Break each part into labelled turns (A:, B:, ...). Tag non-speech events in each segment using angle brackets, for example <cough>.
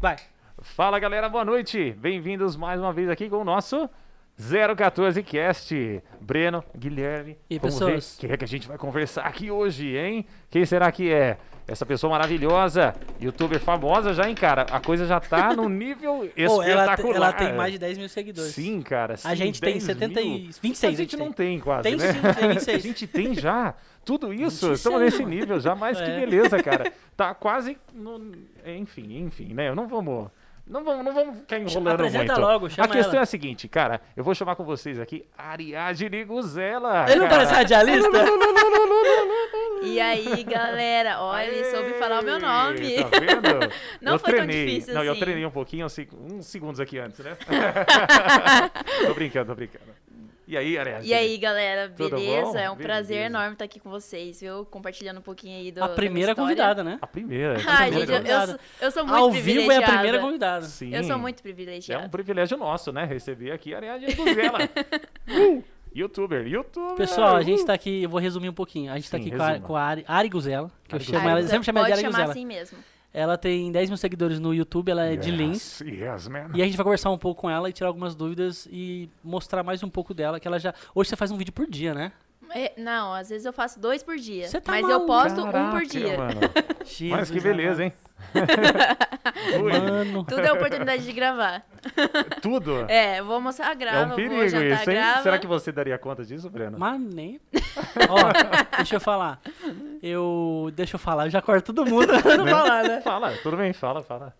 A: Vai.
B: Fala galera, boa noite. Bem-vindos mais uma vez aqui com o nosso 014 Cast. Breno, Guilherme.
A: E aí,
B: vamos
A: pessoas?
B: ver Quem é que a gente vai conversar aqui hoje, hein? Quem será que é? Essa pessoa maravilhosa, youtuber famosa já, hein, cara? A coisa já tá num
A: <laughs>
B: nível espetacular.
A: Pô, ela, te- ela tem mais de 10 mil seguidores.
B: é. Sim, cara. Sim,
A: A gente tem
B: 10
A: 70 e-
B: mil.
A: 26,
B: A gente não
A: tem.
B: tem quase.
A: Tem
B: né?
A: sim, tem 26.
B: <laughs> A gente tem já. Tudo isso,
A: 26,
B: estamos nesse
A: mano.
B: nível já, mas que
A: É.
B: beleza, cara.
A: <laughs>
B: Tá quase. no- Enfim, enfim, né? Eu não vamos. Não vamos, não vamos ficar enrolando
A: apresenta
B: muito.
A: logo, chama
B: a questão
A: ela.
B: é a seguinte, cara. Eu vou chamar com vocês aqui Ariadne Guzela.
A: Ele não tá
B: cara.
A: parece radialista?
C: E aí, galera? Olha, ele soube falar o meu nome.
B: Tá
A: <laughs>
C: <laughs>
B: vendo?
C: Não
B: eu
C: foi tão
B: treinei.
C: difícil
B: Não, eu
C: assim.
B: treinei um pouquinho, uns, seg- uns segundos aqui antes,
A: <laughs>
B: né? tô brincando, tô brincando. E aí, Ariadne?
C: E aí, galera,
B: Tudo bom?
C: beleza? É um prazer
B: Beleza.
C: enorme estar aqui com vocês, viu? Compartilhando um pouquinho aí do.
A: A primeira
C: da minha história.
A: convidada, né?
B: A primeira. é
C: Ai,
B: primeira
C: gente, eu, eu sou, eu sou muito
A: Ao vivo é
C: privilegiada.
A: a primeira convidada.
B: Sim.
C: Eu sou muito
B: É
C: privilegiada.
B: um privilégio nosso, né? Receber aqui a Ariadne
C: <laughs>
B: Guzela. Uh, Youtuber, youtuber.
A: Pessoal, a gente tá aqui, eu vou resumir um pouquinho. A gente tá
B: Sim,
A: aqui com a,
B: resuma.
A: com a Ari, Ari Guzela, que eu
B: Ari
A: chamo
B: Guzela.
A: ela,
C: Ari,
A: eu
C: você
A: sempre chamei ela de
C: pode
A: Ari
C: chamar
A: Guzela.
C: assim mesmo.
A: Ela tem 10 mil seguidores no YouTube, ela é de Lins.
B: Yes, man.
A: E a gente vai conversar um pouco com ela e tirar algumas dúvidas e mostrar mais um pouco dela, que ela já... Hoje você faz um vídeo por dia, né?
C: É, Não, às vezes eu faço dois por dia.
A: Você tá
C: mas eu
A: maluco.
C: posto um por
B: Caraca,
A: <laughs>
C: dia.
B: Mano. Mas
A: Jesus,
B: que
A: <laughs>
B: beleza, hein? Ui,
A: Mano,
C: Tudo é oportunidade de gravar.
B: tudo. É,
C: É, tá eu vou almoçar, grava,
B: um
C: vou
B: perigo
C: jantar,
B: isso, hein?
C: grava.
B: Será que você daria conta disso, Breno?
A: mané. Ó, deixa eu falar. Eu... Deixa eu falar, eu já corto todo mundo pra não falar, né?
B: Fala, tudo bem, fala, fala.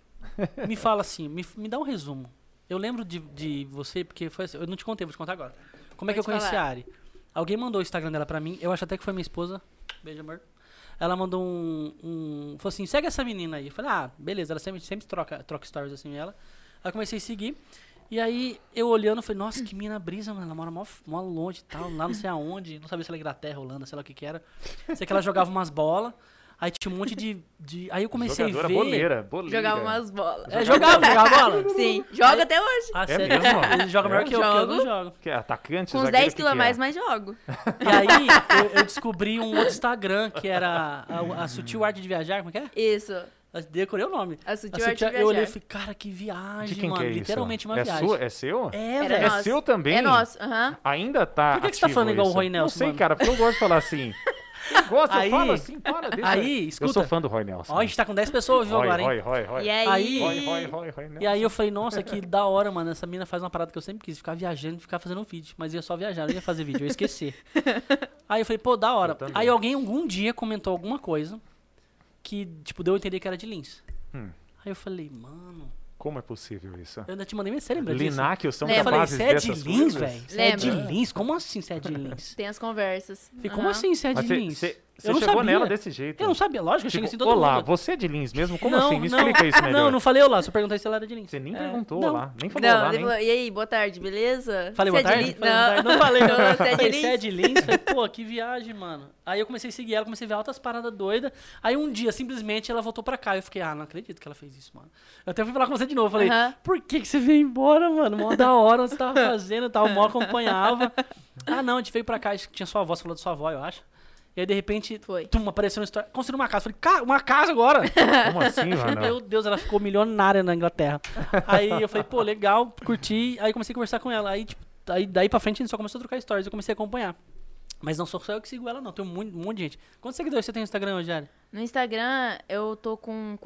A: Me fala assim, me, me dá um resumo. Eu lembro de, de você, porque foi assim, eu não te contei, vou te contar agora. Como é que eu
C: Pode
A: conheci
C: falar.
A: a Ari? Alguém mandou o Instagram dela pra mim, eu acho até que foi minha esposa. Beijo, amor. Ela mandou um, um. Falou assim: segue essa menina aí. Eu falei: ah, beleza, ela sempre, sempre troca, troca stories assim, ela. Aí eu comecei a seguir. E aí eu olhando, falei: nossa, que mina brisa, mano. Ela mora mó, mó longe e tal, lá não sei aonde. Não sabia se ela era Inglaterra, Holanda, sei lá o que que era. Sei que ela jogava umas bolas. Aí tinha um monte de. de... Aí eu comecei
B: Jogadora
A: a ver.
B: boleira, boleira.
C: Jogava umas bolas.
A: É, jogava, jogava bola? <laughs>
C: Sim, joga
A: Aí-
C: até hoje.
A: Ah,
B: É
A: sério?
B: mesmo?
A: Ele joga melhor que eu, porque eu não
C: Jogo. <laughs>
A: jogo.
B: Que é atacante,
C: Com uns
B: zagueiro,
C: 10
B: que
C: quilos a
B: que é?
C: mais, mas jogo.
A: E aí, eu, eu descobri um outro Instagram que era a, a Sutil Arte de Viajar, como é que é?
C: Isso.
A: Eu decorei o nome.
C: A Sutil Arte de
A: Eu
C: Viajar.
A: olhei e falei, cara, que viagem,
B: De quem
A: mano.
B: que é isso?
A: Literalmente uma
B: é
A: viagem.
B: Sua, é seu?
A: É,
C: Era
A: velho.
C: nosso.
B: seu também?
C: É nosso, aham.
B: Ainda tá.
A: Por que que você tá
B: ativo
A: falando igual o
B: isso?
A: Roy Nelson,
B: Não sei,
A: mano?
B: cara, porque eu gosto de
A: <laughs>
B: falar assim. Eu gosto,
A: Aí-
B: eu falo assim, para, deixa.
A: aí,
B: Eu sou
A: escuta.
B: fã do Roy Nelson.
A: Ó, a gente tá com 10 pessoas, viu,
B: Roy,
A: agora, hein?
B: Roy, Roy, Roy.
C: E aí?
A: Aí-
B: Roy, Roy, Roy, Roy
A: E aí eu falei, nossa, que da hora, mano. Essa mina faz uma parada que eu sempre quis, ficar viajando e ficar fazendo um vídeo. Mas eu ia só viajar, não ia fazer vídeo, eu ia esquecer. aí eu falei, pô, da hora.
B: Eu também.
A: Aí alguém algum dia comentou alguma coisa que, tipo, deu a entender que era de Lins.
B: Hum.
A: Aí eu falei, mano,
B: Como é possível isso?
A: eu ainda te mandei mensagem, lembra disso?
B: Lináqueos são
C: Né?
A: Eu falei,
B: capazes
A: você é de
B: dessas
A: Lins,
B: coisas?
A: velho? Você é de
C: Lembra?
A: Lins? Como assim você é de Lins?
C: Tem as conversas.
A: Falei, como
C: Aham.
A: assim você é de
B: Mas você-
A: Lins?
B: você
A: Eu não
B: você chegou
A: sabia.
B: nela desse jeito.
A: Eu não sabia, lógico, eu
B: Tipo,
A: cheguei assim todo
B: Olá,
A: mundo.
B: você é de Lins mesmo? Como
A: não,
B: assim? Me
A: não,
B: explica isso melhor.
A: Não, não falei olá, só perguntei se ela era de Lins.
B: Você nem
A: É,
B: perguntou
A: não.
B: lá, nem falou
C: Não,
B: lá,
C: ele
B: nem.
C: falou, e aí, boa tarde, beleza?
A: né? Falei,
C: Você
A: boa tarde?
C: É de...
A: Falei,
C: Não.
A: boa tarde. Não falei, não.
C: Não, você é de
A: Falei,
C: Lins?
A: você é de Lins? Falei, pô, que viagem, mano. Aí eu comecei a seguir ela, comecei a ver altas paradas doidas. Aí um dia, simplesmente, ela voltou pra cá. Eu fiquei, ah, não acredito que ela fez isso, mano. Eu até fui falar com você de novo. Falei,
C: Aham.
A: por que, que você veio embora, mano? Mó da hora, você tava fazendo e tal. Mó acompanhava. Ah, não, a gente veio pra cá, acho que tinha sua avó, você falou da sua avó, eu acho. E aí, de repente,
C: Foi.
A: tum, apareceu uma história. Construiu uma casa. Falei, cara, uma casa agora?
B: Como assim,
C: <laughs>
A: Meu
B: mano?
A: Deus, ela ficou milionária na Inglaterra. Aí eu falei, pô, legal, curti. Aí comecei a conversar com ela. Aí, tipo, aí daí pra frente a gente só começou a trocar stories. Eu comecei a acompanhar. Mas não sou só eu que sigo ela, não. Tem um monte, um monte de gente. Quantos seguidores você tem no Instagram hoje, Ari?
C: No Instagram, eu tô com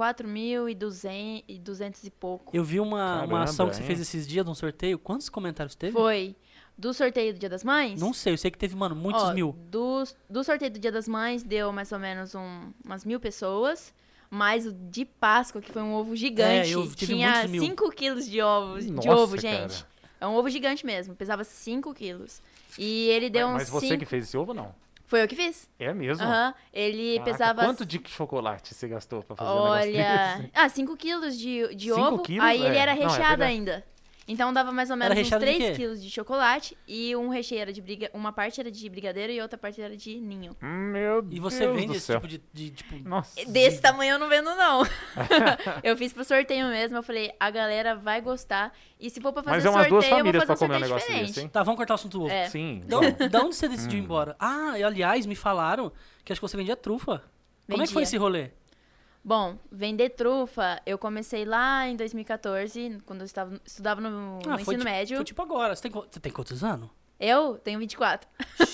C: 4.200 e 200 e pouco.
A: Eu vi uma,
B: Caramba,
A: uma ação que você
B: hein?
A: fez esses dias, de um sorteio. Quantos comentários teve?
C: Foi do sorteio do Dia das Mães?
A: Não sei, eu sei que teve, mano, muitos
C: Ó,
A: mil.
C: Do, do sorteio do Dia das Mães, deu mais ou menos um- umas mil pessoas. Mas o de Páscoa, que foi um ovo gigante,
A: É, eu tive
C: tinha
A: muitos mil.
C: 5 quilos de ovos, de
B: Nossa,
C: ovo,
B: cara.
C: gente. É um ovo gigante mesmo, pesava 5 quilos. E ele deu
B: Mas
C: uns
B: você
C: 5...
B: que fez esse ovo, não?
C: Foi eu que fiz.
B: É mesmo?
C: Aham. Ele
B: Caraca,
C: pesava...
B: Quanto de chocolate você gastou pra fazer o negócio
C: Olha... Ah, 5 quilos de, de
B: Cinco
C: ovo.
B: quilos?
C: Aí ele
B: É.
C: era
B: Não, é
C: recheado
B: verdade.
C: ainda. Então dava mais ou
A: Era
C: menos uns
A: recheado de quê?
C: 3 quilos de chocolate. E um recheio era de... Briga... Uma parte era de brigadeiro e outra parte era de ninho.
B: Meu Deus
A: E você vende
B: do
A: esse
B: céu.
A: tipo de, de, tipo...
B: Nossa.
C: Desse tamanho eu não vendo,
B: <laughs>
C: não. eu fiz pro sorteio mesmo, eu falei, a galera vai gostar. E se for pra fazer
B: Mas é umas duas
C: sorteio, eu vou
B: famílias
C: fazer
B: pra
C: um
B: comer um
C: sorteio
B: negócio
C: diferente.
B: desse, hein?
A: Tá, vamos cortar o assunto do ovo.
C: É.
B: Sim.
A: Da,
B: vamos.
A: da onde você decidiu ir
B: Hum.
A: embora? Ah, e, aliás, me falaram que acho que você vendia trufa. Como é que foi
C: Vendia.
A: esse rolê?
C: Bom, vender trufa, eu comecei lá em 2014, quando eu estava, estudava no, no
A: Ah, foi
C: ensino
A: ti-
C: médio.
A: Foi tipo agora. Você tem, qu- você tem quantos anos?
C: Eu tenho
B: <laughs>
C: 24.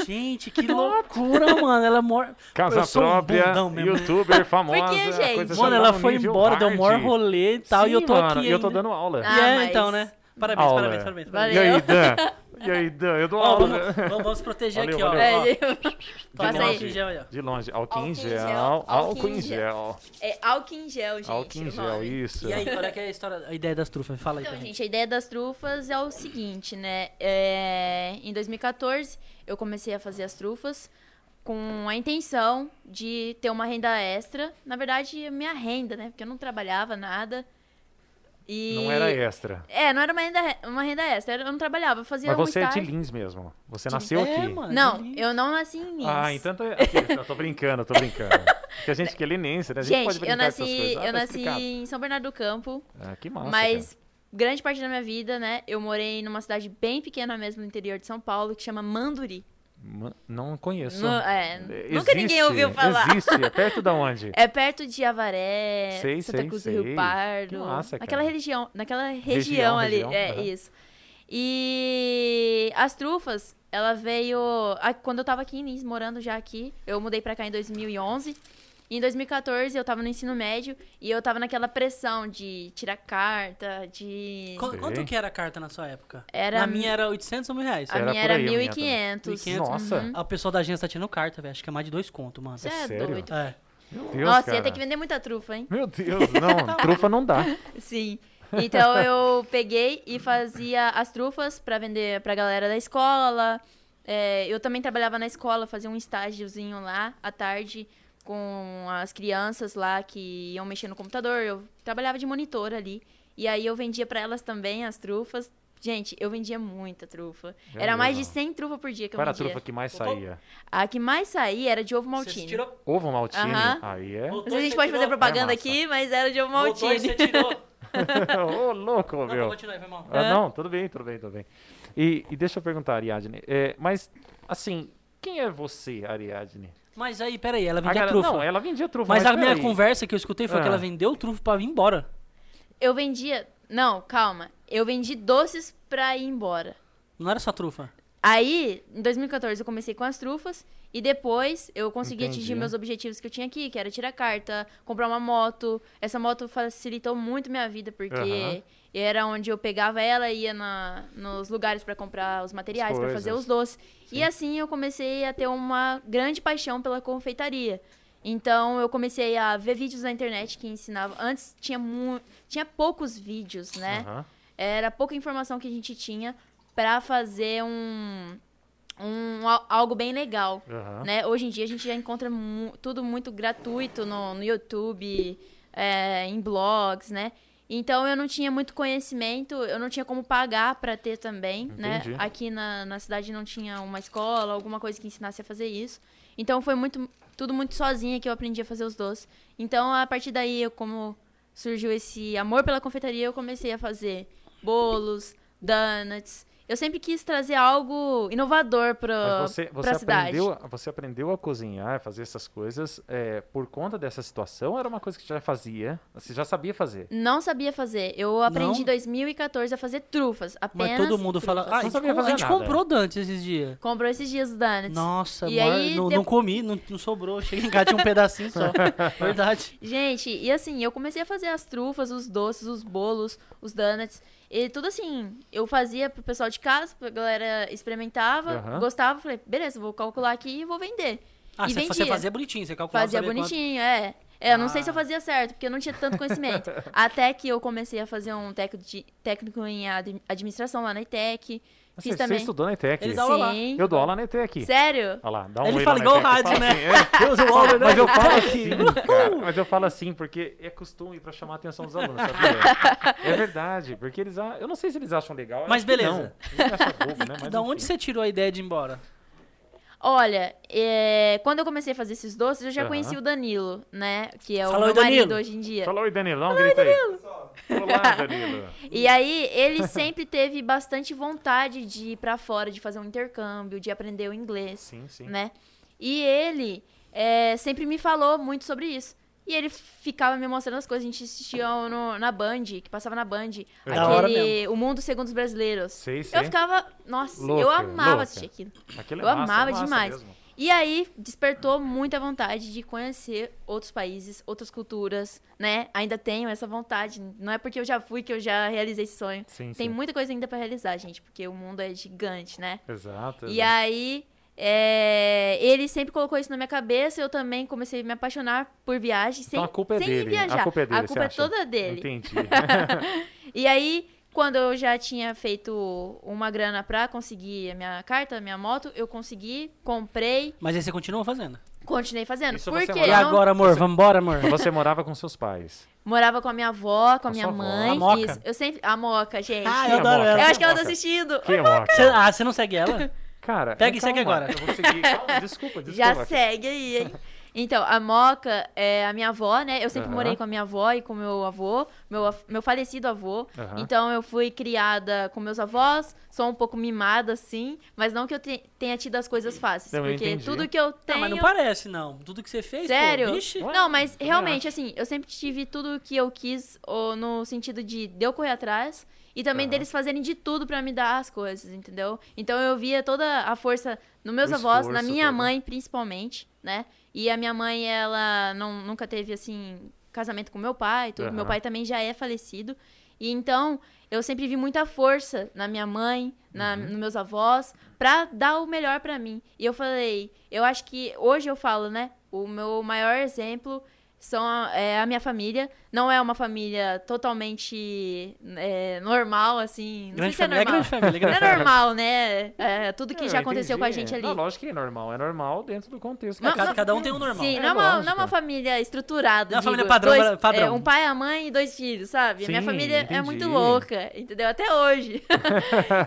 A: Gente, que loucura, mano. Ela mor...
B: Casa
A: Eu sou um
B: própria,
A: bundão mesmo.
C: <laughs>
B: youtuber famosa.
C: Porque, gente,
B: coisa
A: Mano,
B: chegou
A: ela
B: num
A: foi
B: nível
A: embora, deu
B: hard.
A: maior rolê e tal, e eu
B: Sim,
A: tô
B: mano,
A: aqui.
B: E eu tô
A: ainda.
B: dando aula.
C: Ah,
A: E é,
C: mas-
A: então, né? Parabéns,
B: Aula.
A: parabéns, parabéns. parabéns.
B: E aí,
C: valeu.
B: Dan?
C: <laughs>
B: E aí, Dan? Eu dou
A: Ó,
B: aula. né?
A: vamos,
B: <laughs>
A: vamos, vamos se proteger
B: Valeu,
A: aqui, ó.
B: valeu.
A: ó.
C: É, Passa
A: Passa
B: Nossa,
A: aí.
B: gente.
C: aí.
A: Gel aí, ó.
B: De longe. Álcool em
C: Álcool em
B: gel.
C: gel,
B: Álcool em gel.
C: É álcool em gel, gente.
B: Álcool em
C: o
B: gel,
C: nome.
B: isso.
A: E aí, qual é que é a história, a ideia das trufas? Fala aí
C: Então,
A: pra gente.
C: gente, a ideia das trufas é o seguinte, né? É, em 2014, eu comecei a fazer as trufas com a intenção de ter uma renda extra. Na verdade, a minha renda, né? Porque eu não trabalhava nada. E...
B: Não era extra.
C: É, não era uma renda, uma renda extra. era- Eu não trabalhava, eu
B: Mas
C: fazia
B: você é
C: um
B: de
C: estágio.
B: Lins mesmo. Você nasceu
A: É,
B: aqui.
C: Não, eu não nasci em Minas.
B: Ah, então tá- aqui, eu tô brincando, tô brincando. Porque a gente que é linense, né? A gente, pode
C: Gente,
B: brincar
C: eu
B: com essas
C: nasci,
B: coisas. Ah, tá
C: eu nasci
B: explicado.
C: em São Bernardo do Campo.
B: Ah, que massa,
C: Mas grande parte da minha vida, né? Eu morei numa cidade bem pequena mesmo no interior de São Paulo, que chama Manduri.
B: cara. Ma- Não conheço.
C: Nu- é,
B: Existe,
C: nunca ninguém ouviu falar.
B: Existe, é perto da onde?
C: É perto de Avaré,
B: Sei,
C: Santa
B: sei,
C: Cruz
B: sei.
C: do Rio Pardo.
B: Que massa, cara.
C: naquela religião, naquela região,
B: Região,
C: ali.
B: região,
C: é,
B: aham.
C: isso. E as trufas, ela veio... a- Quando eu tava aqui em Lins, morando já aqui, eu mudei pra cá em 2011. Em 2014, eu tava no ensino médio e eu tava naquela pressão de tirar carta, de...
A: Qu-
B: Sei.
A: Quanto que era a carta na sua época?
C: Era-
A: Na minha era 800 ou mil reais.
C: A
B: Era
C: minha
B: por
C: era
B: aí, a minha
C: 1.500.
A: 1.500.
B: Nossa.
C: Uhum.
A: A pessoa da agência tá tirando carta, velho. Acho que é mais de dois conto, mano.
C: Você
B: É
C: é,
B: sério?
C: doido.
A: É.
B: Meu Deus,
C: Nossa,
B: cara.
C: ia ter que Tá vender muita trufa, hein?
B: Meu Deus,
C: <laughs>
B: não, trufa não dá.
C: Sim.
B: <laughs>
C: Então eu peguei e fazia as trufas pra vender pra galera da escola. É, eu também trabalhava na escola, fazia um estágiozinho lá à tarde com as crianças lá que iam mexer no computador. Eu trabalhava de monitor ali. E aí eu vendia pra elas também as trufas. Gente, eu vendia muita trufa.
B: Meu
C: Era
B: Deus.
C: mais de 100 trufas por dia que eu
B: Qual era a
C: vendia.
B: trufa que mais
A: Opa.
B: saía?
C: A que mais saía era de ovo
A: Você
C: maltine.
A: tirou.
B: Ovo maltine?
C: Aham.
B: Aí é.
A: Voltou
C: Não sei se a
A: e
C: gente
A: você
C: pode fazer
A: tirou.
C: propaganda
B: É massa.
C: aqui, mas era de ovo
A: Voltou e
C: maltine.
A: você tirou.
B: <laughs> Ô, louco,
A: Não, pode
B: meu.
A: continuar, aí, foi mal.
B: Ah, não, tudo bem, tudo bem, tudo bem. E, e deixa eu perguntar, Ariadne. é, mas, assim, quem é você, Ariadne?
A: Mas aí, peraí, ela
B: A
A: vendia
B: cara-
A: trufa.
B: Não, ela vendia trufa.
A: Mas a minha
B: peraí.
A: conversa que eu escutei foi
B: Ah.
A: que ela vendeu o trufo pra vir embora.
C: Eu vendia. Não, calma. Eu vendi doces pra ir embora.
A: Não era só trufa.
C: Aí, em 2014, eu comecei com as trufas. E depois eu consegui
B: Entendi.
C: atingir meus objetivos que eu tinha aqui, que era tirar carta, comprar uma moto. Essa moto facilitou muito minha vida, porque
B: Aham.
C: era onde eu pegava ela e ia na, nos lugares pra comprar os materiais, pra fazer
B: coisas.
C: os doces. E assim eu comecei a ter uma grande paixão pela confeitaria. Então eu comecei a ver vídeos na internet que ensinavam. Antes tinha, mu... tinha poucos vídeos, né?
B: Aham.
C: Era pouca informação que a gente tinha pra fazer um, um al- algo bem legal,
B: Aham.
C: né? Hoje em dia a gente já encontra mu- tudo muito gratuito no, no YouTube, é, em blogs, né? Então eu não tinha muito conhecimento, eu não tinha como pagar pra ter também,
B: Entendi.
C: né? Aqui na, na cidade não tinha uma escola, alguma coisa que ensinasse a fazer isso. Então foi muito tudo muito sozinha que eu aprendi a fazer os doces. Então a partir daí eu como surgiu esse amor pela confeitaria, eu comecei a fazer bolos, donuts. Eu sempre quis trazer algo inovador para
B: Mas você, você
C: a cidade.
B: aprendeu, você aprendeu a cozinhar, a fazer essas coisas é, por conta dessa situação? ou Era uma coisa que você já fazia? Você já sabia fazer?
C: Não sabia fazer. Eu aprendi
A: Não?
C: em 2014 a fazer trufas.
A: Mas
C: Apenas
A: todo mundo fala. Ah, a
B: Não
A: gente,
B: sabia
A: com- a
B: fazer
A: gente
B: nada.
A: comprou Dante esses dias.
C: Comprou esses dias os donuts.
A: Nossa,
C: E
A: maior-
C: aí,
A: não,
C: de-
A: não comi, não, não sobrou. Cheguei em casa, tinha um pedacinho
B: <laughs>
A: só. Verdade.
C: Gente, e assim, eu comecei a fazer as trufas, os doces, os bolos, os donuts. E tudo assim, eu fazia pro pessoal de casa, a galera experimentava,
B: Aham.
C: gostava, falei, beleza, vou calcular aqui e vou vender.
A: Ah,
C: e
A: você, você fazia bonitinho, você calculava.
C: Fazia
A: sabia quanto.
C: bonitinho, é. É, eu não sei se eu
A: Ah.
C: fazia certo, porque eu não tinha
A: <laughs>
C: tanto conhecimento. Até que eu comecei a fazer um técnico, de- técnico em ad- administração lá na ITEC.
B: Mas
C: Fiz
B: Você, você
C: também.
B: estudou na ETEC?
A: Eles dão aula lá.
C: Sim.
B: Eu dou aula na ETEC.
C: Sério?
B: Olha lá, dá um
A: Ele
B: oi lá
A: fala
B: na
A: igual o
B: ETEC,
A: rádio,
B: fala
A: né?
B: assim, é.
A: Deus, o Walter, né?
B: Mas eu falo assim, cara, mas eu falo assim porque é costume pra chamar a atenção dos alunos,
C: <laughs>
B: sabia? É verdade, porque eles, a- eu não sei se eles acham legal. eu
A: Mas
B: acho que
A: beleza.
B: Não. Eles acham bobo, né? Mas
A: Da
B: enfim.
A: onde você tirou a ideia de ir embora?
C: Olha, é, quando eu comecei a fazer esses doces, eu já
B: Aham.
C: conheci o Danilo, né? Que é o
A: Fala,
C: meu
A: oi, Danilo.
C: marido hoje em dia.
B: Fala oi, Danilo, dá um grito aí.
C: <laughs>
B: Olá, Danilo.
C: E aí, ele <laughs> sempre teve bastante vontade de ir pra fora, de fazer um intercâmbio, de aprender o inglês,
B: Sim, sim.
C: né? E ele é, sempre me falou muito sobre isso. E ele ficava me mostrando as coisas. A gente assistia um no- na Band, que passava na Band.
A: Da hora
C: Aquele O Mundo Segundo os Brasileiros.
B: Sei, sei.
C: Eu ficava. Nossa, eu
B: Louca,
C: amava
B: louca.
C: assistir aquilo.
B: Aquilo é
C: eu amava
B: massa
C: demais.
B: mesmo.
C: E aí despertou muita vontade de conhecer outros países, outras culturas, né? Ainda tenho essa vontade. Não é porque eu já fui que eu já realizei esse sonho.
B: Sim, sim.
C: Tem muita coisa ainda pra realizar, gente, porque o mundo é gigante, né?
B: Exato.
C: E
B: exato.
C: aí, é, ele sempre colocou isso na minha cabeça, eu também comecei a me apaixonar por viagem, sem,
B: Então a culpa é
C: sem
B: dele.
C: viajar.
B: A culpa é dele,
C: a culpa
B: você
C: é
B: acha?
C: toda dele.
B: Entendi. <laughs>
C: E aí, quando eu já tinha feito uma grana pra conseguir a minha carta, a minha moto, eu consegui, comprei,
A: Mas aí você continua fazendo.
C: continuei fazendo.
B: Isso
C: porque
B: você
A: E
B: Eu não-
A: agora, amor? Vambora, amor?
B: Você morava com seus pais.
C: morava com a minha avó, com a minha
B: sua avó.
C: mãe.
A: A Moca.
C: Isso. Eu sempre. A moca, gente.
A: Ah,
B: Que
A: eu adoro
B: é moca?
A: ela.
C: eu acho que ela tá
B: moca?
C: assistindo.
B: Que moca?
A: Cê- ah, você não segue ela?
C: <laughs>
B: Cara,
A: Pega e
B: então,
A: segue
B: mano,
A: agora.
B: Eu vou seguir. Calma, desculpa, desculpa.
C: Já segue aí, hein? Então, a Moca é a minha avó, né? Eu sempre
B: Aham.
C: morei com a minha avó e com meu avô, meu, af- meu falecido avô.
B: Aham.
C: Então, eu fui criada com meus avós, sou um pouco mimada, sim, mas não que eu te- tenha tido as coisas fáceis.
B: Não, eu
C: porque
B: entendi.
C: tudo que eu
A: Não,
C: tenho.
A: Ah, mas não parece, não. Tudo que você fez,
C: Sério?
A: pô, vixe.
B: Ué,
C: Não, mas
B: também
C: realmente, assim, eu sempre tive tudo o que eu quis, ou no sentido de, de eu correr atrás, e também
B: Aham.
C: deles fazerem de tudo pra me dar as coisas, entendeu? Então eu via toda a força nos meus
B: O
C: avós, na
B: esforço
C: minha
B: todo.
C: mãe, principalmente, né? E a minha mãe, ela não, nunca teve, assim, casamento com meu pai, e tudo. Meu
B: Aham.
C: pai também já é falecido. E então, eu sempre vi muita força na minha mãe, na,
A: Uhum.
C: nos meus avós, pra dar o melhor pra mim. E eu falei, eu acho que hoje eu falo, né? O meu maior exemplo são a, é a minha família. Não é uma família totalmente é, normal, assim. Não
A: Grande
C: sei se é
A: família, é
C: normal.
A: grande família, é grande
C: não é
A: família.
C: normal, né? É, tudo que
B: Eu
C: já aconteceu com a
B: entendi.
C: gente ali.
B: Não, lógico que é normal. É normal dentro do contexto.
C: Não,
A: cada,
C: não-
A: cada um tem um normal.
C: Sim,
B: É
C: não, é uma,
B: lógico.
C: não é uma família estruturada.
A: Não é uma
C: digo.
A: família padrão,
C: Dois-
A: padrão.
C: é, um pai, a mãe e dois filhos, sabe? A minha
B: Sim,
C: família é
B: entendi.
C: muito louca, entendeu? Até
A: <laughs>
C: hoje.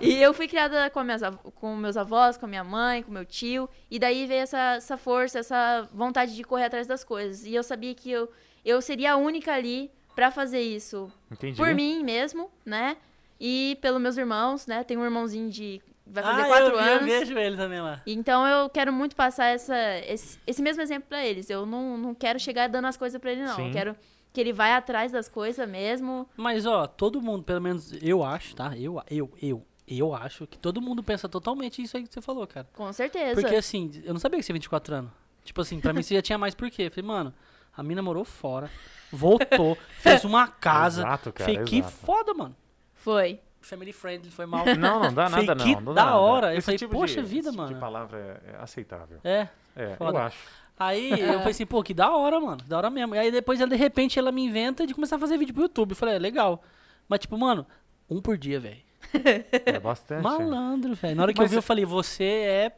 C: e eu fui criada com, minhas, av- com meus avós, com minha mãe, com meu tio. E daí veio essa, essa força, essa vontade de correr atrás das coisas. E eu sabia que eu, eu seria a única ali pra fazer isso.
B: Entendi.
C: Por mim mesmo, né? E pelos meus irmãos, né? Tem um irmãozinho de. Vai fazer
A: ah,
C: quatro
A: eu, vi,
C: anos.
A: eu vejo ele também lá.
C: Então eu quero muito passar essa, esse, esse mesmo exemplo pra eles. Eu não, não quero chegar dando as coisas pra ele, não.
B: Sim.
C: Eu quero que ele vai atrás das coisas mesmo.
A: Mas, ó, todo mundo, pelo menos eu acho, tá? Eu, eu, eu, eu acho que todo mundo pensa totalmente isso aí que você falou, cara.
C: Com certeza.
A: Porque, assim, eu não sabia que você tinha 24 anos. Tipo assim, pra mim você já tinha mais por quê? Eu Falei, mano, a mina morou fora, voltou, fez uma casa.
B: Exato, cara,
A: Falei, que
B: exato.
A: foda, mano.
C: Foi.
A: Family friendly, foi mal.
B: Não, não dá
A: Falei,
B: nada, não.
A: que
B: não dá
A: da
B: nada.
A: hora. Eu
B: Esse
A: falei,
B: tipo
A: poxa
B: de,
A: vida,
B: esse Tipo
A: mano.
B: de palavra é aceitável.
A: É.
B: É, eu
A: Foda.
B: acho.
A: Aí eu pensei, pô, que da hora, mano. Da hora mesmo. E aí depois, ela, de repente, ela me inventa de começar a fazer vídeo pro YouTube. Eu falei, é legal. Mas, tipo, mano, um por dia, velho.
B: <laughs> É bastante.
A: Malandro, velho. Na hora que eu
B: Mas
A: vi, eu
B: cê-
A: falei, você é.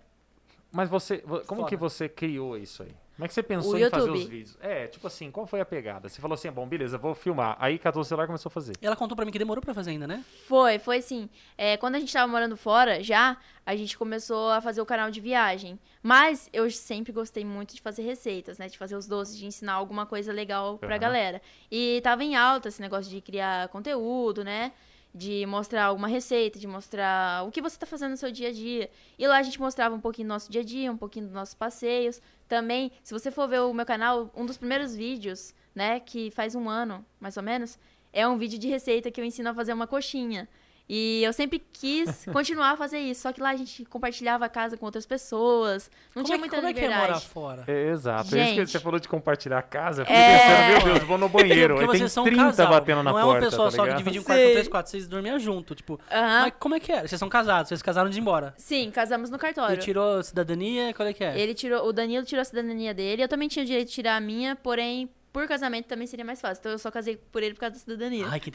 B: Mas você, vo- como
A: Foda.
B: que você criou isso aí? Como é que você pensou
C: O
B: em fazer
C: YouTube.
B: os vídeos? É, tipo assim, qual foi a pegada? Você falou assim, bom, beleza, vou filmar. Aí catou o celular e começou a fazer.
A: Ela contou pra mim que demorou pra fazer ainda, né?
C: Foi, foi sim. É, quando a gente tava morando fora, já, a gente começou a fazer o canal de viagem. Mas eu sempre gostei muito de fazer receitas, né? De fazer os doces, de ensinar alguma coisa legal pra
B: Aham.
C: galera. E tava em alta esse negócio de criar conteúdo, né? De mostrar alguma receita, de mostrar o que você tá fazendo no seu dia a dia. E lá a gente mostrava um pouquinho do nosso dia a dia, um pouquinho dos nossos passeios. Também, se você for ver o meu canal, um dos primeiros vídeos, né, que faz um ano, mais ou menos, é um vídeo de receita que eu ensino a fazer uma coxinha. E eu sempre
A: <laughs>
C: quis continuar a fazer isso, só que lá a gente compartilhava a casa com outras pessoas, não
A: como
C: tinha
A: é que,
C: muita
A: como é que é
C: liberdade.
A: morar fora?
B: É, exato. É isso que
C: Gente.
B: você falou de compartilhar a casa. Eu fiquei
C: É.
B: pensando, meu Deus, <laughs> vou no banheiro.
A: Porque
B: Aí tem
A: vocês são um
B: 30
A: casal.
B: batendo na
A: não
B: porta.
A: é uma pessoa
B: tá
A: só que
B: ligado?
A: divide um quarto com
C: Sei.
A: três, quatro. Vocês dormiam junto, tipo.
C: Aham.
A: Mas como é que era? Vocês são casados, vocês casaram de ir embora.
C: Sim, casamos no
A: Ele
C: cartório.
A: tirou cidadania, qual é que é?
C: Ele tirou, o Danilo tirou a cidadania dele, eu também tinha o direito de tirar a minha, porém, por casamento também seria mais fácil. Então eu só casei por ele por causa da cidadania.
A: Ai,
C: <laughs>
A: que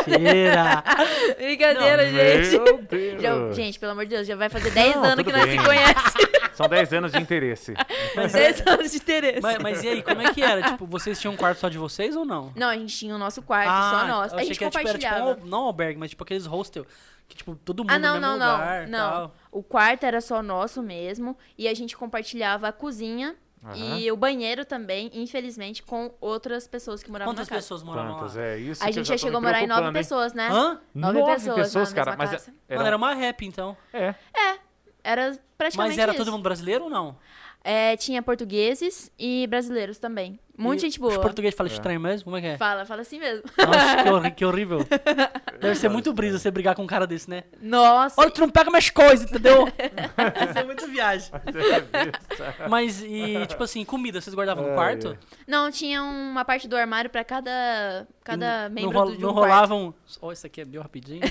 A: interesseira.
C: Brincadeira, gente.
B: Meu Deus.
C: Já- gente, pelo amor de Deus, já vai fazer 10
B: Não,
C: anos que
B: tudo
C: nós
B: bem. <laughs>
C: se conhecemos.
B: São 10 anos de interesse.
C: 10 anos de interesse.
A: mas, mas e aí, como é que era? Tipo, vocês tinham um quarto só de vocês ou não?
C: Não, a gente tinha o nosso quarto, só nós.
A: Ah, eu
C: A
A: achei
C: gente
A: que era, tipo, era, tipo, um
C: compartilhava.
A: al- não albergue, mas tipo aqueles hostel que tipo todo mundo
C: Ah,
A: no
C: não, não,
A: mesmo
C: não.
A: lugar,
C: não.
A: tal.
C: O quarto era só nosso mesmo. E a gente compartilhava a cozinha
B: Aham.
C: e o banheiro também, infelizmente, com outras pessoas que moravam
A: Quantas
C: na casa.
A: pessoas moravam
B: Quantas?
A: lá?
B: É isso.
C: A
B: que eu
C: gente já
B: tô me
C: chegou a morar em nove
B: preocupando, hein?
C: pessoas, né?
A: Hã?
C: Nove
B: Nove
C: pessoas
B: pessoas,
C: na
B: cara.
C: mesma
B: Mas é
C: casa.
B: era- um,
A: Mano, era uma rap então.
B: É.
C: Era praticamente
A: Mas era
C: isso.
A: todo mundo brasileiro ou não?
C: É, tinha portugueses e brasileiros também. Muita
A: E
C: gente boa.
A: Os portugueses falam
B: É.
A: estranho mesmo? Como é que é?
C: <laughs> Fala, fala assim mesmo.
A: Nossa, que, horri- que horrível.
C: <laughs>
A: Deve ser muito brisa você brigar com um cara desse, né?
C: Nossa.
A: Olha, tu não pega mais coisa,
C: <laughs>
A: entendeu? Deve
C: é
A: ser muito viagem. Mas, e, tipo assim, comida, vocês guardavam no
B: Ai,
A: quarto?
B: ai.
C: Não, tinha uma parte do armário pra cada, cada
A: não, não,
C: membro do,
A: rol-
C: de um
A: não
C: quarto.
A: rolavam. Ó, isso aqui é meu
C: <laughs>
A: rapidinho.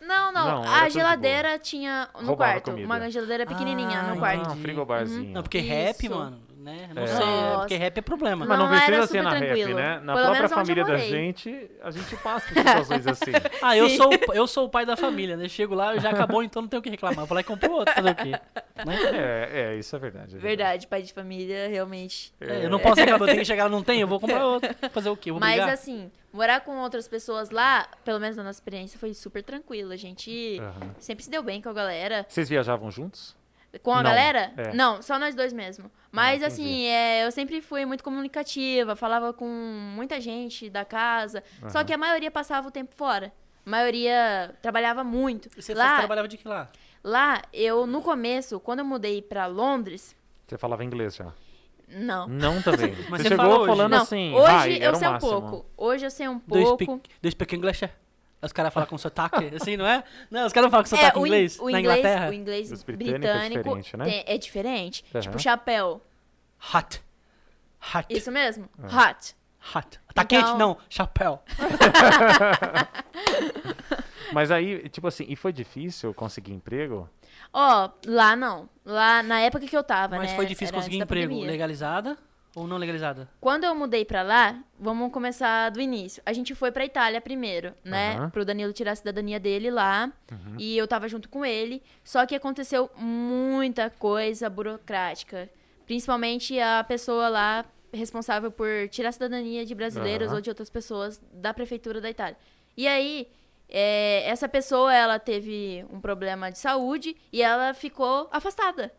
C: Não, não.
B: Não, era
C: a
B: tudo de
C: geladeira tinha no
B: Roubava
C: quarto.
B: comida.
C: Uma geladeira pequenininha
A: Ah,
C: no
A: entendi.
C: quarto.
B: Ah, <laughs> um frigobarzinho.
A: Não, porque
C: Isso.
A: rap, mano, né? Não
B: É.
A: sei, é porque
C: Nossa.
A: rap é problema.
B: Mas não,
C: Não, era
B: precisa ser
C: super
B: na rap,
C: tranquilo.
B: né? Na
C: Pelo
B: própria
C: menos onde eu
B: família da
C: morei.
B: gente, a gente passa por situações
C: <laughs>
B: assim.
A: Ah, eu
C: Sim.
A: sou, o- eu sou o pai da família, né? Chego lá, já acabou, então não tenho o que reclamar. Vou lá e compro outro, fazer o quê? Né?
B: É, é, isso é verdade. é
C: Verdade, pai de família, realmente.
A: É, eu não posso reclamar, eu tenho que chegar, lá, não tem, eu vou comprar outro. Fazer o quê? Eu Vou
C: Mas
A: brigar?
C: assim, morar com outras pessoas lá, pelo menos na nossa experiência, foi super tranquilo. A gente
B: Aham.
C: sempre se deu bem com a galera.
B: Vocês viajavam juntos?
C: Com
B: Não,
C: a galera?
B: é.
C: Não, só nós dois mesmo. Mas
B: Ah, entendi.
C: assim, é, eu sempre fui muito comunicativa, falava com muita gente da casa. Só
B: Aham.
C: que a maioria passava o tempo fora. A maioria trabalhava muito.
A: E Você
C: lá,
A: trabalhava de que lá?
C: lá, eu no começo, quando eu mudei pra Londres,
B: Você falava inglês já?
C: não.
B: Não
C: <laughs>
B: também.
A: Mas você
B: você chegou
A: fala hoje.
B: falando
C: Não,
B: Hum, assim.
C: hoje
B: vai,
C: eu
B: era o
C: sei um
B: máximo.
C: pouco. Hoje eu sei um
A: Do you
C: pouco.
A: speak, do you speak English? Aí Os caras falam com
C: <laughs>
A: sotaque, assim, não é? Não, os caras não falam com
B: tá
A: sotaque
C: o in-
A: inglês
C: o
A: na
C: inglês,
A: Inglaterra.
C: o inglês
B: Dos
C: britânico,
B: britânicos é diferente, né?
C: tem- é diferente.
B: Aham.
C: Tipo chapéu.
A: Hot. Hot.
C: Isso mesmo? Hot.
A: Hot. Tá
C: Então-
A: quente? Não. Chapéu.
B: Mas aí, tipo assim, e foi difícil conseguir emprego?
C: Ó, lá não. Lá na época que eu tava,
A: Mas
C: né?
A: foi difícil
C: era
A: conseguir
C: antes da
A: emprego.
C: pandemia.
A: Legalizada ou não legalizada?
C: Quando eu mudei pra lá, vamos começar do início. A gente foi pra Itália primeiro, né?
B: Aham.
C: Pro Danilo tirar a cidadania dele lá.
A: Uhum.
C: E eu tava junto com ele. Só que aconteceu muita coisa burocrática. Principalmente a pessoa lá responsável por tirar a cidadania de brasileiros
B: Aham.
C: ou de outras pessoas da prefeitura da Itália. E aí, é, essa pessoa, ela teve um problema de saúde e ela ficou afastada.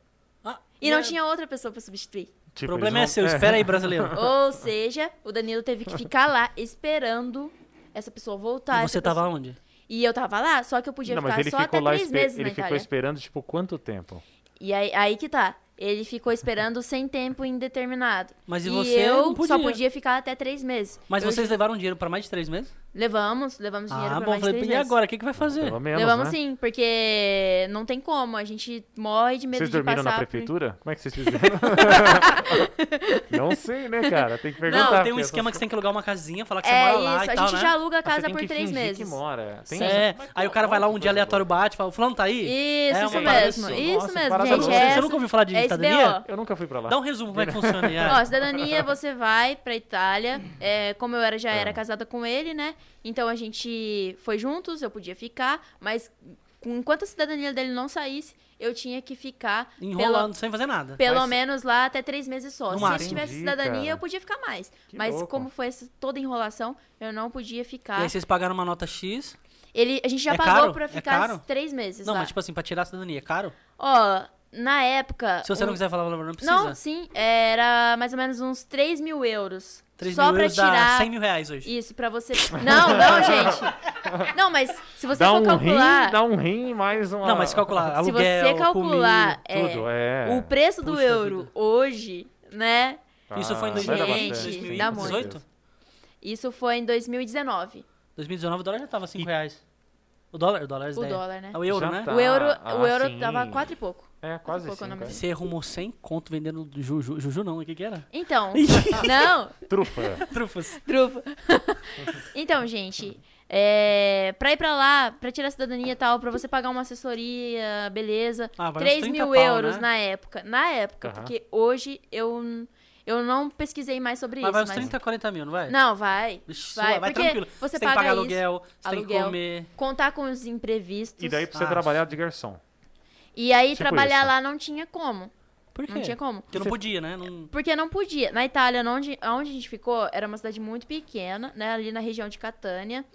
A: Ah,
C: E não
A: é-
C: tinha outra pessoa pra substituir.
A: O
B: Tipo,
A: problema é
B: eles <laughs>
A: seu,
B: não-
A: espera aí,
C: <laughs>
A: brasileiro.
B: <laughs>
C: Ou seja, o Danilo teve que ficar lá esperando essa pessoa voltar.
A: E
C: essa
A: você tava onde?
C: pessoa- E eu tava lá, só que eu podia
B: Não, mas
C: Um ficar
B: ele
C: só
B: ficou
C: até
B: lá
C: três
B: espe-
C: meses
B: Ele
C: na
B: ficou
C: Itália.
B: esperando, tipo, quanto tempo?
C: E aí, aí que tá. Ele ficou esperando sem tempo indeterminado.
A: Mas e você
C: eu
A: não
C: só
A: podia.
C: podia ficar até três meses.
A: Mas
C: Eu
A: vocês levaram dinheiro pra mais de três meses?
C: Levamos, levamos dinheiro
A: ah,
C: pra
A: bom.
C: mais de
A: Falei,
C: três
A: e
C: meses.
A: agora? O que, que vai fazer?
B: Pelo menos,
C: levamos assim,
B: né?
C: sim, porque não tem como. A gente morre de medo
B: Vocês
C: de passar...
B: dormiram na
C: por-
B: prefeitura? Como é que vocês
C: <laughs>
B: fizeram? <laughs> não sei, né, cara? Tem que perguntar.
A: Não, tem um
B: porque
A: esquema que
B: essas-
A: você tem que alugar uma casinha, falar que você
C: É
A: mora
C: isso,
A: lá
C: a
A: e tal,
C: gente
A: né?
C: já aluga a
B: Ah, você
C: casa
B: tem
C: por
B: que
C: três
B: fingir que
C: meses.
B: mora. Tem
A: é,
B: Mas
A: aí o
B: co-
A: cara vai lá
B: nossa,
A: um
B: coisa
A: dia aleatório, bate, fala, fulano tá aí?
C: Isso,
A: É
C: isso
A: uma parada
C: mesmo,
B: assim.
C: isso
B: Nossa,
C: mesmo,
A: Você,
B: parada
C: gente.
B: louca.
A: você
C: é essa-
A: nunca ouviu falar de
C: é
A: cidadania?
C: SBO.
B: Eu nunca fui pra lá.
A: Dá um resumo, como é que funciona aí?
C: Ó,
A: ah.
C: cidadania, você vai pra Itália. É, como eu era, já era casada com ele, né? Então a gente foi juntos, eu podia ficar, mas enquanto a cidadania dele não saísse, eu tinha que ficar pelo-
A: Enrolando, sem fazer nada.
C: Pelo,
B: Mas-
C: menos lá até três meses só.
A: No
C: Se ele
A: máximo.
C: tivesse
B: Entendi,
C: cidadania,
B: cara.
C: eu podia ficar mais.
B: Que
C: mas
B: louco.
C: como foi essa, toda enrolação, eu não podia
A: E
C: ficar.
A: aí vocês pagaram uma nota X.
C: Ele, a gente já
A: É
C: pagou
A: caro?
C: pra
A: É
C: ficar
A: caro?
C: três meses
A: Não,
C: lá.
A: mas tipo assim, pra tirar a cidadania, é caro?
C: Ó, na época...
A: Se você
C: um-
A: não quiser falar, não precisa.
C: Não, sim, era mais ou menos uns 3 mil euros.
A: 3
C: só
A: mil
C: pra
A: euros dá
C: tirar.
A: 100 mil reais hoje.
C: Isso, pra você. Não,
A: <laughs>
C: não, gente. Não, mas se você
B: Dá
C: for
B: um
C: calcular.
B: rim, dá um rim e mais uma...
A: Não, mas se calcular,
C: se
A: aluguel,
C: você calcular é,
B: Tudo, é.
C: o preço do
A: um- Puxa
C: euro
A: vida.
C: hoje, né?
B: Ah,
A: Isso foi em
B: vai dar
A: 2020,
B: bastante,
C: Gente,
B: sim,
C: dá
B: com
C: muito.
B: certeza.
C: Isso foi em 2019.
A: 2019 o dólar já tava 5
B: E-
A: reais. O dólar? O dólar, as
C: O
A: ideias.
C: dólar, né?
A: Ah, O euro,
B: Já
A: né?
B: tá.
C: O euro, o
B: ah,
C: euro
B: sim.
C: tava quatro e pouco.
B: É, quase
C: Qual que é o nome
B: assim.
A: Você arrumou 100 conto vendendo juju, juju não, o que que
B: <laughs>
A: era? <laughs>
C: Então, não,
B: Trufa.
A: Trufas. <laughs>
C: trufa. Então, gente, é, pra ir pra lá, pra tirar a cidadania e tal, pra você pagar uma assessoria, beleza.
A: Ah, vai uns
C: 3
A: 30
C: mil
A: pau,
C: euros
A: né?
C: na época. Na época,
B: Aham.
C: porque hoje eu, n- eu não pesquisei mais sobre
A: Mas
C: isso.
A: vai uns
C: mas-
A: 30, 40 mil, não vai?
C: Não, vai.
A: Ixi,
C: vai,
A: vai
C: porque
A: tranquilo.
C: Você,
A: tem que
C: paga
A: pagar
C: isso,
A: aluguel, você tem que
C: aluguel.
A: comer.
C: contar com os imprevistos.
B: E daí pra você
A: Ah,
B: trabalhar de garçom.
C: e aí
B: tipo
C: trabalhar
B: isso.
C: lá não tinha como.
A: Por quê?
C: Não tinha como.
A: Porque não podia, né? Não...
C: Porque não podia. Na Itália, onde, onde a gente ficou, era uma cidade muito pequena, né? Ali na região de Catânia.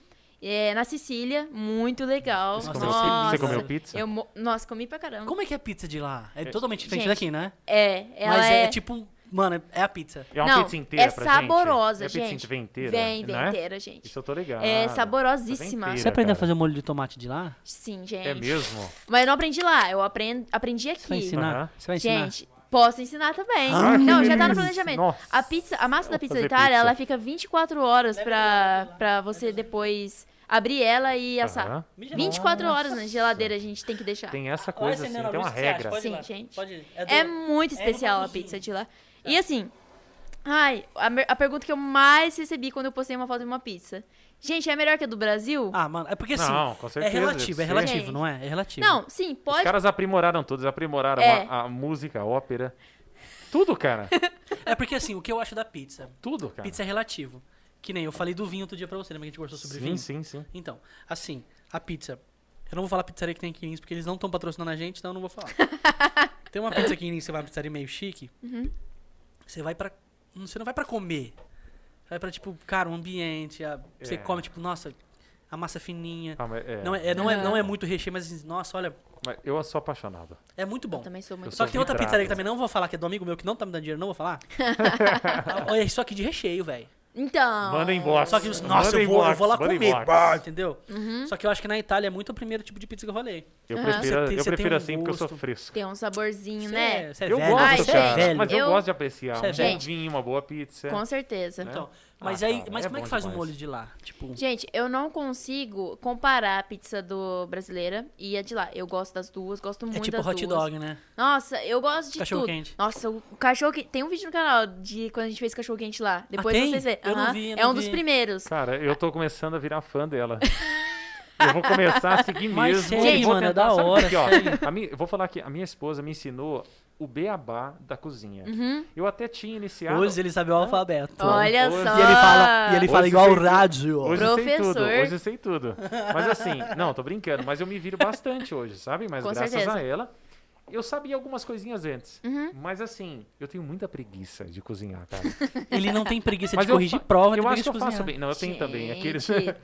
C: É, na Sicília, muito legal.
A: Você
B: Você
A: Nossa,
B: comeu,
A: nossa.
B: você comeu pizza?
C: Eu, mo- nossa, comi pra caramba.
A: Como é que é a pizza de lá? É totalmente diferente
C: Gente,
A: daqui, né?
C: É, ela
A: Mas é,
C: é...
A: tipo, mano, é a pizza.
B: É uma
C: não,
B: pizza inteira
C: é
B: pra
C: saborosa,
B: gente? É pizza
C: gente.
B: vem inteira?
C: Vem, vem
B: né?
C: inteira, gente.
B: Isso eu tô ligado.
C: É saborosíssima.
B: Vem
A: Você aprendeu a
B: cara.
A: fazer molho de tomate de lá?
C: Sim, gente.
B: É mesmo?
C: Mas eu não aprendi lá, eu aprend... aprendi
A: Você vai
C: aqui.
A: ensinar?
B: Aham.
A: Você vai ensinar?
C: Gente, Posso ensinar também.
B: Ah, que
C: não, já tá
B: delícia.
C: no planejamento.
B: Nossa.
C: A pizza, a massa da pizza
B: fazer
C: de Itália,
B: pizza.
C: ela fica 24 horas pra, pra você depois abrir ela e assar.
B: Aham.
C: 24 horas na geladeira a gente tem que deixar.
B: Tem essa
A: Olha
B: coisa
A: esse
B: assim,
A: Nano
B: tem uma
A: Mix, você acha?
B: regra.
A: Pode ir
C: Sim,
A: lá,
C: gente.
A: pode ir. do-
C: É muito
A: é
C: especial a
A: rapidinho.
C: pizza de lá. E assim, ai, a, mer- a pergunta que eu mais recebi quando eu postei uma foto de uma pizza. Gente, é melhor que a do Brasil?
A: Ah, mano, é porque assim.
B: Não, com certeza,
A: é relativo, é
B: deve ser.
A: relativo,
C: Gente.
A: não é? É relativo.
C: não, sim,
B: Os
C: pode.
B: caras aprimoraram tudo, eles aprimoraram
C: É.
B: a, a música, a ópera. Tudo, cara.
A: É porque assim, o que eu acho da pizza?
B: Tudo, cara.
A: Pizza é relativo. Que nem eu falei do vinho outro dia pra você, lembra que a gente conversou sobre
B: sim,
A: vinho?
B: sim, sim.
A: Então, assim, a pizza. Eu não vou falar pizzaria que tem aqui em Lins, porque eles não estão patrocinando a gente, então eu não vou
C: <laughs>
A: falar. tem uma pizza aqui em Lins, você vai uma pizzaria meio chique.
C: Uhum.
A: Você vai pra. não, Você não vai pra comer. Você vai pra, tipo, cara, o ambiente. a- Você
B: É.
A: come, tipo, nossa, a massa fininha.
B: Ah, mas, é,
A: Não, é, é- não, é,
C: Aham.
A: não é muito recheio, mas, assim, nossa, olha,
B: mas eu sou apaixonado.
A: é muito bom.
C: Eu também sou muito.
B: Eu
A: Só
B: sou
A: que tem outra
B: vidrado.
A: pizzaria que também não vou falar, que é do amigo meu que não tá me dando dinheiro, não vou
C: <laughs>
A: falar. Olha isso aqui de recheio, velho.
C: Então.
B: Manda inbox.
A: Só que, os- nossa,
B: Manda
A: eu vou, eu
B: inbox,
A: vou lá
B: manda
A: comer,
B: inbox.
A: bah, entendeu?
C: Uhum.
A: Só que eu acho que na Itália é muito o primeiro tipo de pizza que eu falei.
B: Eu
C: Aham.
B: prefiro,
A: Você tem-
B: eu
A: você tem
B: prefiro
A: um
B: assim porque eu sou
A: gosto.
B: fresco.
C: Tem um saborzinho,
A: Você
C: né?
A: é, você é
B: eu
A: velho,
B: gosto,
C: Ai,
A: você
B: cara.
A: é
C: gente,
A: velho.
B: Mas eu,
C: eu-
B: gosto de apreciar.
A: Você é
B: um bom
A: velho.
B: vinho, uma boa
A: é.
B: pizza.
C: Com certeza.
A: Então,
B: Ah,
A: mas aí,
B: cara,
A: mas
B: é
A: como é que
B: bom
A: faz o
B: demais.
A: molho de lá? Tipo,
C: Gente, eu não consigo comparar a pizza do brasileira e a de lá. Eu gosto das duas, gosto muito
A: é tipo
C: das
A: hot
C: duas.
A: dog, né?
C: Nossa, eu gosto de
A: Cachorro
C: tudo.
A: quente.
C: Nossa, o cachorro quente. Tem um vídeo no canal de quando a gente fez cachorro quente lá. Depois
A: Ah, tem?
C: vocês veem.
A: Eu não
C: Aham.
A: vi, eu
C: é
A: não
C: um dos
A: vi.
C: primeiros.
A: Tá.
B: Cara, eu tô começando a virar fã
C: <laughs>
B: dela. Eu vou começar a seguir
A: Mas
B: mesmo.
A: segue,
B: e vou
A: mano, é
B: tentar-
A: da
B: sabe o
A: hora,
B: que, ó?
A: segue.
B: A minha- eu vou falar que a minha esposa me ensinou o beabá da cozinha.
C: Uhum.
B: Eu até tinha iniciado.
A: Hoje ele sabe o alfabeto.
C: Olha
B: Hoje-
C: só.
B: E
A: E ele fala, e ele
B: Hoje
A: fala igual o
B: você-
A: rádio.
B: Hoje eu sei tudo,
C: Professor.
B: hoje eu sei tudo. Mas assim, não, tô brincando, mas eu me viro bastante hoje, sabe? Mas
C: Com
B: graças
C: certeza.
B: a ela. Eu sabia algumas coisinhas antes.
A: Uhum.
B: Mas assim, eu tenho muita preguiça de cozinhar, cara.
A: Ele não tem preguiça
B: mas
A: de
B: eu
A: corrigir
B: fa-
A: prova,
B: Eu
A: tem
B: acho que
A: preguiça
B: eu
A: de
B: faço
A: cozinhar.
B: bem. Não, eu tenho também aqueles. <laughs>
C: Gente.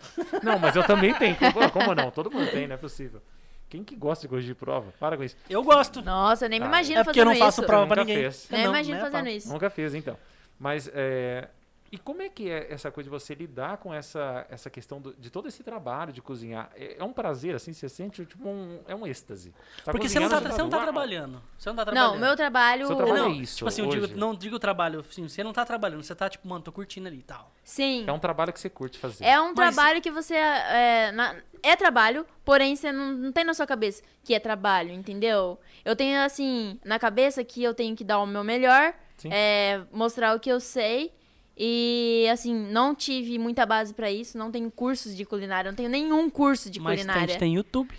B: não, mas eu também tenho. Como, como não? Todo mundo tem, não é possível. Quem que gosta de corrigir prova? Para com isso.
A: Eu gosto.
C: Nossa, eu nem me
B: Ah,
C: imagino
A: é porque eu
C: fazendo
A: não faço
C: isso.
A: prova pra
B: Nunca
A: ninguém.
B: fez.
A: Eu
C: Nem
A: não,
C: imagino
A: né,
C: fazendo
A: pá.
C: isso.
B: Nunca fez, então. Mas é, e como é que é essa coisa de você lidar com essa, essa questão do- de todo esse trabalho de cozinhar? É, é um prazer, assim, você sente tipo um, é um êxtase. Tá
A: Porque você não, tá,
B: cozinhando,
A: você não tá
B: uau.
A: trabalhando. Você não tá trabalhando.
C: Não, meu trabalho.
B: Seu trabalho
A: não,
B: é isso
A: Tipo assim, eu digo-
B: hoje.
A: não digo trabalho, assim, você não tá trabalhando, você tá tipo, mano, tô curtindo ali e tal.
C: Sim.
B: É um trabalho que você curte fazer.
C: É
A: Mas-
C: um trabalho que você. É, na- é trabalho, porém você não, não tem na sua cabeça que é trabalho, entendeu? Eu tenho, assim, na cabeça que eu tenho que dar o meu melhor,
B: Sim.
C: é, mostrar o que eu sei. E, assim, não tive muita base pra isso, não tenho cursos de culinária, não tenho nenhum curso de
A: Mas a
C: culinária.
A: gente tem YouTube.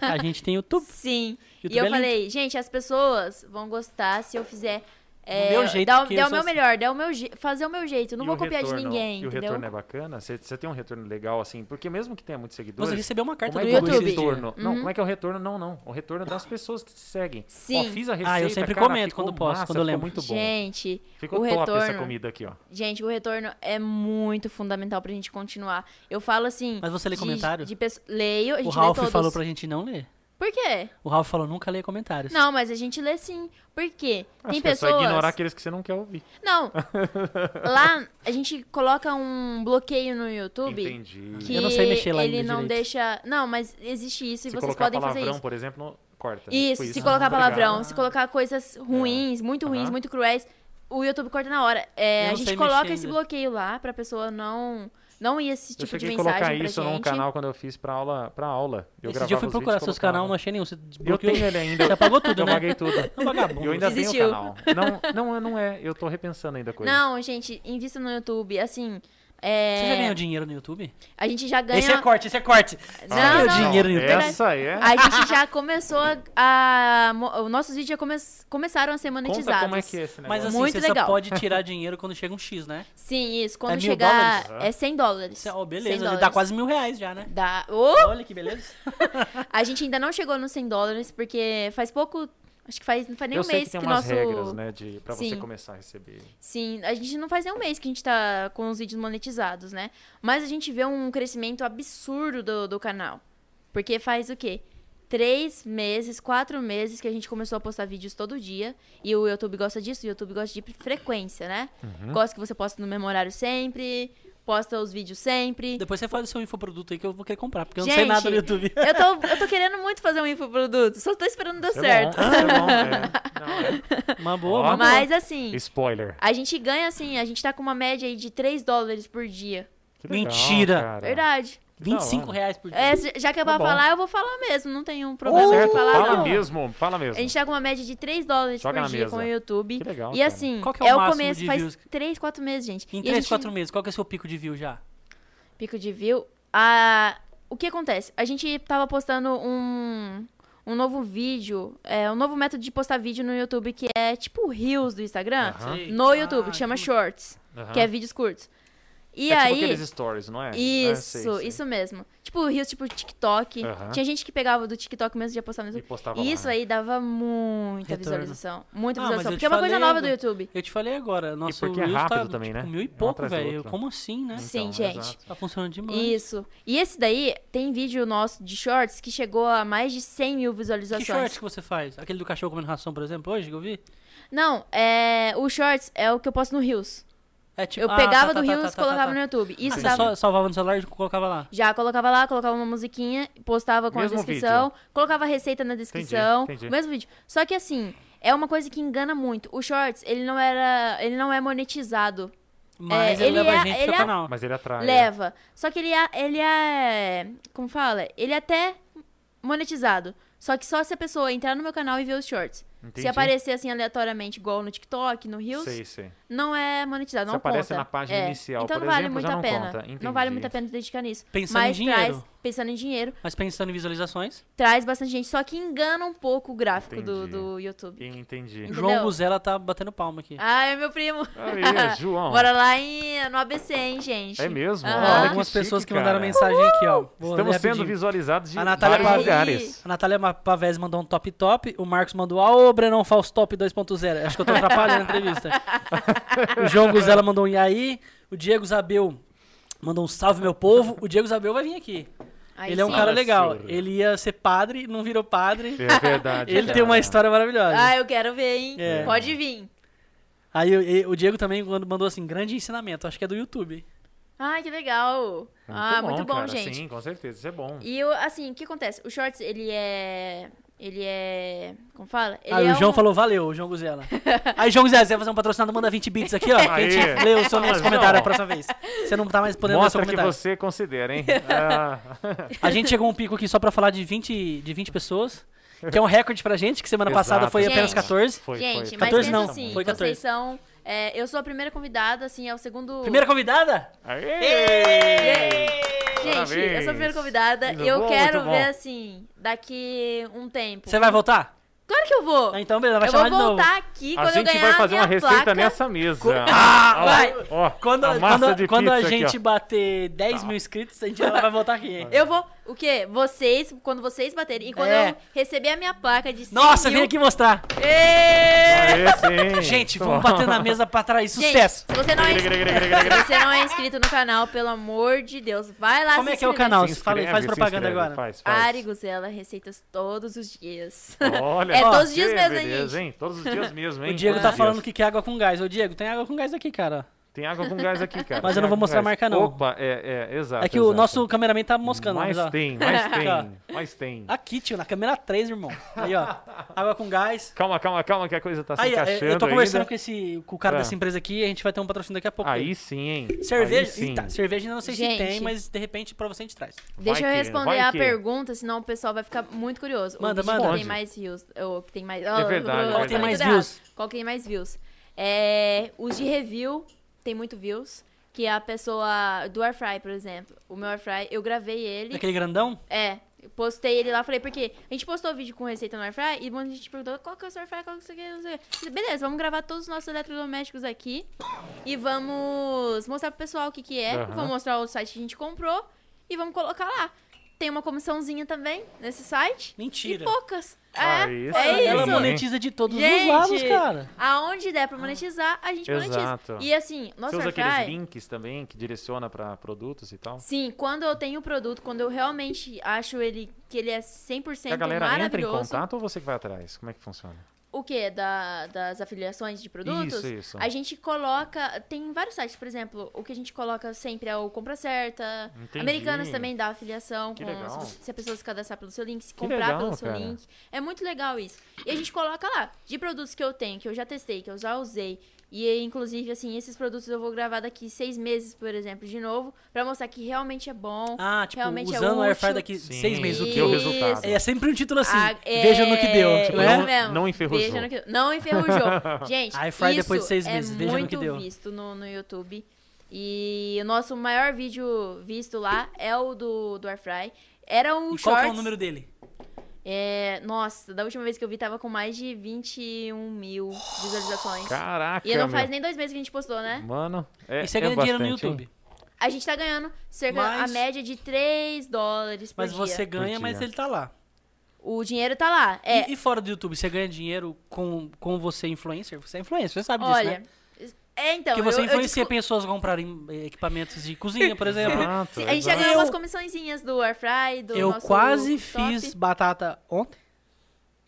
A: A gente tem
B: <laughs>
A: YouTube.
C: Sim.
A: YouTube
C: e eu
A: é lindo.
C: falei, gente, as pessoas vão gostar se eu fizer. É,
A: meu jeito,
C: dar, o-
A: porque
C: dar
A: eu
C: o
A: sou
C: meu
A: assim.
C: melhor, dar o meu je- fazer o meu jeito, não
B: E
C: vou
B: o
C: copiar de
B: retorno-
C: ninguém,
B: E o
C: entendeu?
B: retorno é bacana? Você, você tem um retorno legal, assim? Porque mesmo que tenha muitos seguidores...
A: Você recebeu uma carta
B: Como é
A: do
B: que é o
A: YouTube.
C: YouTube. Uhum.
A: esses dias.
B: retorno? Não, como é que é o retorno? Não, não. O retorno é das pessoas que te seguem. Ó,
C: Sim.
B: fiz a receita,
A: Ah, eu sempre
B: cara,
A: comento
B: ficou
A: quando posto,
B: massa,
A: quando eu
B: ficou
A: lembro.
B: muito bom.
C: Gente,
B: Ficou
C: o
B: top essa
C: retorno.
B: comida aqui, ó.
C: Gente, o retorno é muito fundamental pra gente continuar. Eu falo assim.
A: Mas você lê
C: de-
A: comentário?
C: De, pesso- leio, a gente
A: O
C: lê
A: Ralph
C: todos.
A: falou pra gente não ler.
C: Por quê?
A: O Ralph falou nunca leia comentários.
C: Não, mas a gente lê sim. Por quê?
B: Acho
C: Tem
B: que é só
C: pessoas.
B: ignorar aqueles que você não quer ouvir.
C: Não.
B: <laughs>
C: Lá a gente coloca um bloqueio no YouTube
B: Entendi.
C: que
A: Eu não sei mexer lá
C: ele
A: ainda
C: não
A: direito.
C: deixa. Não, mas existe isso e
B: se
C: vocês
B: colocar
C: podem fazer
B: palavrão,
C: isso.
B: por exemplo, não- corta.
C: Isso,
B: Tipo
C: se
B: Ah,
C: colocar
B: obrigado. É.
C: palavrão, se colocar coisas ruins, muito ruins,
B: Aham.
C: muito cruéis, o YouTube corta na hora. É,
A: Eu
C: a
A: não sei mexer
C: gente coloca esse
A: ainda.
C: bloqueio lá pra pessoa não não ir esse
B: Eu
C: tipo de
B: cheguei a
C: mensagem
B: colocar
C: pra
B: isso
C: gente.
B: num canal quando eu fiz pra aula. Pra aula.
A: Esse dia
B: Eu
A: eu
B: gravava
A: fui
B: os
A: procurar
B: vídeos e
A: seus
B: colocava.
A: canais, não achei nenhum. Você
B: Eu
A: desbloqueou.
B: tenho ele ainda.
A: Você apagou tudo,
B: eu
A: né?
B: paguei tudo.
A: É um vagabundo.
B: E eu ainda
C: Desistiu.
B: tenho o canal. Não, não, é- não é. Eu tô repensando ainda a coisa.
C: Não, gente, invista no YouTube, assim, é,
A: Você já ganhou dinheiro no YouTube?
C: a gente já ganha...
A: Esse é corte, esse é corte. Você
C: Não,
A: ganhou
C: não.
A: dinheiro né? no
C: né?
A: YouTube?
B: Essa é.
C: A gente já começou a... a mo- os nossos vídeos já come- começaram a ser monetizados.
B: Conta como é que é esse
A: Mas
B: negócio.
A: assim,
C: Muito
A: você só
C: legal.
A: pode tirar dinheiro quando chega um X, né?
C: Sim, isso, quando
A: mil
C: chegar...
B: dólares?
C: É 100 dólares.
A: Você- ó,
C: 100
A: beleza,
C: dólares.
A: dá quase mil reais já, né?
C: Dá... Ô,
A: Olha que beleza.
C: A gente ainda não chegou nos 100 dólares, porque faz pouco. Acho que faz, não faz nem
B: eu
C: um
B: sei
C: mês
B: que tem
C: que
B: umas
C: nosso.
B: regras, né? De, pra você
C: Sim.
B: começar a receber.
C: Sim, a gente não faz nem um mês que a gente tá com os vídeos monetizados, né? Mas a gente vê um crescimento absurdo do, do canal. Porque faz o quê? três meses, quatro meses que a gente começou a postar vídeos todo dia. E o YouTube gosta disso, o YouTube gosta de frequência, né?
B: Uhum.
C: Gosta que você posta no mesmo horário sempre, posta os vídeos sempre.
A: Depois você faz o seu infoproduto aí que eu vou querer comprar, porque eu
C: Gente,
A: não sei nada do YouTube.
C: Eu tô, eu tô querendo muito fazer um infoproduto, só tô esperando dar
B: é
C: certo.
A: Uma boa,
B: Ó.
A: uma boa.
C: Mas assim,
B: Spoiler.
C: a gente ganha assim, a gente tá com uma média aí de 3 dólares por dia.
B: Que legal,
A: Mentira.
B: cara.
C: Verdade.
B: Que <laughs> da
A: 25
B: hora.
A: reais por dia.
C: É, se- já que é pra
B: Tá bom.
C: falar, eu vou falar mesmo, não tenho
B: Tá
C: problema
B: certo,
C: de falar
B: fala
C: não.
B: mesmo, fala
C: A
B: mesmo.
C: gente tá com uma média de 3 dólares
B: Joga na
C: por dia
B: mesa.
C: com o YouTube.
B: Que legal,
C: e
B: cara.
C: assim,
A: Qual que é o
C: é o
A: máximo
C: começo,
A: de
C: faz
A: views?
C: 3, 4 meses, gente.
A: Em
C: E a
A: 3,
C: gente-
A: 4 meses, qual que é o seu pico de view já?
C: pico de view, a... o que acontece? A gente tava postando um, um novo vídeo, é, um novo método de postar vídeo no YouTube que é tipo Reels do Instagram,
B: Aham.
C: no YouTube, que chama
A: show.
C: Shorts,
B: Aham.
C: que é vídeos curtos. E
B: É tipo
C: aí...
B: aqueles stories, não é? Ah,
C: Isso,
B: sei, sei.
C: isso mesmo. Tipo Reels, tipo TikTok.
B: Aham.
C: Tinha gente que pegava do TikTok mesmo e já postava no
B: E
C: YouTube.
B: postava
C: E
B: lá,
C: isso
B: né?
C: aí dava muita
A: Retorno.
C: visualização. Muita
A: Ah, mas eu
C: visualização. Porque
A: te
C: é uma coisa
A: falei,
C: nova do
A: Edu.
C: YouTube.
A: Eu te falei agora, nosso
B: porque é
A: Reels tá
B: rápido também, né?
A: tipo, mil e
B: É um
A: pouco,
B: atrás do
A: velho.
B: outro.
A: Como assim, né?
C: Sim,
B: Então,
C: gente.
B: exato.
A: Tá funcionando demais.
C: Isso. E esse daí, tem vídeo nosso de shorts que chegou a mais de 100 mil
A: Que
C: visualizações.
A: shorts que você faz? Aquele do cachorro comendo ração, por exemplo, hoje que eu vi?
C: Não, é... o shorts é o que eu posto no Reels.
A: É tipo,
C: Eu
A: ah,
C: pegava
A: tá, tá, tá,
C: do Reels
A: tá,
C: e
A: tá,
C: colocava
A: tá.
C: no YouTube. Isso
A: Ah, você
C: dava...
A: só salvava no celular e colocava lá.
C: Já colocava lá, colocava uma musiquinha, postava com
B: Mesmo
C: a descrição, colocava a receita na descrição,
B: entendi.
C: o mesmo vídeo. Só que assim, é uma coisa que engana muito. O Shorts, ele não era, ele não é monetizado,
A: Mas ele,
C: É, ele
A: leva
C: é-
A: a gente pro
C: ele
A: seu
C: é-
A: canal.
B: Mas ele atrai.
C: leva. Só que ele é, ele é, como fala? Ele é até monetizado. Só que só se a pessoa entrar no meu canal e ver os Shorts.
B: Entendi.
C: Se aparecer assim aleatoriamente, igual no TikTok, no Reels,
B: Sei, sei.
C: não é monetizado,
B: Se
C: não
B: aparece
C: conta.
B: na página
C: É.
B: inicial,
C: então
B: por
C: não vale
B: exemplo,
C: muito
B: já
C: a
B: não
C: pena.
B: conta.
C: Não vale
B: Entendi.
C: muito a pena dedicar nisso.
A: Pensando
C: Mas
A: em
C: traz-
A: dinheiro.
C: pensando em dinheiro,
A: Mas pensando em visualizações,
C: traz bastante gente, só que engana um pouco o gráfico do,
B: Entendi.
C: do YouTube. <laughs>
B: Entendi.
C: Entendeu?
A: João Guzela tá batendo palma aqui.
C: Ah, é meu primo.
B: Aí, é, João.
C: Bora lá em, no ABC, hein, gente?
B: É mesmo?
C: Aham.
B: Olha,
A: Olha,
B: que
A: algumas
B: chique,
A: pessoas que
B: cara.
A: mandaram mensagem aqui, ó. Vou
B: Estamos
A: ler
B: sendo
A: né, rapidinho.
B: visualizados de
A: A Natália
B: vários
A: Pavese.
C: <laughs>
B: lugares.
A: A Natália Ma- Pavés mandou um top top. O Marcos mandou, ó, o Brenão Faustop 2.0. Acho que eu tô atrapalhando a entrevista. o João Guzela mandou um e aí. O Diego Zabel mandou um salve, meu povo. O Diego Zabel vai vir aqui.
C: Aí
A: Ele é um
C: sim.
A: cara
B: Fala,
A: legal.
B: senhor.
A: Ele ia ser padre, não virou padre.
B: É verdade.
A: Ele tem
B: cara.
A: uma história maravilhosa.
C: Ah, eu quero ver, hein?
A: É.
C: Pode vir.
A: Aí o- e- o Diego também quando mandou assim, grande ensinamento. Acho que é do YouTube.
C: Ai, que legal. ah, muito bom,
B: cara.
C: gente.
B: Sim, com certeza. Isso é bom.
C: E eu, assim, o que acontece? O Shorts, ele é... Ele é... Como fala? Ele
A: Aí
C: é
A: Ah, o João
C: um-
A: falou, valeu, o João Guzela. Aí, João Guzela, você vai fazer um patrocinado, manda 20 bits aqui, ó. Que a gente
B: Aí.
A: lê o seu
B: Fala,
A: nosso comentário a
B: João.
A: próxima vez. Você não tá mais podendo ler o seu
B: Mostra que
A: comentário.
B: você considera,
C: <laughs>
B: hein? Ah, <laughs>
A: A gente chegou a um pico aqui só pra falar de 20, de 20 pessoas, que é um recorde pra gente, que semana passada
B: Exato.
A: foi apenas
C: Gente.
A: 14.
B: foi,
C: gente,
B: foi.
C: mas
A: 14
C: pensa
A: não,
C: assim,
A: foi 14.
C: vocês são... é, eu sou a primeira convidada, assim, é o segundo...
A: Primeira convidada?
B: Aê!
C: Gente, eu sou a primeira
B: Parabéns.
C: convidada
B: Muito
C: e eu
B: bom,
C: quero
B: muito bom.
C: ver, assim, daqui um tempo.
A: Você vai voltar?
C: Claro que eu vou.
A: Ah, Então, beleza, vai
C: eu
A: chamar
C: vou
A: de novo.
C: voltar aqui
B: A
C: quando eu
B: gente
C: ganhar
B: vai fazer
C: a
B: uma
C: minha
B: receita
C: placa.
A: né?
B: nessa mesa.
A: Ah,
B: Ó,
A: vai.
B: Ó,
A: Quando,
B: a massa
A: quando,
B: de
A: quando a
B: pizza aqui,
A: gente
B: ó. Tá.
A: bater 10 mil inscritos, a gente ela
B: <laughs>
A: vai voltar aqui, hein?
C: Eu vou, o quê? Vocês, quando vocês baterem. E quando
A: É.
C: eu receber a minha placa de 100
A: Nossa,
C: mil...
A: vem aqui mostrar.
C: Ê!
B: Aê, sim.
A: Gente,
B: Muito
A: vamos
B: bom.
A: bater na
B: <laughs>
A: mesa pra atrair
C: Gente,
A: sucesso.
C: se você, não é,
B: Gre,
C: se
B: gre, gre, gre, gre, gre.
C: você não é inscrito no canal, pelo amor de Deus, vai lá
A: Como
C: se
A: é que é o
C: inscrever.
A: canal?
B: Se
A: Fala aí, faz
B: inscreve, se
A: propaganda
B: inscreve,
A: agora.
B: Faz, faz.
C: Ari Guzela, receitas todos os dias.
B: Olha,
C: É
B: ó,
C: todos os dias
B: que
C: mesmo, hein,
B: beleza,
C: gente?
B: hein? Todos os dias mesmo, hein?
A: O Diego
B: Todos
A: tá
B: os
A: falando
B: dias.
A: que quer água com gás. Ô, Diego, tem água com gás aqui, cara.
B: Tem água com gás aqui, cara.
A: Mas eu
B: Tem
A: não vou
B: água com
A: mostrar a
B: gás.
A: marca, não.
B: Opa, é, é, exato.
A: É que o
B: exato.
A: nosso cameraman tá moscando.
B: Mas
A: Mas, ó. <laughs>
B: tem, mas
A: Tá.
B: tem, mas tem.
A: Aqui, tio, na câmera 3, irmão. Aí, ó. Água com gás.
B: Calma, calma, calma, que a coisa tá se
A: Aí, é,
B: encaixando.
A: eu tô conversando
B: ainda.
A: com, esse, com o cara
B: Ah.
A: dessa empresa aqui. A gente vai ter um patrocínio daqui a pouco.
B: Aí sim, hein? Aí
A: Cerveja.
B: sim.
A: Eita, cerveja ainda não sei se
C: Gente.
A: tem, mas de repente pra você a gente traz.
C: Deixa eu
B: que,
C: responder
B: vai
C: a
B: que.
C: pergunta, senão o pessoal vai ficar muito curioso.
A: Manda,
C: o vídeo
A: manda.
C: que tem
B: Responde.
C: mais views. Ou que tem mais.
B: É verdade,
A: Qual tem
B: verdade.
A: mais
C: Tudo errado.
A: views?
C: Qual que tem mais views? É, os de review tem muito views. Que é a pessoa. Do Airfry, por exemplo. O meu Airfry, eu gravei ele.
A: Aquele grandão?
C: É, eu postei ele lá, falei, porque a gente postou vídeo com receita no Airfry e um monte de gente perguntou qual que é o seu Airfry, qual que é o seu quê, não sei o quê. Eu falei, Beleza, vamos gravar todos os nossos eletrodomésticos aqui e vamos mostrar pro pessoal o que que é,
B: Aham.
C: vamos mostrar o site que a gente comprou e vamos colocar lá. tem uma comissãozinha também nesse site.
A: Mentira.
C: E poucas.
B: Ah,
C: é,
B: isso
C: é
B: aí.
A: Ela
C: isso.
B: mano.
A: monetiza de todos os
C: Gente,
A: lados, cara.
C: Aonde der pra monetizar, a gente
B: Exato.
C: monetiza. E assim, nosso
B: Você usa aqueles
C: Firefly...
B: links também que direciona pra produtos e tal?
C: Sim, quando eu tenho o produto, quando eu realmente acho ele que ele é 100%
B: a galera entra em
C: maravilhoso.
B: contato ou você que vai atrás? Como é que funciona?
C: O quê? Da- das afiliações de produtos?
B: Isso, isso.
C: A gente coloca. Tem vários sites, por exemplo, o que a gente coloca sempre é o Compra Certa.
B: Entendi.
C: Americanas também dá afiliação.
B: Que
C: com-
B: legal.
C: Se, você- se a pessoa se cadastrar pelo seu link, se
B: Que
C: comprar
B: legal,
C: pelo seu
B: cara.
C: link. É muito legal isso. E a gente coloca lá, de produtos que eu tenho, que eu já testei, que eu já usei. E, inclusive, assim, esses produtos eu vou gravar daqui seis meses, por exemplo, de novo, pra mostrar que realmente é bom.
A: Ah, tipo,
C: realmente é
A: usando o Air
C: útil.
A: Fryer daqui seis meses. O
B: e
A: que
B: o
A: eu...
B: resultado.
C: Isso.
A: É sempre um título assim.
C: Ah, é,
A: Veja no que deu.
C: isso
A: né?
B: Tipo, Não-
C: mesmo.
B: não enferrujou.
C: Veja no que- não enferrujou. Gente,
A: Air fry
C: isso
A: depois de seis
C: é
A: meses, veja no
C: muito
A: que deu.
C: visto no, no YouTube. E o nosso maior vídeo visto lá é o do, do Airfry. Era um
A: E
C: shorts.
A: qual que é o número dele?
C: é, nossa, da última vez que eu vi tava com mais de 21 mil visualizações.
B: Caraca,
C: e
B: meu.
C: não faz nem dois meses que a gente postou, né?
B: Mano, é,
A: e você
B: é
A: ganha dinheiro no
B: bastante, hein?
A: YouTube.
C: A gente tá ganhando cerca
A: Mas-
C: a média de 3 dólares por
A: Mas
C: dia.
A: você ganha,
B: dia.
A: mas ele tá lá.
C: O dinheiro tá lá. É,
A: E, e fora do YouTube, você ganha dinheiro com, com você influencer? Você é influencer, você sabe disso,
C: olha.
A: né?
C: É, então.
A: Porque você
C: eu, eu
A: influencia
C: discu-
A: pessoas a comprarem eh, equipamentos de cozinha,
C: <laughs>
A: por exemplo.
B: Exato,
C: Sim, a gente já
B: exato.
C: ganhou
A: Eu-
C: umas comissõezinhas do Airfry, do
A: Eu
C: nosso
A: quase
C: top,
A: fiz batata
C: <laughs>
A: ontem.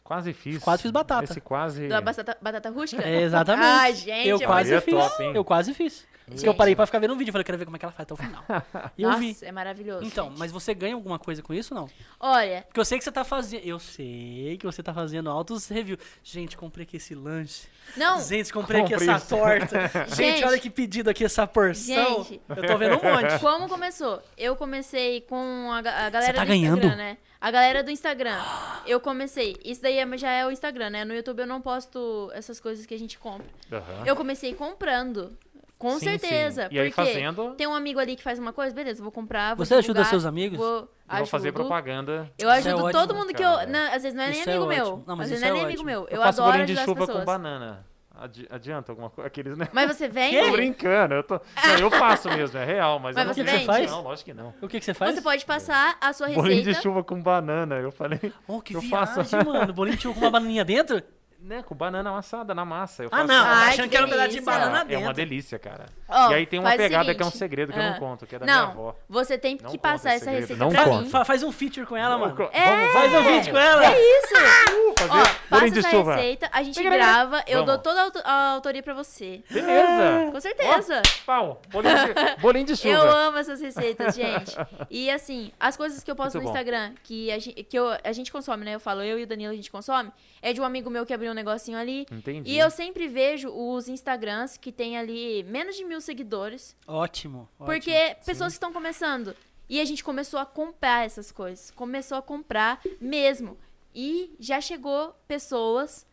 B: Quase fiz.
A: Quase fiz batata.
B: Esse quase.
C: Da batata, batata rústica?
A: É, exatamente.
C: Ah, gente,
A: eu
C: é
A: quase
B: Aí é
A: fiz.
B: top, hein?
A: eu quase fiz. Diz que eu
C: Gente.
A: parei pra ficar vendo um vídeo. Eu falei, quero ver como é que ela faz até o final.
C: <laughs>
A: E eu
C: Nossa,
A: vi.
C: é maravilhoso.
A: Então,
C: gente.
A: mas você ganha alguma coisa com isso ou não?
C: Olha,
A: Porque eu sei que você tá fazendo. Eu sei que você tá fazendo altos reviews. Gente, comprei aqui esse lanche.
C: não,
A: Gente, comprei aqui
B: Comprei
A: essa
B: isso. <laughs>
A: torta. gente,
C: Gente.
A: olha que pedido aqui essa porção.
C: Gente.
A: Eu tô vendo um monte.
C: <laughs> como começou? Eu comecei com a, ga- a galera
A: tá
C: do
A: ganhando?
C: Instagram, né? A galera do Instagram. Eu comecei. Isso daí é- já é o Instagram, né? No YouTube eu não posto essas coisas que a gente compra.
A: Ah.
B: Aham.
C: Eu comecei comprando. Com
B: Sim,
C: certeza.
B: sim. E aí
C: porque
B: fazendo-
C: Tem um amigo ali que faz uma coisa, beleza, vou comprar. Vou
A: Você ajuda
C: divulgar,
A: seus amigos?
C: Vou,
B: Eu vou fazer
C: ajudo.
B: propaganda.
C: Eu
A: Isso é
C: ajudo
A: ótimo,
C: todo mundo que
B: cara.
C: eu. Não, às vezes não é nem
A: Isso é
C: amigo meu.
A: ótimo. Não, mas
C: às
A: isso
C: vezes não é
A: é
C: nem amigo
A: ótimo.
C: meu. Eu,
B: faço
C: adoro
B: bolinho de
C: ajudar as
B: chuva com
C: pessoas.
B: banana. Adi- adianta alguma coisa? Aqueles,
C: <laughs>
B: né?
C: Mas você vende?
B: Tô brincando. Eu, tô... Não, eu faço mesmo, é real, mas,
C: Mas
B: eu não
C: você
B: quero
A: vende?
B: fazer, Não, lógico que não.
A: O que, que você faz?
C: Você pode passar a sua
B: Bolinho de
C: receita.
B: chuva com banana, eu falei.
A: Oh, que
B: Eu faço.
A: viagem, mano. Bolinho de chuva com uma bananinha dentro?
B: Né, com banana amassada na massa. eu
A: Ah,
B: faço-
A: não.
C: Ai,
A: achando
C: que
A: que era um pedaço de
C: delícia.
A: banana
B: é, é
A: dentro.
B: uma delícia, cara.
C: Ó,
B: e aí tem uma
C: faz o
B: pegada
C: seguinte.
B: que é um segredo que eu
C: Ah.
B: não conto, que é da
C: não,
B: minha avó.
C: você tem
B: Não
C: que
B: conta
C: passar
B: esse
C: essa
B: segredo,
C: receita
B: não
C: pra
B: conta.
C: mim.
A: Fa- faz um feature com ela, mano.
B: Vamos,
A: Faz um vídeo com ela.
C: Isso!
B: fazer
C: É. Ó, passa
B: bolinho de
C: essa
B: chuva.
C: receita, a gente grava, eu
B: Vamos.
C: dou toda a auto- a autoria pra você.
B: Beleza.
C: Com certeza.
B: Pau, bolinho
C: <laughs>
B: de, bolinho de
C: É. Eu
B: chuva.
C: amo
B: <laughs>
C: essas receitas, gente. E assim, as coisas que eu posto
B: Muito
C: no
B: bom.
C: Instagram, que, a gente, que eu- a gente consome, né? Eu falo, eu e o Danilo a gente consome, é de um amigo meu que abriu um negocinho ali.
B: Entendi.
A: Uhum.
C: E eu sempre vejo os Instagrams que tem ali menos de mil seguidores,
A: Ótimo. ótimo.
C: porque pessoas que estão começando. E a gente começou a comprar essas coisas. Começou a comprar mesmo. E já chegou pessoas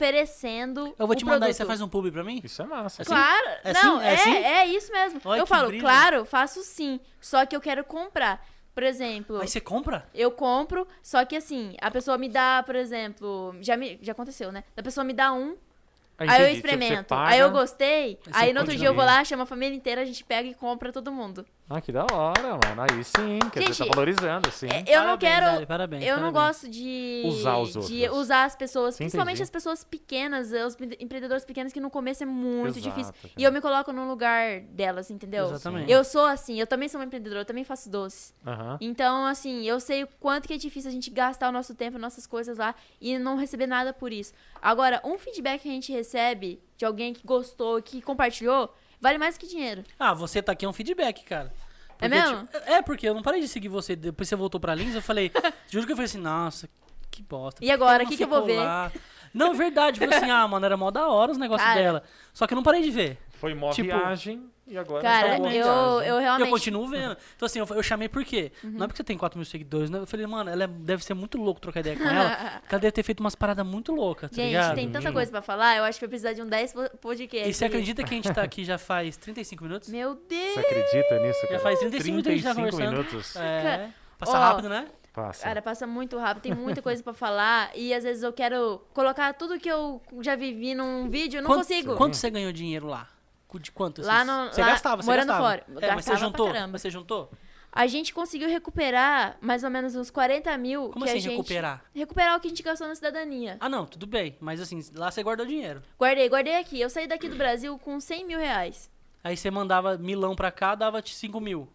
C: oferecendo.
A: Eu vou te
C: o
A: mandar
C: produto.
A: isso. Você faz um pub pra mim?
B: Isso é massa.
A: Assim?
C: Claro,
A: É
C: não,
A: assim?
C: é,
A: É assim?
C: é isso mesmo.
A: Olha
C: eu
A: que
C: falo,
A: brilho.
C: claro, faço sim, só que eu quero comprar. Por exemplo,
A: Aí você compra?
C: eu compro, só que assim, a pessoa me dá, por exemplo, já, me, já aconteceu, né? A pessoa me dá um, aí
B: entendi,
C: eu
B: tipo, você
C: experimento,
B: paga-
C: aí eu gostei,
A: Aí você
C: aí no outro dia eu vou
B: continua.
C: lá, chamo a família inteira, a gente pega e compra todo mundo.
B: Ah, que da hora, mano. Aí sim, quer dizer,
C: Gente,
B: tá valorizando, sim.
C: É, Eu não
A: Parabéns,
C: quero.
A: Dali, parabéns,
C: eu não
A: parabéns.
C: gosto de
B: É, Usar os
C: de
B: outros.
C: usar as pessoas,
B: Sim,
C: principalmente
B: entendi.
C: as pessoas pequenas, eh, os empre- empreendedores pequenos que no começo é
B: Exato,
C: muito difícil.
B: cara.
C: E eu me coloco no lugar delas, entendeu?
A: Exatamente.
C: Eu sou assim, eu também sou uma empreendedora, eu também faço doce.
B: Aham.
C: Então, assim, eu sei o quanto que é difícil a gente gastar o nosso tempo, nossas coisas lá e não receber nada por isso. Agora, um feedback que a gente recebe de alguém que gostou, que compartilhou, vale mais que dinheiro.
A: Ah, você tá aqui é um feedback, cara. Porque,
C: É mesmo?
A: tipo, é, porque eu não parei de seguir você. Depois você voltou pra Lins, eu
C: <laughs>
A: falei... juro que eu falei assim, nossa, que bosta. por
C: E
A: que
C: agora,
A: ela
C: o
A: não
C: que que eu vou
A: ficou
C: ver?
A: lá? Não, é verdade. Eu falei
C: <laughs>
A: assim, ah, mano, era mó da hora os negócios
C: Cara.
A: dela. Só que eu não parei de ver.
B: Foi mó
A: Tipo-
B: viagem e agora...
C: Cara,
B: tá mó
C: eu,
B: viagem.
C: eu
A: né? E eu
C: realmente. Uhum.
A: continuo vendo. Então, assim, eu, eu chamei por quê? Não é porque você tem 4 mil seguidores, né? Eu falei, mano, ela é- deve ser muito louco trocar ideia com ela.
C: <laughs>
A: porque ela deve ter feito umas paradas muito loucas, tá
C: Gente,
A: ligado?
C: tem tanta coisa pra falar, eu acho que vai precisar de um 10 po- podcast.
A: E você acredita que a gente tá aqui já faz 35 minutos?
C: Meu Deus!
B: Você acredita nisso, cara?
A: Já faz 35 minutos que a gente tá
B: 35
A: conversando.
B: minutos.
A: É. Passa
C: Ó,
A: rápido, né?
B: Passa.
C: Cara, passa muito rápido, tem muita coisa pra falar e às vezes eu quero colocar tudo que eu já vivi num vídeo, eu não
A: Quanto-
C: consigo.
A: Quanto você ganhou dinheiro lá? Cu- De quanto?
C: Lá
A: esses-
C: no-
A: você
C: lá-
A: gastava, você
C: morando
A: gastava.
C: fora.
A: É, mas
C: Gastava pra
A: você juntou?
C: caramba.
A: Mas você juntou?
C: A gente conseguiu recuperar mais ou menos uns 40 mil.
A: Como
C: que a
A: assim
C: gente-
A: recuperar?
C: Recuperar o que a gente gastou na cidadania.
A: Ah, não, tudo bem. Mas assim, lá você guardou dinheiro.
C: Guardei, guardei aqui. Eu saí daqui do Brasil com 100 mil reais.
A: Aí você mandava milão pra cá, dava te 5 mil.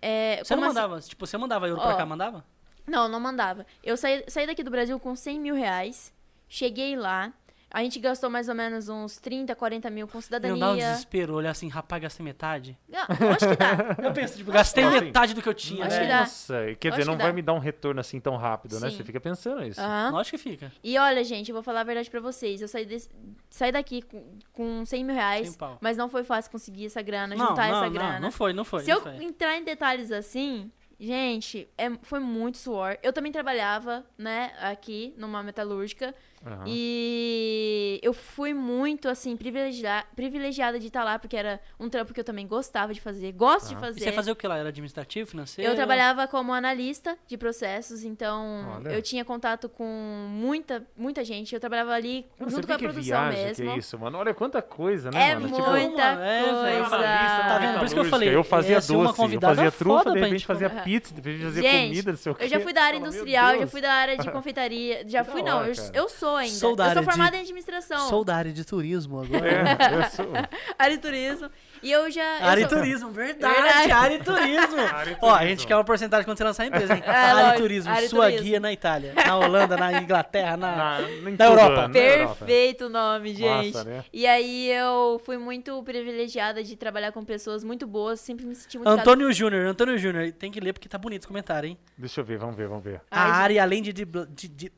C: É,
A: Você não
C: como assim?
A: mandava, tipo, você mandava euro pra
C: Ó.
A: cá, mandava?
C: Não, não mandava. Eu saí, saí daqui do Brasil com 100 mil reais. Cheguei lá. A gente gastou mais ou menos uns 30, 40 mil
A: Não
C: com
A: dá um
C: cidadania.
A: desespero, olhar assim, rapaz, gastei metade.
C: Ah, acho
A: <laughs>
C: que dá.
A: Eu penso, tipo, gastei
B: Assim,
A: metade do que eu tinha,
C: acho
A: né?
C: que dá.
B: Nossa, e quer dizer,
C: Acho
B: não
C: que dá.
B: vai me dar um retorno assim tão rápido, né?
C: Sim.
B: Você fica pensando isso.
C: Aham.
A: Lógico que fica.
C: E olha, gente, eu vou falar a verdade pra vocês. Eu saí, desse- saí daqui com, com 100 mil reais,
A: Sem pau.
C: mas não foi fácil conseguir essa grana,
A: Não,
C: juntar
A: não,
C: essa
A: não,
C: grana.
A: não foi, não foi.
C: Se
A: não
C: eu
A: foi.
C: entrar em detalhes assim, gente, é- foi muito suor. Eu também trabalhava, né, aqui numa metalúrgica.
B: Aham.
C: E eu fui muito, assim, privilegia- privilegiada de estar lá, porque era um trampo que eu também gostava de fazer, gosto de
B: Ah.
A: E
C: fazer.
A: você fazia o que lá? Era administrativo, financeiro?
C: Eu trabalhava como analista de processos, então
B: Olha.
C: eu tinha contato com muita, muita gente. Eu trabalhava ali
B: Cara, você
C: junto com
B: vê
C: a
B: que
C: produção
B: viagem
C: mesmo.
B: que é isso, mano. Olha quanta coisa, né,
C: É
B: mano?
C: muita
B: Tipo,
A: Tipo, mano, é,
C: coisa.
A: foi
B: Tá vendo? Por isso que eu falei. Eu fazia
A: ia ser assim, uma
B: doce, eu
A: convidada
B: fazia trufa,
A: foda
B: de
A: pra
B: repente
A: gente
B: fazia
C: conversar.
B: pizza, de repente fazia
C: Gente,
B: comida, não sei o quê.
C: eu já fui da área
B: Fala, meu
C: industrial, já
B: Deus.
C: fui da área
B: <laughs>
C: de confeitaria. Já
B: Que
C: fui,
B: da
C: não.
B: hora,
C: eu,
B: cara.
C: eu sou ainda.
A: Sou da
C: eu
A: área
C: sou
A: de-
C: formada em administração.
A: Sou da área de turismo agora.
B: É, eu
C: <laughs>
B: sou.
C: Área de turismo. E eu já. eu
A: Área e
C: sou-
A: turismo, verdade,
C: Verdade.
A: área e turismo.
B: <laughs> Área e
A: Ó, a
B: turismo.
A: gente quer uma porcentagem quando você lançar a empresa, hein?
C: <laughs> É,
A: área e
C: lógico,
A: turismo,
C: área e
A: sua
C: turismo.
A: guia na Itália, na Holanda, na Inglaterra, na...
B: Na, em
A: Na
B: tudo, né?
A: Europa.
B: na Europa.
C: Perfeito o nome, gente.
B: Massa, né?
C: E aí eu fui muito privilegiada de trabalhar com pessoas muito boas, sempre me senti muito
A: Antônio Júnior, Antônio Júnior, tem que ler porque tá bonito esse comentário, hein?
B: Deixa eu ver, vamos ver,
C: <laughs>
B: vamos ver.
A: A
C: Ai, gente.
A: área, além de... dibla- de, de-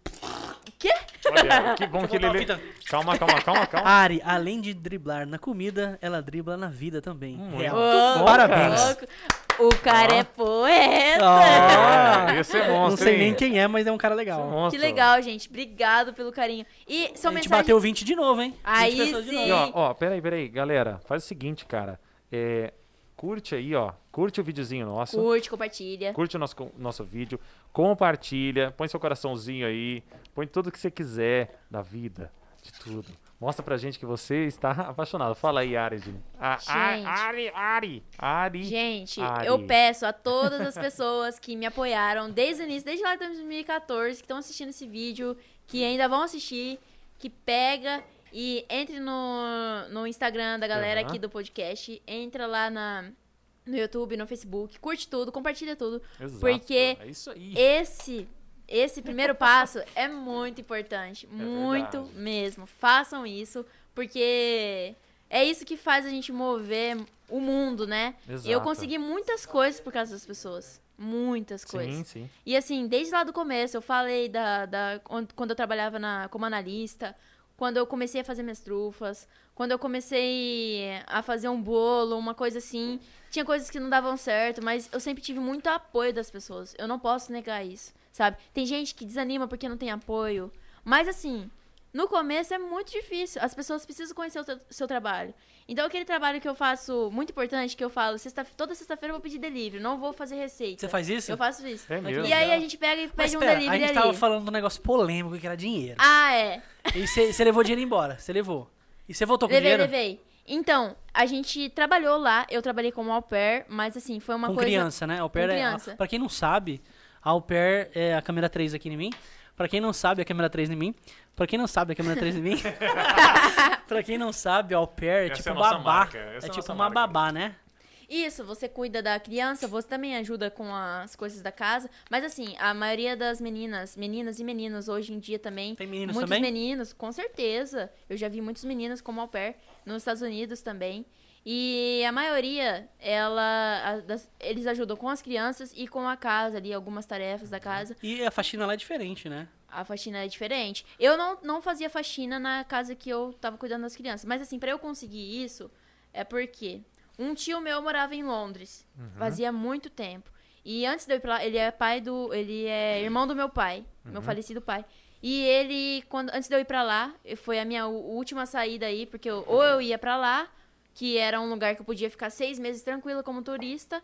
B: Olha, que bom que ele...
A: voltar
B: lê- Calma, calma, calma,
A: a
C: <laughs>
B: calma.
A: área, além de driblar na comida, ela dribla na vida também.
B: Hum, Muito
A: Real.
C: Ô,
B: bom,
A: Parabéns.
B: cara.
C: louco. O cara
B: Ó.
C: é poeta.
A: Ah,
B: É, esse é
A: não
B: monstro,
A: sei
B: hein?
A: nem quem é, mas é um cara
B: Esse é
A: legal.
B: monstro.
C: Que legal, gente. Obrigado pelo carinho. E
A: A
C: são
A: gente
C: mensagens.
A: bateu 20 de novo, hein? 20
C: Aí
A: pessoas de
C: sim.
A: novo.
B: E, ó, ó, peraí, peraí, galera. Faz o seguinte, cara. É, curte aí, ó. Curte o videozinho nosso.
C: Curte, compartilha.
B: Curte o nosso, co- nosso vídeo, compartilha, põe seu coraçãozinho aí, põe tudo que você quiser da vida, de tudo. Mostra pra gente que você está <laughs> apaixonado. Fala aí, Ari. Gil. A- a-
C: Gente.
B: Ari, Ari, Ari.
C: Gente,
B: Ari.
C: eu peço a todas as pessoas que me apoiaram desde o início, desde lá de 2014, que estão assistindo esse vídeo, que ainda vão assistir, que pega e entre no, no Instagram da galera
B: Aham.
C: aqui do podcast, entra lá na, no YouTube, no Facebook, curte tudo, compartilha tudo,
B: Exato,
C: porque
B: É isso aí.
C: esse esse primeiro passo é muito importante, muito
B: É verdade.
C: mesmo. Façam isso, porque é isso que faz a gente mover o mundo, né?
B: Exato.
C: E eu consegui muitas coisas por causa das pessoas. Muitas coisas.
B: Sim, sim.
C: E assim, desde lá do começo, eu falei da, da quando- quando eu trabalhava na, como analista, quando eu comecei a fazer minhas trufas, quando eu comecei a fazer um bolo, uma coisa assim. Tinha coisas que não davam certo, mas eu sempre tive muito apoio das pessoas. Eu não posso negar isso, sabe? Tem gente que desanima porque não tem apoio. Mas assim, no começo é muito difícil. As pessoas precisam conhecer o teu- seu trabalho. Então, aquele trabalho que eu faço, muito importante, que eu falo, sexta, toda sexta-feira eu vou pedir delivery, não vou fazer receita.
A: Você faz isso?
C: Eu faço isso.
B: É mesmo.
C: E aí a gente pega e
A: Mas
C: pede um
A: pera, a
C: delivery
A: gente
C: ali.
A: tava falando de um negócio polêmico que era dinheiro.
C: Ah, é.
A: E você você levou dinheiro embora, você levou. E você voltou com
C: Levei,
A: dinheiro?
C: levei. Então, a gente trabalhou lá, eu trabalhei como au pair, mas assim, foi uma
A: com
C: coisa.
A: criança, né? Au pair
C: com
A: é-
C: criança.
A: pra quem não sabe, a au pair é a câmera 3 aqui em mim. Pra quem não sabe, a câmera 3 em mim. Pra quem não sabe, a câmera 3 em
C: <laughs>
A: mim. pra quem não sabe, au pair é
B: Essa
A: tipo
B: é a nossa
A: babá.
B: marca,
A: É,
B: essa é a
A: tipo
B: nossa
A: uma
B: marca.
A: babá, né?
C: Isso, você cuida da criança, você também ajuda com as coisas da casa. Mas assim, a maioria das meninas, meninas e meninos hoje em dia também.
A: Tem meninos
C: muitos
A: também?
C: meninos, com certeza. Eu já vi muitos meninos como au pair nos Estados Unidos também. E a maioria, ela, a- das- eles ajudam com as crianças e com a casa ali, algumas tarefas da casa.
A: E a faxina lá é diferente, né?
C: A faxina é diferente. Eu não, não fazia faxina na casa que eu tava cuidando das crianças. Mas assim, pra eu conseguir isso, é porque um tio meu morava em Londres. Fazia muito tempo. E antes de eu ir pra lá, ele é pai do. Ele é irmão do meu pai, meu falecido pai. E ele, quando, antes de eu ir pra lá, foi a minha u- última saída aí, porque eu- ou eu ia pra lá, que era um lugar que eu podia ficar seis meses tranquila como turista,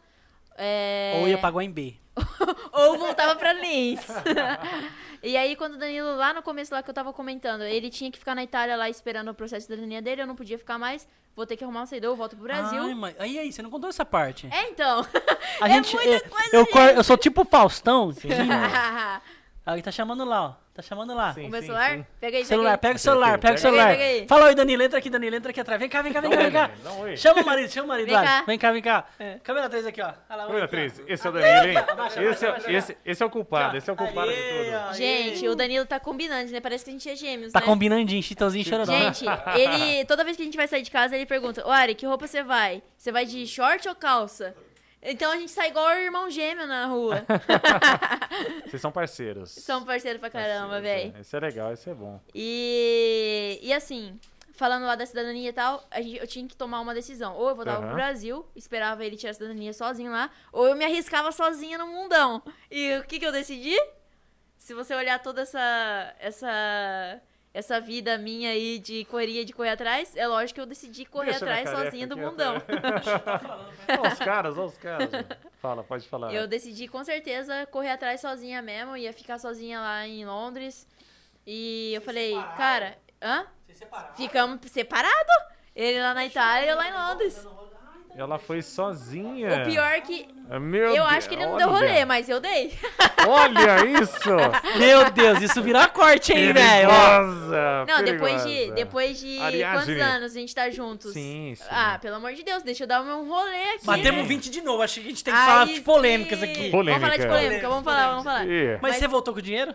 C: É...
A: Ou ia pra Guaimbê.
C: ou voltava pra Lins. e aí, quando o Danilo, lá no começo, lá que eu tava comentando, ele tinha que ficar na Itália lá esperando o processo da linha dele, eu não podia ficar mais, vou ter que arrumar um saídor, eu volto pro Brasil.
A: Ai, mãe. Aí, aí, você não contou essa parte.
C: É, então.
A: A
C: <laughs> é
A: gente,
C: muita
A: é-
C: coisa,
A: eu, cor-
C: <laughs>
A: eu sou tipo o Faustão. imagina.
C: o
A: Alguém tá chamando lá, ó. Tá chamando lá.
B: Sim,
C: meu
B: sim,
C: celular?
B: sim.
C: Pega aí,
A: Celular,
C: pega
A: pega o celular, pega o
B: Pega
A: celular.
C: aí, pega aí.
A: Fala, oi, Danilo, entra aqui, Danilo, entra aqui atrás. Vem cá, vem cá, vem cá, vem cá.
B: Dá um oi.
A: Chama o marido, chama o marido.
C: Vem
A: olha.
C: cá. É.
A: Vem cá, vem cá. Câmera 3 aqui, ó. Olha lá,
B: Câmera
A: olha aqui, ó.
C: Tá.
B: 13, esse é o Danilo, hein?
A: abaixa,
B: Esse é,
A: abaixa,
B: esse, esse é o culpado, esse é o culpado de
A: Aê,
B: tudo.
A: ó,
C: aí.
A: aê.
C: Gente, o Danilo tá combinando, né? Parece que a gente é gêmeos,
A: Tá né?
C: né?
A: combinandinho, chitãozinho chorando.
C: Gente, ele. Toda vez que a gente vai sair de casa, ele pergunta: Ô Ari, que roupa você vai? Você vai de short ou calça? Então a gente sai igual o irmão gêmeo
A: <laughs>
C: na rua.
B: Vocês são parceiros.
C: São parceiros pra caramba,
B: Parceiros,
C: velho.
B: é. Esse é legal, esse é bom.
C: E, e assim, falando lá da cidadania e tal, a gente- eu tinha que tomar uma decisão. Ou eu voltava
B: Aham.
C: pro Brasil, esperava ele tirar a cidadania sozinho lá, ou eu me arriscava sozinha no mundão. E o que, que eu decidi? Se você olhar toda essa, essa, essa vida minha aí de correria de correr atrás, é lógico que eu decidi correr
B: Deixa na
C: atrás
B: careca
C: sozinha do
B: aqui,
C: mundão. <laughs>
B: <laughs> Olha os caras, olha os caras. Fala, pode falar.
C: Eu decidi com certeza correr atrás sozinha mesmo, ia ficar sozinha lá em Londres. E eu falei, cara, hã? Ficamos separados. Ele lá na Itália e eu lá em Londres.
B: Ela foi sozinha.
C: O pior é que.
B: É. Meu
C: Eu
B: Deus,
C: acho que ele não deu
B: olha. é? Tá
C: rolê, mas eu dei.
B: Olha isso!
C: <laughs>
A: Meu Deus, isso virou corte, hein, velho? Ó.
B: Perigosa,
C: Não, depois de.
B: perigosa.
C: Depois de
B: né? Aliás,
C: quantos
B: Jimmy.
C: anos a gente tá juntos?
B: Sim, sim.
C: Ah, pelo amor de Deus, deixa eu dar um rolê aqui.
A: Batemos
C: né?
A: 20 de novo, acho que a gente tem que
C: Aí
A: falar de polêmicas
C: sim.
A: aqui.
B: Pol-
C: Vamos falar de
B: Polêmica.
C: polêmica, vamos falar, vamos falar.
B: Ih,
A: Mas,
C: Mas-
A: você voltou com o dinheiro?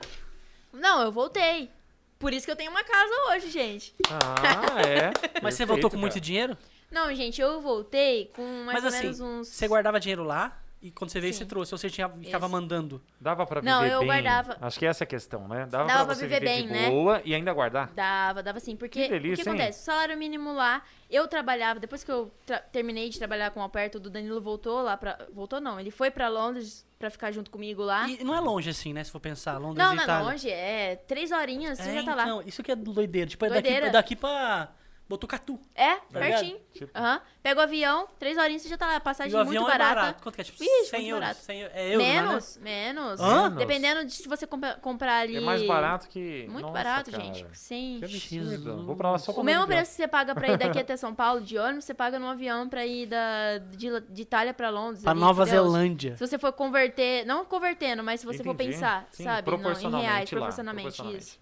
C: Não, eu voltei. Por isso que eu tenho uma casa hoje, gente.
B: Ah,
C: <laughs>
B: é.
A: Mas você
B: Perfeito,
A: voltou com
B: cara.
A: muito dinheiro?
C: Não, gente, eu voltei com mais
A: Mas
C: ou
A: assim,
C: menos uns.
A: você guardava dinheiro lá e quando você veio,
C: Sim.
A: você trouxe. Ou você tinha, ficava
C: Isso.
A: mandando.
B: Dava pra viver
C: Não,
B: bem.
C: eu guardava.
B: Acho que essa é a questão, né? Dava,
C: Dava
B: pra
C: pra
B: você
C: viver
B: de
C: bem, né?
B: boa e ainda guardar.
C: Dava, dava sim, porque
B: Que delícia,
C: o que
B: hein?
C: acontece? O salário mínimo lá, eu trabalhava, depois que eu tra- terminei de trabalhar com o Alberto, o Danilo voltou lá pra. Voltou não, ele foi pra Londres pra ficar junto comigo lá.
A: E não é longe assim, né? Se for pensar, Londres
C: Ah. Não,
A: e
C: não é
A: Itália.
C: longe, é três horinhas, você
A: É,
C: já tá lá.
A: então, isso que é doideira. Tipo, é daqui,
C: Doideira.
A: daqui pra Botucatu.
C: É,
A: Tá ligado?
C: pertinho.
B: Tipo-
C: Aham. Pega o avião, três horinhas você já tá lá.
A: E
C: Passagem
A: o avião
C: muito
A: é
C: barata.
A: barato. Quanto que é? Tipo,
C: Ixi,
A: 100
C: muito
A: euros.
C: barato.
A: 100 eu- é euros lá, né?
C: menos, menos.
A: Hã?
C: Dependendo de se você compa- comprar ali.
B: É mais barato que.
C: Muito
B: Nossa,
C: barato,
B: cara.
C: gente. Sem.
B: Que absurdo.
A: Jesus.
B: Vou pra lá só
C: O
B: pra
C: mesmo
B: navegar.
C: preço que você paga pra
A: <laughs>
C: ir daqui até São Paulo de ônibus, você paga num avião pra ir da, de, de Itália pra Londres.
A: Pra
C: ali,
A: Nova
C: entendeu?
A: Zelândia.
C: Se você for converter, não convertendo, mas se você for
B: Entendi.
C: pensar,
B: Sim,
C: sabe, não, em
B: proporcionalmente
C: reais,
B: lá,
C: proporcionalmente,
B: proporcionalmente.
C: isso.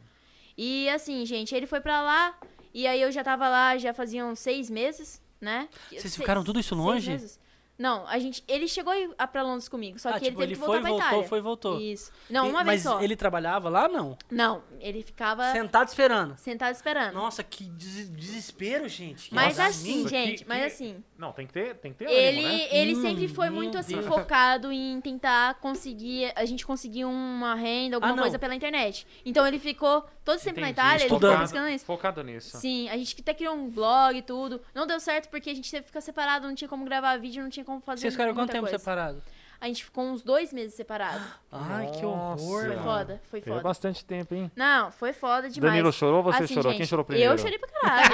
C: E assim, gente, ele foi pra lá, e aí eu já tava lá, já faziam seis meses, né?
A: Vocês
C: Seis-
A: ficaram tudo isso
C: seis
A: longe?
C: meses. Não, a gente, ele chegou a ir- a pra Londres comigo, só
A: Ah,
C: que
A: tipo,
C: ele teve
A: ele
C: que voltar
A: foi,
C: pra
A: voltou,
C: Itália.
A: foi, voltou.
C: Isso. Não,
A: E-
C: uma
A: mas
C: vez só. Ah.
A: ele trabalhava lá, não?
C: Não, ele ficava
A: Sentado esperando.
C: sentado esperando.
A: Nossa, que des- desespero, gente. Que
C: Mas
A: azar
C: assim,
A: mim.
B: Que-
C: gente,
B: que-
C: mas assim.
B: Não, tem que ter, tem que ter
C: Ele,
B: ânimo, né?
C: ele
A: Hum,
C: sempre foi
A: meu
C: muito assim
A: Deus.
C: focado em tentar conseguir, a gente conseguir uma renda, alguma
A: Ah, não.
C: coisa pela internet. Então ele ficou todo sempre na
B: Entendi,
C: Itália, ele ficou
A: Estudando.
C: buscando isso.
B: Focado nisso.
C: Sim, a gente até criou um blog e tudo. Não deu certo porque a gente teve que ficar separado, não tinha como gravar vídeo, não tinha como fazer
A: Vocês ficaram quanto
C: muita
A: tempo
C: coisa.
A: separados?
C: A gente ficou uns dois meses
B: <gasps>
C: separado.
A: Ai, que
B: Nossa.
A: horror.
C: Foi
B: Ah,
C: foda, foi
B: É
C: foda.
B: bastante tempo, hein?
C: Não, foi foda demais.
B: Danilo chorou, você
C: Assim,
B: chorou?
C: gente,
B: Quem chorou primeiro?
C: Eu chorei pra caralho.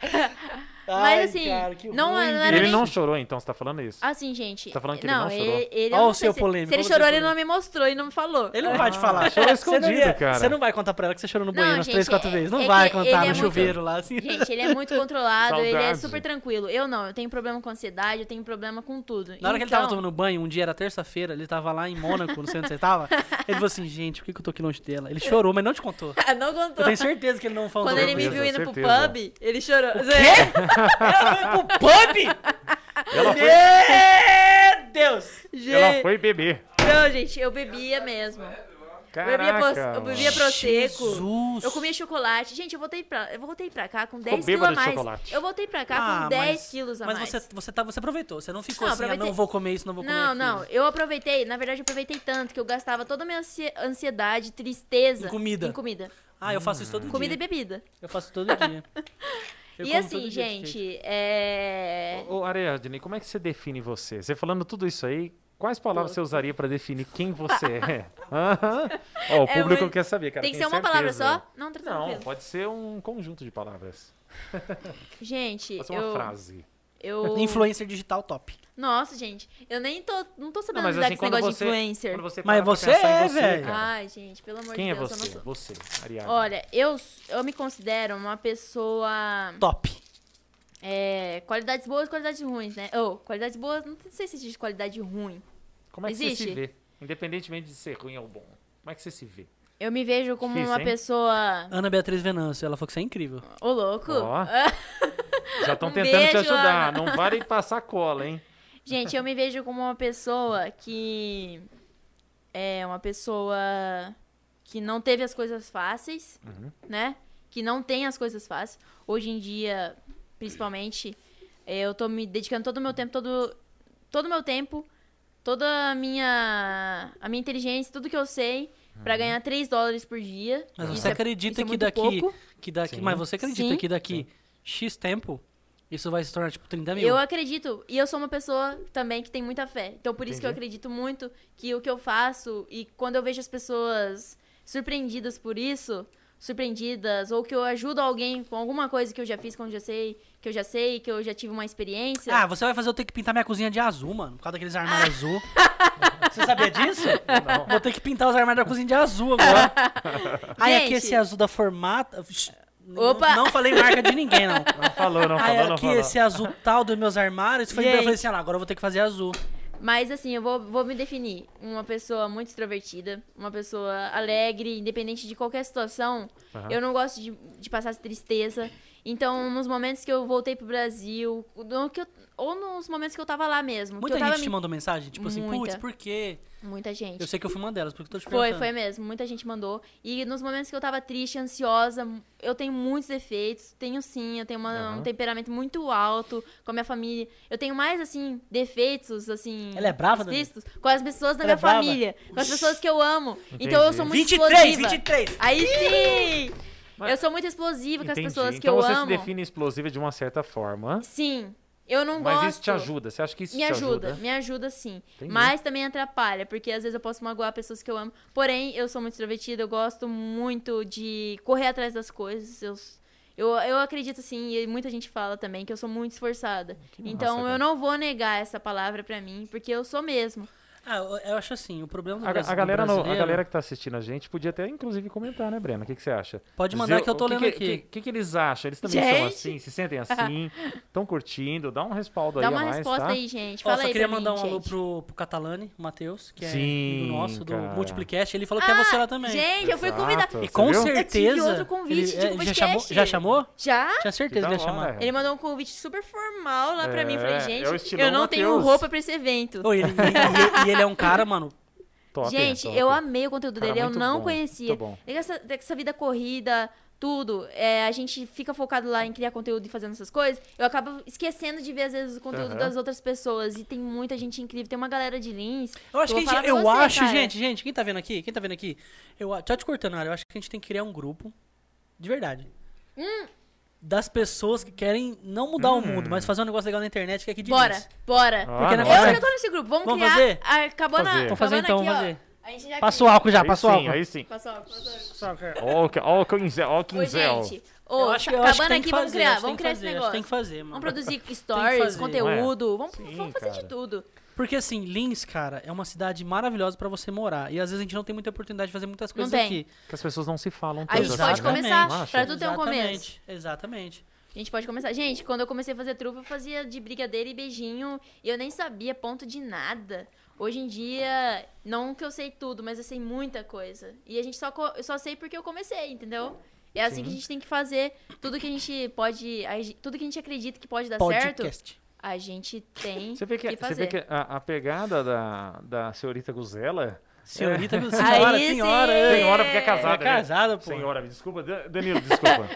A: <laughs>
C: Mas assim, não, não era
B: Ele
C: nem...
B: não chorou, então, você tá falando isso?
C: Assim, gente.
B: Tá falando que ele
C: não,
B: não chorou?
C: Ele, ele, eu
A: Ó
C: não
A: o
C: sei
A: seu
C: se-
A: polêmico,
C: Se ele
A: ó você
C: chorou, ele
A: polêmico.
C: não me mostrou e não me falou.
A: Ele não vai te falar.
B: chorou
A: você não
B: escondido, cara.
A: Você não vai contar pra ela que você chorou no
C: Não,
A: banheiro umas
C: gente,
A: três, quatro
C: é-
A: vezes. Não
C: é
A: vai
C: que ele
A: contar
C: é
A: no
C: muito-
A: chuveiro lá, assim.
C: Gente, ele é muito controlado, ele é
B: Saudades.
C: super tranquilo. Eu não, eu tenho problema com ansiedade, eu tenho problema com tudo.
A: Na hora que ele
C: Então,
A: tava tomando banho, um dia era terça-feira, ele tava lá em Mônaco, não sei onde você tava. Ele falou assim, gente, por que, que eu tô aqui longe dela? Ele chorou, mas não te contou.
C: Ah, <laughs> não
A: Eu
C: contou.
A: tenho certeza que ele não falou.
C: Quando ele me
B: Certeza,
C: viu indo
B: certeza.
C: pro pub, ele chorou. <laughs>
A: Ela foi pro pub?
B: Ela foi,
A: Meu Deus!
C: Gente,
B: ela foi beber.
C: Não, gente, eu bebia mesmo. Eu bebia,
B: Caraca.
C: pro, eu bebia prosecco.
A: Jesus.
C: Eu comia chocolate. Gente, eu voltei pra, eu voltei pra cá com 10 quilos
B: bêbado
C: a
B: de
C: mais.
B: chocolate.
C: Eu voltei pra cá
A: Ah,
C: com 10
A: mas-
C: quilos a
A: mas
C: mais.
A: você, você, tá, você aproveitou, você não ficou
C: Não,
A: assim, ah,
C: aproveitei.
A: não vou comer isso, não vou comer
C: Não, não,
A: aquilo.
C: eu aproveitei, na verdade eu aproveitei tanto que eu gastava toda a minha ansie- ansiedade, tristeza
A: Em comida.
C: em comida.
A: Ah, eu faço isso todo
C: Comida e
A: dia.
C: bebida.
A: Eu faço todo
C: <laughs>
A: dia. Eu
C: e
A: como
C: assim,
A: todo dia desse jeito.
C: gente, é.
B: Ô, Ariadne, como é que você define você? Você falando tudo isso aí, quais palavras você usaria pra definir quem você
C: <laughs>
B: é? Aham. Ó, o
C: É
B: público
C: muito-
B: quer saber, cara.
C: Tem que ser
B: tenho
C: uma palavra
B: certeza.
C: só? Não, tá
B: Não,
C: tranquilo.
B: pode ser um conjunto de palavras.
C: Gente,
B: Pode ser uma
C: eu,
B: frase. <laughs>
C: Eu...
A: Influencer digital top.
C: Nossa, gente. Eu nem tô. Não tô
B: Não,
C: sabendo
B: mas
C: lidar
B: assim,
C: com esse
B: quando
C: negócio
B: você,
C: de influencer.
B: quando você
A: Mas
B: para pra
A: você
B: pensar em
A: é,
B: você,
A: velho.
B: cara.
C: Ai, gente, pelo amor
B: Quem
C: de
B: é
C: Deus, eu
B: você?
C: não sou.
B: Você, Ariadne.
C: Olha, eu, s- eu me considero uma pessoa.
A: Top.
C: É, qualidades boas e qualidades ruins, né? Ou, qualidades boas, não sei se existe qualidade ruim.
B: como é que você
C: existe?
B: se vê? Independentemente de ser ruim ou bom. Como é que você se vê?
C: Eu me vejo como
B: Difícil,
C: uma
B: hein?
C: pessoa.
A: Ana Beatriz Venâncio, ela falou que você é incrível.
C: Ô, louco! <laughs>
B: Ó. Já estão
C: Um
B: tentando te
C: beijo,
B: ajudar.
C: Ana.
B: Não vale passar cola, hein?
C: Gente, eu me vejo como uma pessoa que. É uma pessoa que não teve as coisas fáceis,
B: Uhum.
C: né? Que não tem as coisas fáceis. Hoje em dia, principalmente, eh, eu tô me dedicando todo o meu tempo, todo todo o meu tempo, toda a minha a minha inteligência, tudo que eu sei
B: Uhum.
C: pra ganhar 3 dólares por dia.
A: Mas
C: Isso
A: você
C: é-
A: acredita
C: isso é
A: que
C: muito
A: daqui.
C: pouco.
A: Que daqui
B: Sim.
A: mas você acredita
C: Sim.
A: que daqui X tempo isso vai se tornar tipo 30 mil?
C: Eu acredito. E eu sou uma pessoa também que tem muita fé. Então, por isso que eu
B: Entendi.
C: acredito muito que o que eu faço e quando eu vejo as pessoas surpreendidas por isso, surpreendidas, ou que eu ajudo alguém com alguma coisa que eu já fiz, que eu já sei, que eu já sei, que eu já tive uma experiência.
A: Ah, você vai fazer eu ter que pintar minha cozinha de azul, mano. Por causa daqueles
C: <laughs>
A: armários azul. Você sabia disso?
B: Não.
A: Vou ter que pintar os armários da cozinha de azul
C: <laughs>
A: agora. Aí aqui
C: Gente.
A: esse azul da formata. Não-
C: Opa!
A: Não, falei marca de ninguém, não.
B: Não falou, não
A: Aí
B: falou, não
A: aqui
B: falou.
A: esse azul tal dos meus armários. Foi eu
C: Gente.
A: falei assim, ah, não, agora eu vou ter que fazer azul.
C: Mas assim, eu vou, vou me definir uma pessoa muito extrovertida, uma pessoa alegre, independente de qualquer situação.
B: Aham.
C: Eu não gosto de, de passar tristeza. Então, nos momentos que eu voltei pro Brasil, no que eu- ou nos momentos que eu tava lá mesmo. que
A: Muita
C: eu tava
A: gente te
C: me-
A: mandou mensagem, tipo assim,
C: Muita.
A: putz, por quê?
C: Muita gente.
A: Eu sei que eu fui uma delas, porque eu tô te
C: Foi,
A: perguntando.
C: foi mesmo. Muita gente mandou. E nos momentos que eu tava triste, ansiosa, m- eu tenho muitos defeitos. Tenho sim, eu tenho uma-
B: Aham.
C: um temperamento muito alto com a minha família. Eu tenho mais, assim, defeitos, assim.
A: Ela é brava, Dani?
C: explícitos com as pessoas da
A: Ela é
C: minha
A: brava?
C: família. Com as pessoas que eu amo.
B: Entendi.
C: Então eu sou muito
A: 23,
C: explosiva.
A: 23!
C: Aí sim!
B: Mas-
C: Eu sou muito explosiva com
B: Entendi.
C: as pessoas que
B: então
C: eu
B: você
C: amo.
B: se define explosiva de uma certa forma.
C: Sim. Eu não
B: Mas
C: gosto.
B: isso te ajuda. Você acha que isso
C: Me
B: te
C: ajuda,
B: ajuda?
C: me ajuda sim.
B: Entendi.
C: Mas também atrapalha, porque às vezes eu posso magoar pessoas que eu amo. Porém, eu sou muito extrovertida, eu gosto muito de correr atrás das coisas. Eu, s- eu, eu acredito sim, e muita gente fala também que eu sou muito esforçada. então
B: massa, cara.
C: eu não vou negar essa palavra pra mim, porque eu sou mesmo.
A: Ah, eu, eu acho assim, o problema do
B: A,
A: Brasil-
B: a galera
A: do
B: no- a
A: brasileiro-
B: galera que tá assistindo a gente podia até, inclusive, comentar, né, Breno? O que, que você acha?
A: Pode mandar que eu tô
B: o que
A: lendo
B: que-
A: aqui.
B: O que, que, que eles acham? Eles também são
C: Gente!
B: assim? Se sentem
C: <laughs>
B: assim? Estão curtindo? Dá um respaldo
C: Dá
B: aí
C: uma
B: a mais,
C: resposta
B: tá?
C: aí, gente.
A: Ó,
C: Fala
A: só
C: aí
A: queria
C: pra mim,
A: mandar um alô
C: gente.
A: pro, pro Catalani, o Matheus, que é
B: Sim,
A: amigo nosso do
B: cara.
A: Multiplicast. Ele falou que é você lá também.
C: Ah, Gente, eu fui
B: Exato,
C: convidada.
A: e
B: você
A: com
B: viu?
C: Eu tive
A: certeza.
C: outro convite de
A: é, já
C: podcast. Ah.
A: chamou? Já chamou?
C: Já?
A: Tinha certeza que
B: Que
A: ia
B: da
A: chamar.
B: hora.
C: Ele mandou um convite super formal lá pra mim. Eu
B: É,
C: Falei, gente,
B: é o estilão
C: eu não tenho
B: Matheus.
C: roupa pra esse evento.
A: Ô, ele- e, e- e ele é um cara, mano.
B: Top,
C: Gente,
B: top.
C: eu amei o conteúdo
B: Cara,
C: dele, eu
B: muito
C: não
B: bom,
C: conhecia.
B: muito bom.
C: Essa, essa vida corrida, tudo, é, a gente fica focado lá em criar conteúdo e fazendo essas coisas, eu acabo esquecendo de ver, às vezes, o conteúdo
B: Aham.
C: das outras pessoas. E tem muita gente incrível, tem uma galera de Lins.
A: Eu acho
C: vou
A: que a
C: falar
A: gente,
C: pra
A: eu
C: você,
A: acho,
C: cara.
A: gente, gente, quem tá vendo aqui? Quem tá vendo aqui? Eu a- só te cortando, Nara, eu acho que a gente tem que criar um grupo de verdade.
C: Hum.
A: Das pessoas que querem não mudar
B: Hum.
A: o mundo, mas fazer um negócio legal na internet que é aqui de
C: Bora,
A: Minas.
C: bora.
B: Ah,
A: Porque
B: nossa.
A: negócio
C: eu
A: é-
C: já tô nesse grupo, vamos,
A: Vamos
C: criar.
A: fazer?
C: Ah, Acabou na.
B: Fazer.
C: acabou
A: Vamos fazer então,
C: aqui,
A: vamos
C: ó.
A: fazer.
C: A gente já
A: Passa o álcool já,
B: Aí
A: passa o
B: sim,
A: álcool.
B: aí sim.
C: Passou, passou.
A: Passa o álcool, é.
B: Ó, o que- ó, o quinzel, ó, o
C: Ô,
B: quinzel.
C: gente, ô,
A: eu acho, eu
C: tá
A: acho que
C: acabando
A: tem
C: aqui,
A: que
C: vamos
A: fazer,
C: criar,
A: acho que
C: vamos
A: tem que fazer,
C: criar esse
A: acho que
C: negócio.
A: Tem que fazer, mano.
C: Vamos produzir
A: que
C: stories,
A: fazer.
C: conteúdo, vamos,
B: Sim,
C: vamos fazer de
B: cara.
C: tudo.
A: Porque assim, Lins, cara, é uma cidade maravilhosa pra você morar. E às vezes a gente não tem muita oportunidade de fazer muitas
C: Não
A: coisas
C: tem.
A: aqui.
B: Que as pessoas não se falam
C: A
B: tanto
C: gente
B: assim,
C: pode
B: né?
C: começar,
B: Não acha?
C: pra tudo tem um começo.
A: Exatamente, Exatamente.
C: A gente pode começar. Gente, quando eu comecei a fazer trufa, eu fazia de brigadeiro e beijinho. E eu nem sabia ponto de nada. Hoje em dia, não que eu sei tudo, mas eu sei muita coisa. E a gente só, co- eu só sei porque eu comecei, entendeu? É assim
B: Sim.
C: que a gente tem que fazer. Tudo que a gente pode. a gen- Tudo que a gente acredita que pode dar Tá certo,
A: Podcast.
C: a gente tem
B: Você vê que, você
C: fazer.
B: vê que a, a pegada da, da senhorita Guzela. É.
A: Senhorita, senhora,
C: Aí sim!
A: senhora.
C: É.
B: Senhora, porque é casada.
A: É casada, pô.
B: Senhora, me desculpa. Dan- Danilo,
C: <laughs>
B: desculpa.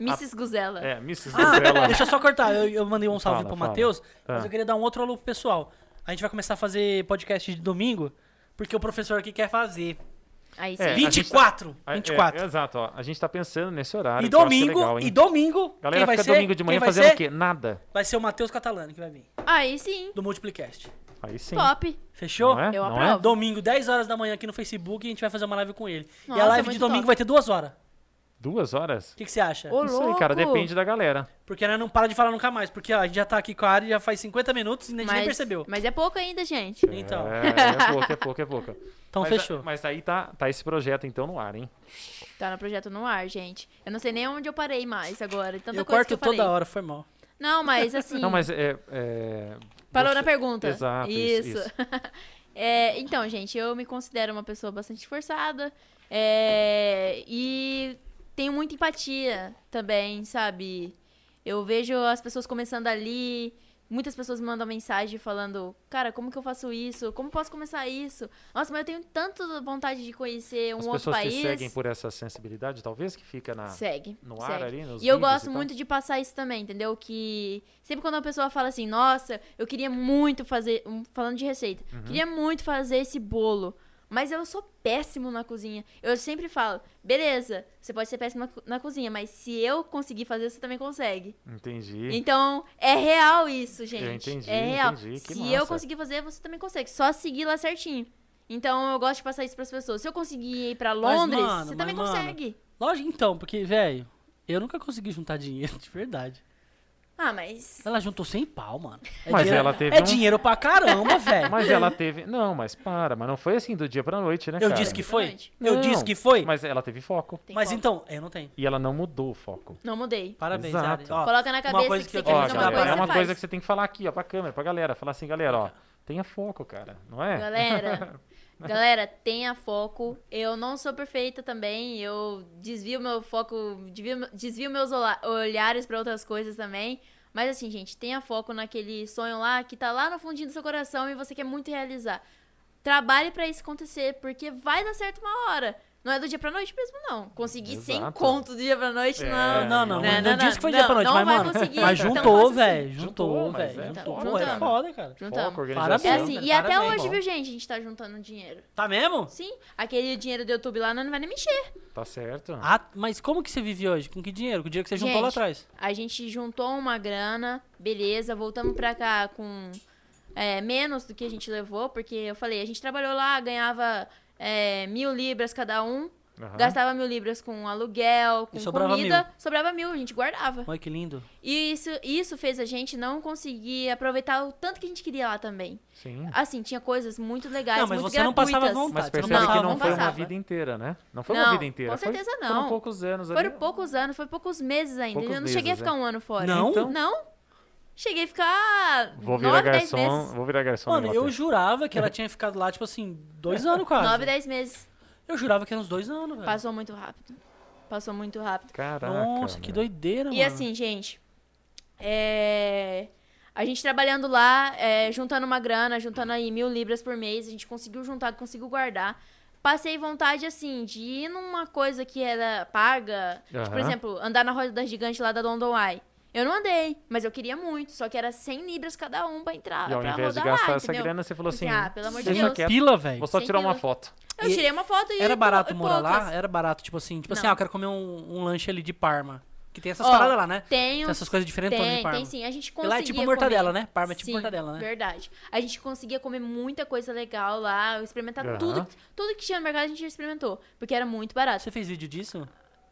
C: Mrs. Guzela.
B: É, Mrs.
A: Ah,
B: Guzela.
A: deixa eu só cortar. Eu, eu mandei um salve
B: Fala,
A: pro
B: fala.
A: Matheus, mas
B: Ah.
A: eu queria dar um outro alô pro pessoal. A gente vai começar a fazer podcast de domingo, porque o professor aqui quer fazer.
C: Aí sim.
B: É, a gente
A: 24!
B: É, é,
A: 24.
B: é, exato, ó. A gente tá pensando nesse horário.
A: e
B: que eu acho que é
A: domingo,
B: legal, hein?
A: e domingo,
B: Galera,
A: quem vai
B: fica
A: ser?
B: domingo de manhã
A: Quem vai
B: fazendo
A: ser?
B: o quê? Nada.
A: Vai ser o Matheus Catalano que vai vir,
C: Aí sim.
A: do Multiplicast.
B: Aí sim.
C: Top.
A: Fechou?
B: Não é?
C: Eu
B: não
C: aprovo.
A: Domingo, 10 horas da manhã aqui no Facebook, a gente vai fazer uma live com ele. e
C: Nossa,
A: a live de
C: muito
A: domingo
C: top.
A: vai ter duas horas.
B: Duas horas?
A: O que, que você acha?
C: Ô,
B: Isso aí,
C: louco!
B: cara, depende da galera.
A: Porque ela não para de falar nunca mais. Porque ó, a gente já tá aqui com a área já faz 50 minutos e a gente nem
C: Mas-
A: percebeu.
C: Mas é pouco ainda, gente.
A: Então.
B: É, é pouco, é pouco, é pouco.
A: <laughs> Então
B: mas,
A: fechou.
B: Mas aí tá, tá esse projeto então no ar, hein?
C: Tá no projeto no ar, gente. Eu não sei nem onde eu parei mais agora. Tanta
A: eu
C: coisa
A: corto
C: que eu
A: toda
C: falei.
A: hora, foi mal.
C: Não, mas
A: <laughs>
C: assim.
B: Não, mas é. é,
C: Parou
B: você-
C: na pergunta.
B: Exato, isso, isso.
C: <laughs> É, então, gente, eu me considero uma pessoa bastante forçada. é, e tenho muita empatia também, sabe? Eu vejo as pessoas começando ali. Muitas pessoas me mandam mensagem falando: Cara, como que eu faço isso? Como posso começar isso? Nossa, mas eu tenho tanta vontade de conhecer um
B: As
C: outro
B: pessoas
C: país.
B: te seguem por essa sensibilidade, talvez, que fica na,
C: Segue.
B: no
C: segue.
B: ar ali, nos
C: E eu
B: vídeos
C: gosto
B: tal.
C: muito de passar isso também, entendeu? Que sempre quando uma pessoa fala assim, nossa, eu queria muito fazer, um- falando de receita,
B: Uhum.
C: queria muito fazer esse bolo, mas eu sou péssimo na cozinha. Eu sempre falo, beleza, você pode ser péssimo na, co- na cozinha, mas se eu conseguir fazer, você também consegue.
B: Entendi.
C: Então, é real isso, gente.
B: Eu entendi,
C: é real.
B: entendi, que
C: se
B: massa.
C: eu conseguir fazer, você também consegue. Só seguir lá certinho. Então, eu gosto de passar isso pras pessoas. Se eu conseguir ir pra Londres,
A: mano,
C: você
A: mas,
C: também
A: mano,
C: consegue.
A: Lógico então, porque, velho, eu nunca consegui juntar dinheiro, <laughs> de verdade.
C: Ah, mas.
A: Ela juntou 100 pau, mano. É
B: Mas
A: dinheiro,
B: ela teve
A: É
B: um-
A: dinheiro pra
B: <laughs>
A: caramba, velho.
B: Mas ela teve. Não, mas para, mas não foi assim do dia pra noite, né?
A: Eu
B: cara?
A: disse que foi?
C: Exatamente.
A: Eu
B: Não,
A: disse que foi? Mas,
B: Mas ela teve foco.
C: tem como.
A: então, eu não tenho.
B: E ela não mudou o foco.
C: Não mudei.
A: Parabéns,
B: Exato.
A: Ari. Ó,
C: Coloca na cabeça
A: coisa
C: que
A: que
C: você
A: eu
C: quer
A: tenho
B: Ó,
A: que
C: fazer uma
A: falar.
B: galera,
C: coisa,
B: é uma
C: você
B: coisa que
C: faz.
B: você tem que falar aqui, ó, pra câmera, pra galera. Falar assim, galera, ó, tenha foco, cara, não é? <laughs>
C: Galera, galera, tenha foco. Eu não sou perfeita também. Eu desvio meu foco, desvio, desvio meus ola- olhares pra outras coisas também. Mas assim, gente, tenha foco naquele sonho lá que tá lá no fundinho do seu coração e você quer muito realizar. Trabalhe pra isso acontecer, porque vai dar certo uma hora. Não é do dia pra noite mesmo, não. Conseguir sem
B: Exato.
C: conto do dia pra noite,
B: É.
C: não.
A: Não, não, não.
C: Não,
A: Não,
C: não,
A: disse que foi
C: não,
A: dia pra noite,
C: não
A: mas,
C: vai
A: mano.
C: conseguir,
A: mas
C: então
A: juntou,
C: faça
A: velho.
B: assim.
A: Juntou,
B: Juntou, mas é,
A: velho. Juntou.
B: juntamos.
A: Pô, é foda, cara.
C: Juntamos.
B: Foco, organização.
C: É
A: Parabéns.
C: assim, e até
A: Parabéns.
C: hoje, viu, gente? A gente tá juntando dinheiro.
A: Tá mesmo?
C: Sim, aquele dinheiro do YouTube lá não vai nem mexer.
B: Tá certo.
A: Ah, mas como que você vive hoje? Com que dinheiro? Com o dinheiro que você juntou
C: Gente,
A: lá atrás.
C: A gente juntou uma grana, beleza, voltamos pra cá com é, menos do que a gente levou, porque eu falei, a gente trabalhou lá, ganhava é, mil libras cada um,
B: Aham.
C: gastava mil libras com aluguel, com
A: Ah. E sobrava
C: comida, sobrava mil, a gente guardava.
A: Olha que lindo.
C: E isso, isso fez a gente não conseguir aproveitar o tanto que a gente queria lá também.
B: Sim.
C: Assim, tinha coisas muito legais,
A: Não, mas
C: muito
A: você não passava
C: gratuitas.
A: vontade. Tá,
B: Mas
A: você não
B: percebe que
C: passava,
B: não
C: não
B: foi uma
C: passava.
B: vida inteira, né? Não foi uma
C: Não,
B: vida inteira.
C: com
B: foi-
C: certeza
B: Foram
C: não.
B: poucos anos ali.
C: Foram poucos anos, foi poucos meses ainda.
B: Poucos
C: eu não cheguei a
B: meses, é.
C: ficar um ano fora.
A: Não? Então-
C: Não. Cheguei a ficar
B: Vou virar
C: nove, dez
B: garçom,
C: meses.
B: vou virar garçom.
A: Mano,
B: na
A: eu
B: Inglaterra.
A: jurava que ela tinha ficado lá, tipo assim, dois anos quase. É.
C: Nove, dez meses.
A: Eu jurava que era uns dois anos, velho.
C: Passou muito rápido. Passou muito rápido.
B: Caraca.
A: Nossa, que
B: meu.
A: doideira, mano.
C: E assim, gente, é, a gente trabalhando lá, é, juntando uma grana, juntando aí mil libras por mês, a gente conseguiu juntar, conseguiu guardar. Passei vontade, assim, de ir numa coisa que era paga. Tipo, por
B: Aham.
C: exemplo, andar na roda da gigante lá da London Eye. Eu não andei, mas eu queria muito. Só que era 100 libras cada um pra entrar,
B: E ao
C: pra
B: invés de
C: rodar
B: gastar
C: lá,
B: essa
C: entendeu?
B: grana, você falou assim,
C: Ah, pelo amor de
B: deixa
C: Deus.
B: quieto,
A: Pila,
B: vou
A: velho.
B: só
C: Sem
B: tirar uma
C: pila.
B: foto.
C: Eu tirei uma foto e...
A: Era barato
C: e
A: morar lá?
C: poucas.
A: Era barato, tipo assim, tipo assim,
C: Não.
A: ah, eu quero comer um, um lanche ali de Parma. Que tem essas
C: Ó,
A: paradas lá, né?
C: Tem,
A: Tem
C: uns-
A: essas coisas diferentes de
C: tem,
A: Parma.
C: tem sim. A gente
A: E
C: conseguia
A: lá é tipo mortadela,
C: comer.
A: né? Parma é tipo
C: Sim,
A: mortadela, né?
C: verdade. A gente conseguia comer muita coisa legal lá, experimentar
B: Aham.
C: tudo, tudo que tinha no mercado a gente já experimentou, porque era muito barato.
A: Você fez vídeo disso?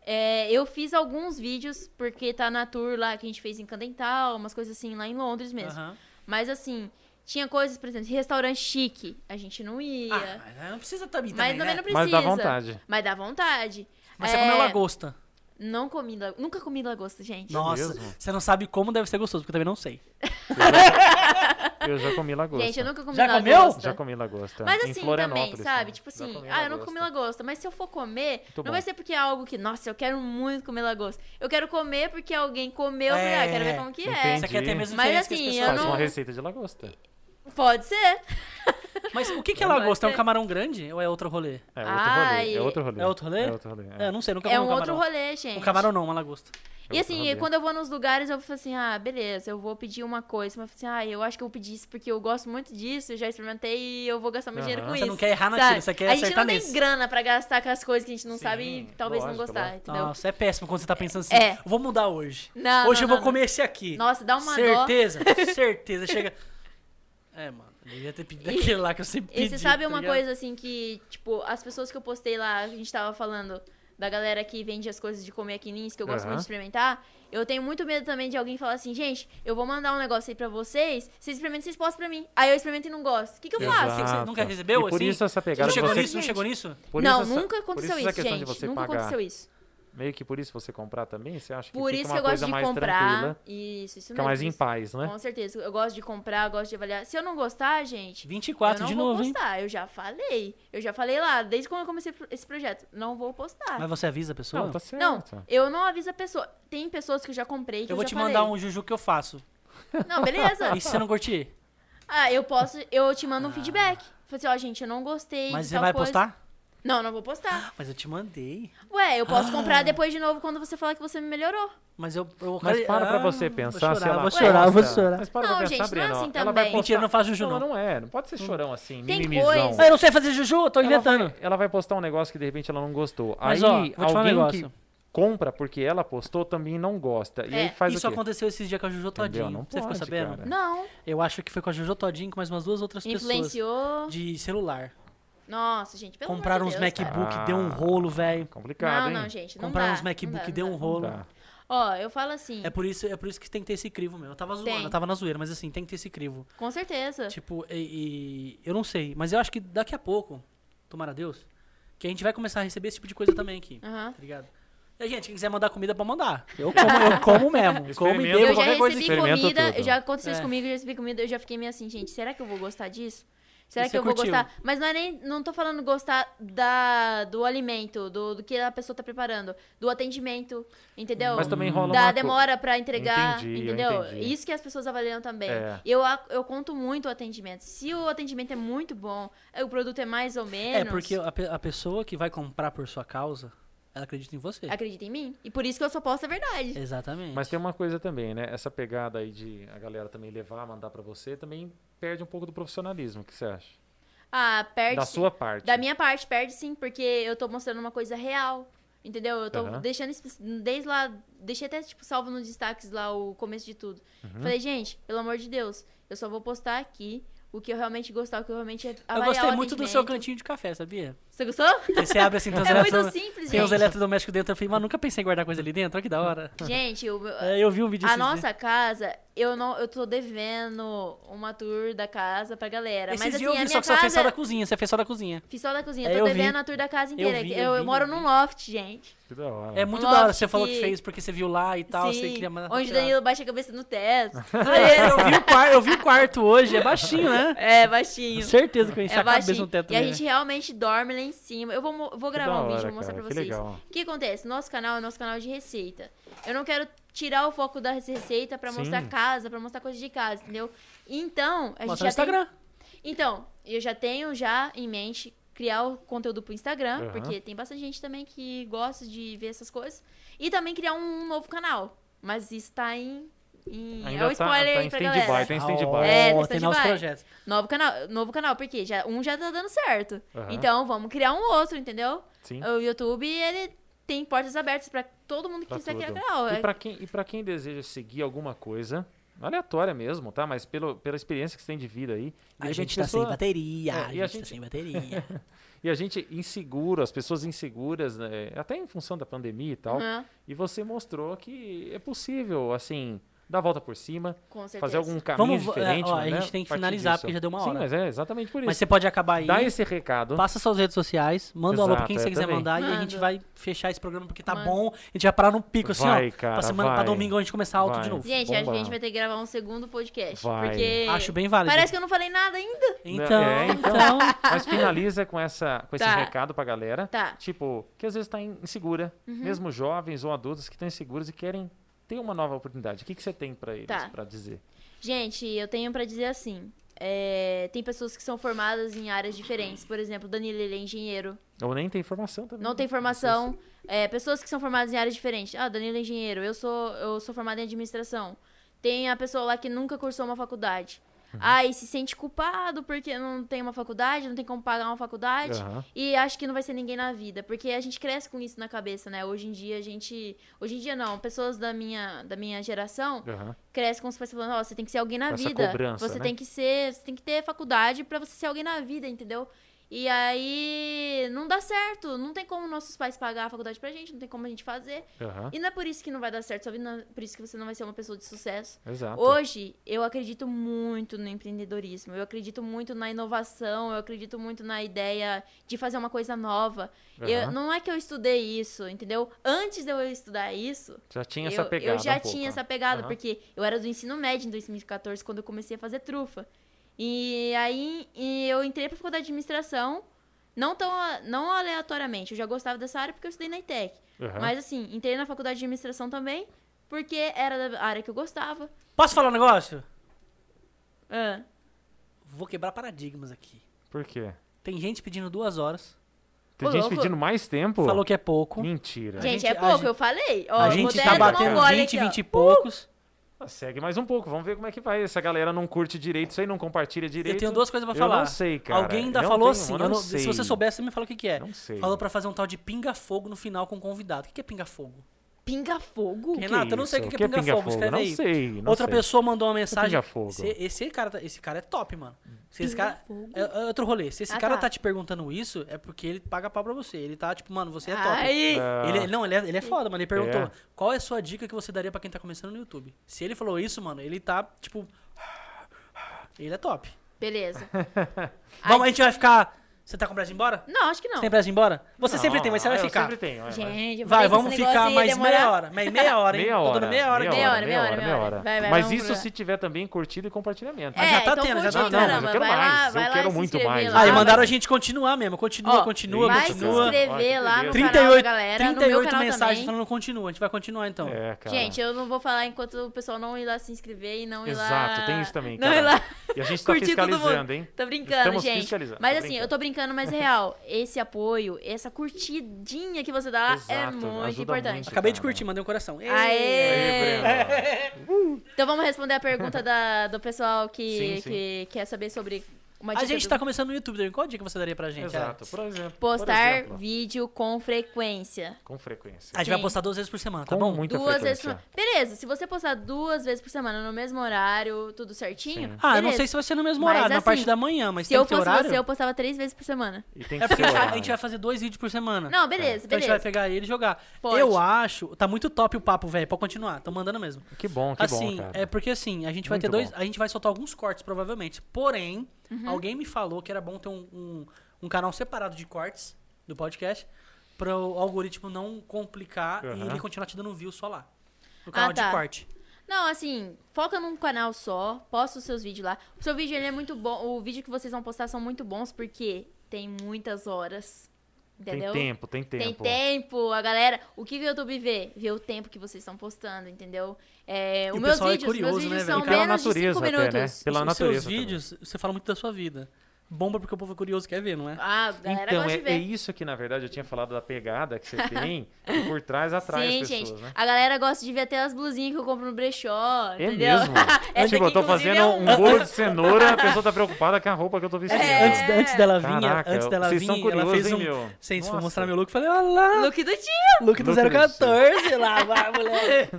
C: É, eu fiz alguns vídeos, porque tá na tour lá que a gente fez em Candental, umas coisas assim, lá em Londres mesmo.
A: Aham.
C: Mas assim, tinha coisas, por exemplo, restaurante chique, a gente não ia.
A: Ah, mas não precisa também,
C: mas
A: também,
C: também
A: né?
C: não precisa.
B: Mas dá vontade.
C: Mas dá vontade.
A: Mas você
C: É,
A: comeu lagosta.
C: Não comi lagosta. Nunca comi lagosta, gente.
A: Nossa,
B: mesmo?
A: você não sabe como deve ser gostoso, porque eu também não sei.
B: Eu já comi lagosta.
C: Gente, eu nunca comi
A: Já comeu?
C: lagosta.
B: Já comi lagosta.
C: Mas
B: Tá. em
C: assim também,
B: Florianópolis,
C: sabe?
B: né?
C: Tipo
B: Já
C: assim,
B: comi
C: ah, eu não
B: lagosta.
C: comi lagosta, mas se eu for comer,
B: Muito bom.
C: não vai ser porque é algo que, nossa, eu quero muito comer lagosta. Eu quero comer porque alguém comeu, eu falei, ah, quero ver como que é.
A: Você
B: Entendi.
A: quer ter a mesma
C: Mas
A: experiência que
C: assim,
A: as
C: eu
A: pessoas.
B: Faz
C: não-
B: uma receita de lagosta.
C: Pode ser.
A: Mas o que, que é
C: Eu não
A: lagosta? É um
C: sei.
A: camarão grande ou é outro rolê?
B: É outro
C: Ai.
B: rolê. É outro rolê.
A: É outro rolê?
B: É outro rolê.
A: É, eu não sei, nunca
C: É
A: comi
C: um outro
A: camarão.
C: rolê, gente.
A: Um camarão não, uma lagosta.
C: E assim,
B: Outro rolê.
C: quando eu vou nos lugares, eu falo assim, ah, beleza, eu vou pedir uma coisa. Mas eu falo assim, ah, eu acho que eu vou pedir isso porque eu gosto muito disso, eu já experimentei e eu vou gastar meu dinheiro
B: Aham.
C: com
A: Você
C: Um isso.
A: não quer errar naquilo,
C: sabe?
A: você quer
C: a gente
A: acertar
C: não tem
A: nesse.
C: grana pra gastar com as coisas que a gente não
B: Sim,
C: sabe e talvez não
B: lógico,
C: gostar,
B: lógico.
C: entendeu?
A: Nossa, é péssimo quando você tá pensando assim,
C: É.
A: vou mudar hoje.
C: Não,
A: hoje
C: não,
A: eu vou
C: não,
A: comer esse aqui.
C: Nossa, dá uma dó.
A: certeza, certeza. Chega. É, mano, eu devia ter pedido
C: E-
A: aquele lá que eu sempre
C: E
A: pedi.
C: você sabe
A: tá
C: uma
A: ligado?
C: coisa assim que, tipo, as pessoas que eu postei lá, a gente tava falando, da galera que vende as coisas de comer aqui em Lins, que eu gosto
B: Aham.
C: muito de experimentar, eu tenho muito medo também de alguém falar assim, gente, eu vou mandar um negócio aí pra vocês, vocês experimentam, vocês postam pra mim. Aí eu experimento e não gosto. O que, que eu faço?
A: Você nunca
B: Exato.
A: recebeu,
B: E por
A: assim?
B: isso essa
A: Não
B: pegada de
A: chegou
B: você...
A: nisso? Não chegou nisso?
B: por
C: não,
B: isso essa-
C: nunca aconteceu
B: por
C: isso,
B: essa questão
C: gente.
B: de você
C: nunca
B: pagar,
C: aconteceu isso.
B: Meio que por isso você comprar também? Você acha que
C: Por
B: fica
C: isso
B: uma
C: que eu
B: coisa
C: gosto de
B: mais
C: comprar.
B: tranquila?
C: Isso, isso
B: Fica
C: mesmo.
B: mais em
C: isso.
B: paz, né?
C: Com certeza. Eu gosto de comprar, eu gosto de avaliar. Se eu não gostar, gente,
A: 24
C: eu não
A: de
C: vou
A: novo, hein?
C: postar. Eu já falei. Eu já falei lá, desde quando eu comecei pro- esse projeto. Não vou postar.
A: Mas você avisa a pessoa?
B: Não, tá
C: Não,
B: certo.
C: eu não aviso a pessoa. Tem pessoas que eu já comprei que eu,
A: eu vou
C: já
A: te mandar é
C: falei.
A: um juju que eu faço. <laughs>
C: Não, beleza.
A: E se você não curtir?
C: Ah, eu posso, eu te mando um feedback. Falei assim, ó, gente, eu não gostei.
A: Ah. Mas
C: de
A: você
C: tal
A: vai
C: coisa.
A: postar?
C: Não, não vou postar.
A: Mas eu te mandei.
C: Ué, eu posso
A: Ah.
C: comprar depois de novo quando você falar que você me melhorou.
A: Mas eu. eu
B: Mas para pra
A: Ah,
B: você pensar
A: vou
B: se ela
A: chorar, vou chorar, vou
B: posta-
A: chorar.
B: Mas para
C: Não,
B: pra pensar,
C: gente, não é
B: Breno,
C: assim
B: ó, ela
C: também. Hum.
B: vai postar...
A: Mentira, eu não faço juju,
B: Não,
A: não.
B: não é. Não pode ser chorão assim,
C: Tem
B: mimimizão.
C: coisa-
A: Ah, eu não sei fazer juju, tô
B: Ela
A: inventando.
B: vai, ela vai postar um negócio que de repente ela não gostou.
A: Mas, ó, vou
B: aí
A: te falar um
B: alguém
A: negócio.
B: que compra porque ela postou também não gosta. E
C: É,
B: aí faz
A: Isso
B: o quê?
A: aconteceu esses dias com a Juju
B: Entendeu?
A: Todinho.
B: Não
A: Você ficou
B: pode,
A: sabendo?
B: cara.
C: Não,
A: Eu acho que foi com a Juju Todinho com mais umas duas outras
C: influenciou.
A: É. pessoas. De celular.
C: Nossa, gente, pelo
A: Compraram
C: amor de
A: uns
C: Deus, cara.
A: MacBook,
B: cara. Ah.
A: deu um rolo, velho.
B: Complicado,
C: Não,
B: hein?
C: não, gente, não
A: Compraram
C: dá,
A: uns MacBook,
C: não dá,
A: deu
C: não
A: um
C: dá.
A: rolo.
B: Tá.
C: Ó, eu falo assim,
A: É por, isso, é por isso que tem que ter esse crivo mesmo. Eu tava zoando,
C: Tem.
A: eu tava na zoeira, mas assim, tem que ter esse crivo.
C: com certeza.
A: Tipo, e, e- eu não sei, mas eu acho que daqui a pouco, tomara Deus, que a gente vai começar a receber esse tipo de coisa também aqui.
C: Aham.
A: Tá ligado? E aí, gente, quem quiser mandar comida, pode mandar. É, Eu como, eu como mesmo. Como e
B: Experimenta.
A: bebo
C: Eu já
A: qualquer coisa. assim.
C: recebi
B: experimenta
C: comida,
B: tudo.
C: já aconteceu isso
A: É.
C: comigo, eu já recebi comida, eu já fiquei meio assim, gente, será que eu vou gostar disso? Será
A: E
C: que
A: você
C: eu vou
A: curtiu?
C: gostar? Mas não é nem, não tô falando gostar da, do alimento, do, do que a pessoa tá preparando, do atendimento, entendeu?
B: Mas também rola uma
C: da
B: co-
C: demora pra entregar,
B: Entendi, eu
C: entendeu?
B: entendi.
C: Isso que as pessoas avaliam também.
B: É.
C: Eu, a- eu conto muito o atendimento. Se o atendimento é muito bom, eh, o produto é mais ou menos.
A: É, porque a, pe- a pessoa que vai comprar por sua causa, ela acredita em você.
C: Acredita em mim. E por isso que eu só posto a
A: É.
C: verdade.
A: Exatamente.
B: Mas tem uma coisa também, né? Essa pegada aí de a galera também levar, mandar pra você, também perde um pouco do profissionalismo. O que você acha?
C: Ah, perde.
B: da sua parte.
C: Da minha parte, perde sim, porque eu tô mostrando uma coisa real. Entendeu? Eu tô
B: Aham.
C: deixando explic- desde lá, deixei até tipo salvo nos destaques lá o começo de tudo.
A: Uhum.
C: Falei, gente, pelo amor de Deus, eu só vou postar aqui o que eu realmente gostar, o que eu realmente
B: um
A: eu
C: avaliar
A: gostei
C: o
A: muito do seu
C: atendimento.
A: cantinho de café, sabia?
C: Você gostou?
A: Aí Você abre
C: <laughs>
A: assim, tem os
C: é muito
A: eletro-
C: simples,
A: tem os
C: gente.
A: eletrodomésticos dentro. Eu falei, mas nunca pensei em guardar coisa ali dentro, olha que da hora.
C: Gente, o meu-
A: É, eu vi um vídeo
C: a
A: esses dias.
C: Ah. nossa casa, eu não, eu tô devendo uma tour da casa pra galera.
A: Esses
C: mas assim,
A: dias eu
C: a
A: vi,
C: minha
A: só que
C: casa
A: você fez só da cozinha, você fez só da cozinha.
C: Fiz só da cozinha,
A: É,
C: tô
A: eu vi.
C: devendo a tour da casa inteira. Eu,
A: vi, eu vi,
C: moro
A: eu
C: num
A: vi.
C: loft, gente.
B: Que da hora.
A: É muito
C: Lógico
A: da hora, você falou que
C: que
A: fez porque você viu lá e tal, você
C: Sim,
A: queria mandar.
C: Onde o
A: sei lá.
C: Danilo bate a cabeça no teto.
A: É, eu, vi o quarto, eu vi o quarto hoje, é baixinho, né?
C: é, baixinho.
A: Certeza que eu enchi
C: É
A: a cabeça
C: baixinho.
A: no teto
C: E a
A: também,
C: gente realmente dorme lá em cima. Eu vou, mo- vou
B: Que da
C: gravar um
B: hora,
C: vídeo, vou mostrar
B: cara,
C: pra
B: que
C: vocês.
B: legal.
C: O que acontece? Nosso canal é nosso canal de receita. Eu não quero tirar o foco da receita pra mostrar
B: Sim.
C: casa, pra mostrar coisa de casa, entendeu? Então, a
A: né?
C: gente
A: Mostra
C: já
A: no Instagram.
C: Tem... Então, eu já tenho já em mente criar o conteúdo pro Instagram,
B: Aham.
C: porque tem bastante gente também que gosta de ver essas coisas. E também criar um novo canal. Mas isso tá em... em-
B: Ainda
C: é um
B: tá-
C: spoiler
B: tá
C: aí
B: em
C: pra
B: stand-by,
C: galera.
B: tá em stand-by.
A: Ah, ó,
C: É, tá em
A: tem
C: stand-by.
A: novos projetos.
C: Novo canal, novo canal, porque já, um já tá dando certo.
B: Aham.
C: Então vamos criar um outro, entendeu?
B: Sim.
C: O YouTube, ele tem portas abertas pra todo mundo que
B: Pra
C: quiser criar
B: tudo.
C: canal. é.
B: E pra quem, e pra quem deseja seguir alguma coisa, aleatória mesmo, tá? Mas pelo, pela experiência que você tem de vida aí. de
A: A
B: repente
A: gente tá
B: pessoa-
A: sem bateria,
B: É,
A: a
B: e a
A: gente tá
B: gente-
A: sem bateria.
B: E a gente inseguro, as pessoas inseguras, né? até em função da pandemia e tal.
C: Aham,
B: E você mostrou que é possível, assim, dar a volta por cima,
C: com certeza.
B: fazer algum caminho
A: Vamos,
B: diferente.
A: é, ó,
B: né?
A: a gente tem que
B: Partir
A: finalizar,
B: disso.
A: porque já deu uma
B: Sim,
A: hora.
B: mas é exatamente por isso.
A: Mas você pode acabar aí.
B: Dá esse recado.
A: Passa suas redes sociais, manda um alô pra
B: Exato,
A: quem
B: é,
A: você quiser
B: também.
A: mandar e a
C: Manda.
A: gente vai fechar esse programa porque tá
C: Manda.
A: bom. A gente vai parar no pico assim,
B: Vai,
A: ó.
B: cara,
A: pra semana,
B: vai.
A: pra domingo a gente começar alto
B: Vai.
A: de novo.
C: Gente, acho que a gente
B: Bomba.
C: vai ter que gravar um segundo podcast.
B: Vai.
C: Porque
A: Acho bem válido.
C: parece que eu não falei nada ainda.
A: Então,
B: É, então.
A: então,
B: Mas finaliza com, essa, com esse
C: Tá.
B: recado pra galera.
C: Tá. Uhum.
B: Tipo, que às vezes tá in- insegura. Mesmo jovens ou adultos que estão inseguros e querem ter uma nova oportunidade. O que, que você tem pra eles,
C: Tá.
B: pra dizer?
C: Gente, eu tenho pra dizer assim. é, tem pessoas que são formadas em áreas diferentes. Por exemplo, o Danilo, ele é engenheiro.
B: Ou nem tem informação também.
C: Não tem formação. É, pessoas que são formadas em áreas diferentes. Ah, Danilo é engenheiro, eu sou, eu sou formada em administração. Tem a pessoa lá que nunca cursou uma faculdade. Ah, e se sente culpado porque não tem uma faculdade, não tem como pagar uma faculdade.
B: Aham.
C: E acha que não vai ser ninguém na vida. Porque a gente cresce com isso na cabeça, né? Hoje em dia a gente. Hoje em dia não, pessoas da minha, da minha geração
B: Aham.
C: cresce com os pais falando, ó, você tem que ser alguém na
B: Com essa
C: vida.
B: cobrança,
C: você
B: né?
C: tem que ser, você tem que ter faculdade pra você ser alguém na vida, entendeu? E aí não dá certo, não tem como nossos pais pagar a faculdade pra gente, não tem como a gente fazer.
B: Aham,
C: E não é por isso que não vai dar certo sua vida, não é por isso que você não vai ser uma pessoa de sucesso.
B: Exato.
C: Hoje, eu acredito muito no empreendedorismo, eu acredito muito na inovação, eu acredito muito na ideia de fazer uma coisa nova. Eu,
B: Aham.
C: não é que eu estudei isso, entendeu? Antes de eu estudar isso,
B: Já tinha
C: eu,
B: essa
C: eu
B: pegada.
C: já
B: um pouco,
C: tinha
B: né?
C: essa pegada,
B: Aham.
C: porque eu era do ensino médio em 2014, quando eu comecei a fazer trufa. E aí e eu entrei pra faculdade de administração, não, tão, a- não aleatoriamente, eu já gostava dessa área porque eu estudei na ITEC.
B: Aham.
C: Mas assim, entrei na faculdade de administração também, porque era da área que eu gostava.
A: Posso falar um negócio?
C: Ah,
A: Vou quebrar paradigmas aqui.
B: Por quê?
A: Tem gente pedindo duas horas,
B: Tem
C: Ô,
B: gente
C: louco.
B: pedindo mais tempo?
A: falou que é pouco.
B: Mentira.
C: Gente,
A: gente-
C: é
A: a
C: pouco,
A: gente-
C: eu falei. Ó,
A: a
C: eu
A: gente
C: vou
A: tá
C: até tomar um
A: batendo
C: gole
A: 20,
C: aqui, ó.
A: 20 e poucos.
B: Ah, Segue mais um pouco, vamos ver como é que vai. Essa galera não curte direito isso aí, não compartilha direito.
A: Eu tenho duas coisas pra
B: Eu
A: falar.
B: não sei, cara.
A: Alguém ainda
B: Não
A: falou
B: tenho,
A: assim,
B: eu
A: eu
B: não
A: não- se
B: sei.
A: você soubesse, você me fala o que, que é.
B: Não sei.
A: Falou pra fazer um tal de pinga-fogo no final com um convidado. O que, que é pinga-fogo?
C: Pinga fogo?
A: Renato, eu não sei o que, que é pinga-fogo, escreve
B: não
A: aí.
B: sei, não
A: Outra
B: sei. é
A: pessoa mandou uma mensagem.
B: pinga-fogo?
A: "Cê- Esse cara, tá- esse cara é top, mano. Se esse cara,
C: Pinga-fogo?
A: é, é outro rolê. Se esse
C: Ah,
A: cara tá.
C: tá.
A: te perguntando isso, é porque ele paga pau pra você. Ele tá tipo, mano, você é top.
C: Aí,
B: Ah,
A: Ele, é- não, ele é, ele é foda, mano. Ele perguntou:
B: É.
A: qual é a sua dica que você daria pra quem tá começando no YouTube? Se ele falou isso, mano, ele tá, tipo. Ele é top.
C: beleza.
A: Vamos, a gente vai ficar. Você tá com pressa de ir embora?
C: Não, acho que não.
A: Você tem pressa de ir embora? Você sempre
B: não,
A: tem, mas você
B: ah,
A: vai
B: eu
A: ficar.
B: sempre tenho, é, mas-
C: Gente, eu
A: Vai,
C: falei que
A: vamos
C: esse negócio
A: ficar
C: ia
A: mais
C: demorar.
A: meia hora. Meia, meia hora, hein?
B: Meia
A: Tô
B: hora,
A: dando meia hora aqui.
C: Meia hora, meia hora, meia hora. Vai, vai,
B: Mas
C: vamos
B: isso
C: pro-
B: se tiver também curtido e compartilhamento.
A: Mas
C: É,
A: já tá
C: então
A: tendo, já
C: curte
A: tá tendo.
C: aí, caramba,
A: Mas
B: eu quero
C: vai
B: mais,
C: lá,
B: eu
C: vai lá
B: quero
C: se
B: muito
C: inscrever
B: mais.
C: lá,
A: Aí
C: vai
A: mandaram a
C: se-
A: gente continua mesmo. Continua,
C: Ó,
A: continua,
C: Vai se
A: continua.
B: inscrever
C: inscrever
B: Olha
C: lá
B: que
C: no
B: beleza.
C: canal da
A: 38,
C: galera, no meu
A: 38
C: canal
A: mensagens
C: também.
A: falando continua. A gente vai continuar então.
B: É, cara.
C: Gente, eu não vou falar enquanto o pessoal não ir lá se inscrever e não ir lá...
B: Exato, tem isso também,
C: Não
B: cara.
C: ir lá...
B: E a gente tá
C: curtir todo mundo.
B: fiscalizando, hein?
C: Tô brincando,
B: Estamos
C: gente.
B: fiscalizando,
C: Mas
B: tô
C: assim,
B: brincando.
C: eu tô brincando, mas é real. Esse apoio, essa curtidinha que você dá lá é
B: Exato,
C: muito
B: ajuda
C: importante.
B: muito.
A: Acabei de
B: cara.
A: curtir, mandei um coração. Ei!
C: Aê!
B: Aí,
A: é.
C: Então vamos responder a pergunta da- do pessoal que,
B: Sim, sim.
C: que quer saber sobre uma
A: A
C: dica
A: gente
C: do-
A: tá começando no YouTube também. Qual a dica que você daria pra gente? É.
B: Breno. Exato, por exemplo.
C: postar
B: por exemplo,
C: vídeo com frequência.
B: Com frequência.
A: A gente vai
C: Sim.
A: postar duas vezes por semana, tá
B: Com
A: bom?
B: muita
C: duas vezes
B: frequência.
C: por semana. Beleza, se você postar duas vezes por semana no mesmo horário, tudo certinho.
B: Sim.
A: Ah, eu não
C: beleza.
A: sei se vai ser no mesmo
C: Mas
A: horário, na
C: assim,
A: parte da manhã, mas
C: se
A: tem
C: eu
A: que ter
C: fosse
A: horário.
C: você, eu postava três vezes por semana.
B: E tem
A: É
B: que
A: porque <laughs> a
B: ser
A: gente, vai, a
B: horário.
A: gente vai fazer dois vídeos por
B: Ah,
A: semana.
B: é.
C: Não, beleza,
A: Então a gente
C: beleza.
A: vai pegar ele e jogar.
C: Pode.
A: Eu acho. Tá muito top o papo, velho. Pode continuar. Tô mandando mesmo.
B: Que bom, que
A: assim,
B: bom, cara.
A: é porque assim, a gente vai
B: Muito
A: ter dois.
B: bom.
A: A gente vai soltar alguns cortes, provavelmente. Porém,
C: Uhum.
A: alguém me falou que era bom ter um, um, um canal separado de cortes do podcast. Pra o algoritmo não complicar e
B: Aham.
A: ele continuar te dando view só lá. No canal
C: Ah, tá.
A: de corte.
C: Não, assim, foca num canal só, posta os seus vídeos lá. O seu vídeo ele é muito bom, o vídeo que vocês vão postar são muito bons porque tem muitas horas. Entendeu?
B: Tem tempo, tem tempo.
C: Tem tempo, a galera. O que o YouTube vê? Vê o tempo que vocês estão postando, entendeu? É,
A: E
C: os
A: o
C: meus
A: pessoal é
C: vídeos,
A: curioso,
C: meus vídeos
A: né, velho?
C: são
A: Pela
C: menos de 5
B: natureza até, né?
C: minutos.
B: Pela
A: Os
B: natureza
A: seus
B: também.
A: vídeos, você fala muito da sua vida. Bomba porque o povo é curioso quer ver, não é?
C: Ah, a galera
B: Então,
C: gosta
B: é,
C: de ver.
B: é isso que, na verdade, eu tinha falado da pegada
C: <laughs>
B: que você tem, que por trás atrai
C: Sim,
B: as pessoas,
C: gente.
B: né?
C: A galera gosta de ver até as blusinhas que eu compro no brechó,
B: É
C: entendeu?
B: mesmo.
C: Essa
B: tipo, eu
C: aqui,
B: tô
C: inclusive,
B: fazendo
C: é
B: um
C: um-
B: bolo de cenoura, a pessoa tá preocupada com a roupa que eu tô vestindo.
C: É.
A: Antes, antes dela vir,
B: Caraca,
A: antes dela
B: vocês
A: vir,
B: são
A: ela
B: curiosos,
A: fez
B: hein,
A: um.
B: meu?
A: Sim, se for
B: Nossa.
A: mostrar meu look, eu falei, olha lá,
C: <laughs> Look do tio.
A: look do
B: Look do
A: 014, lá vai, moleque.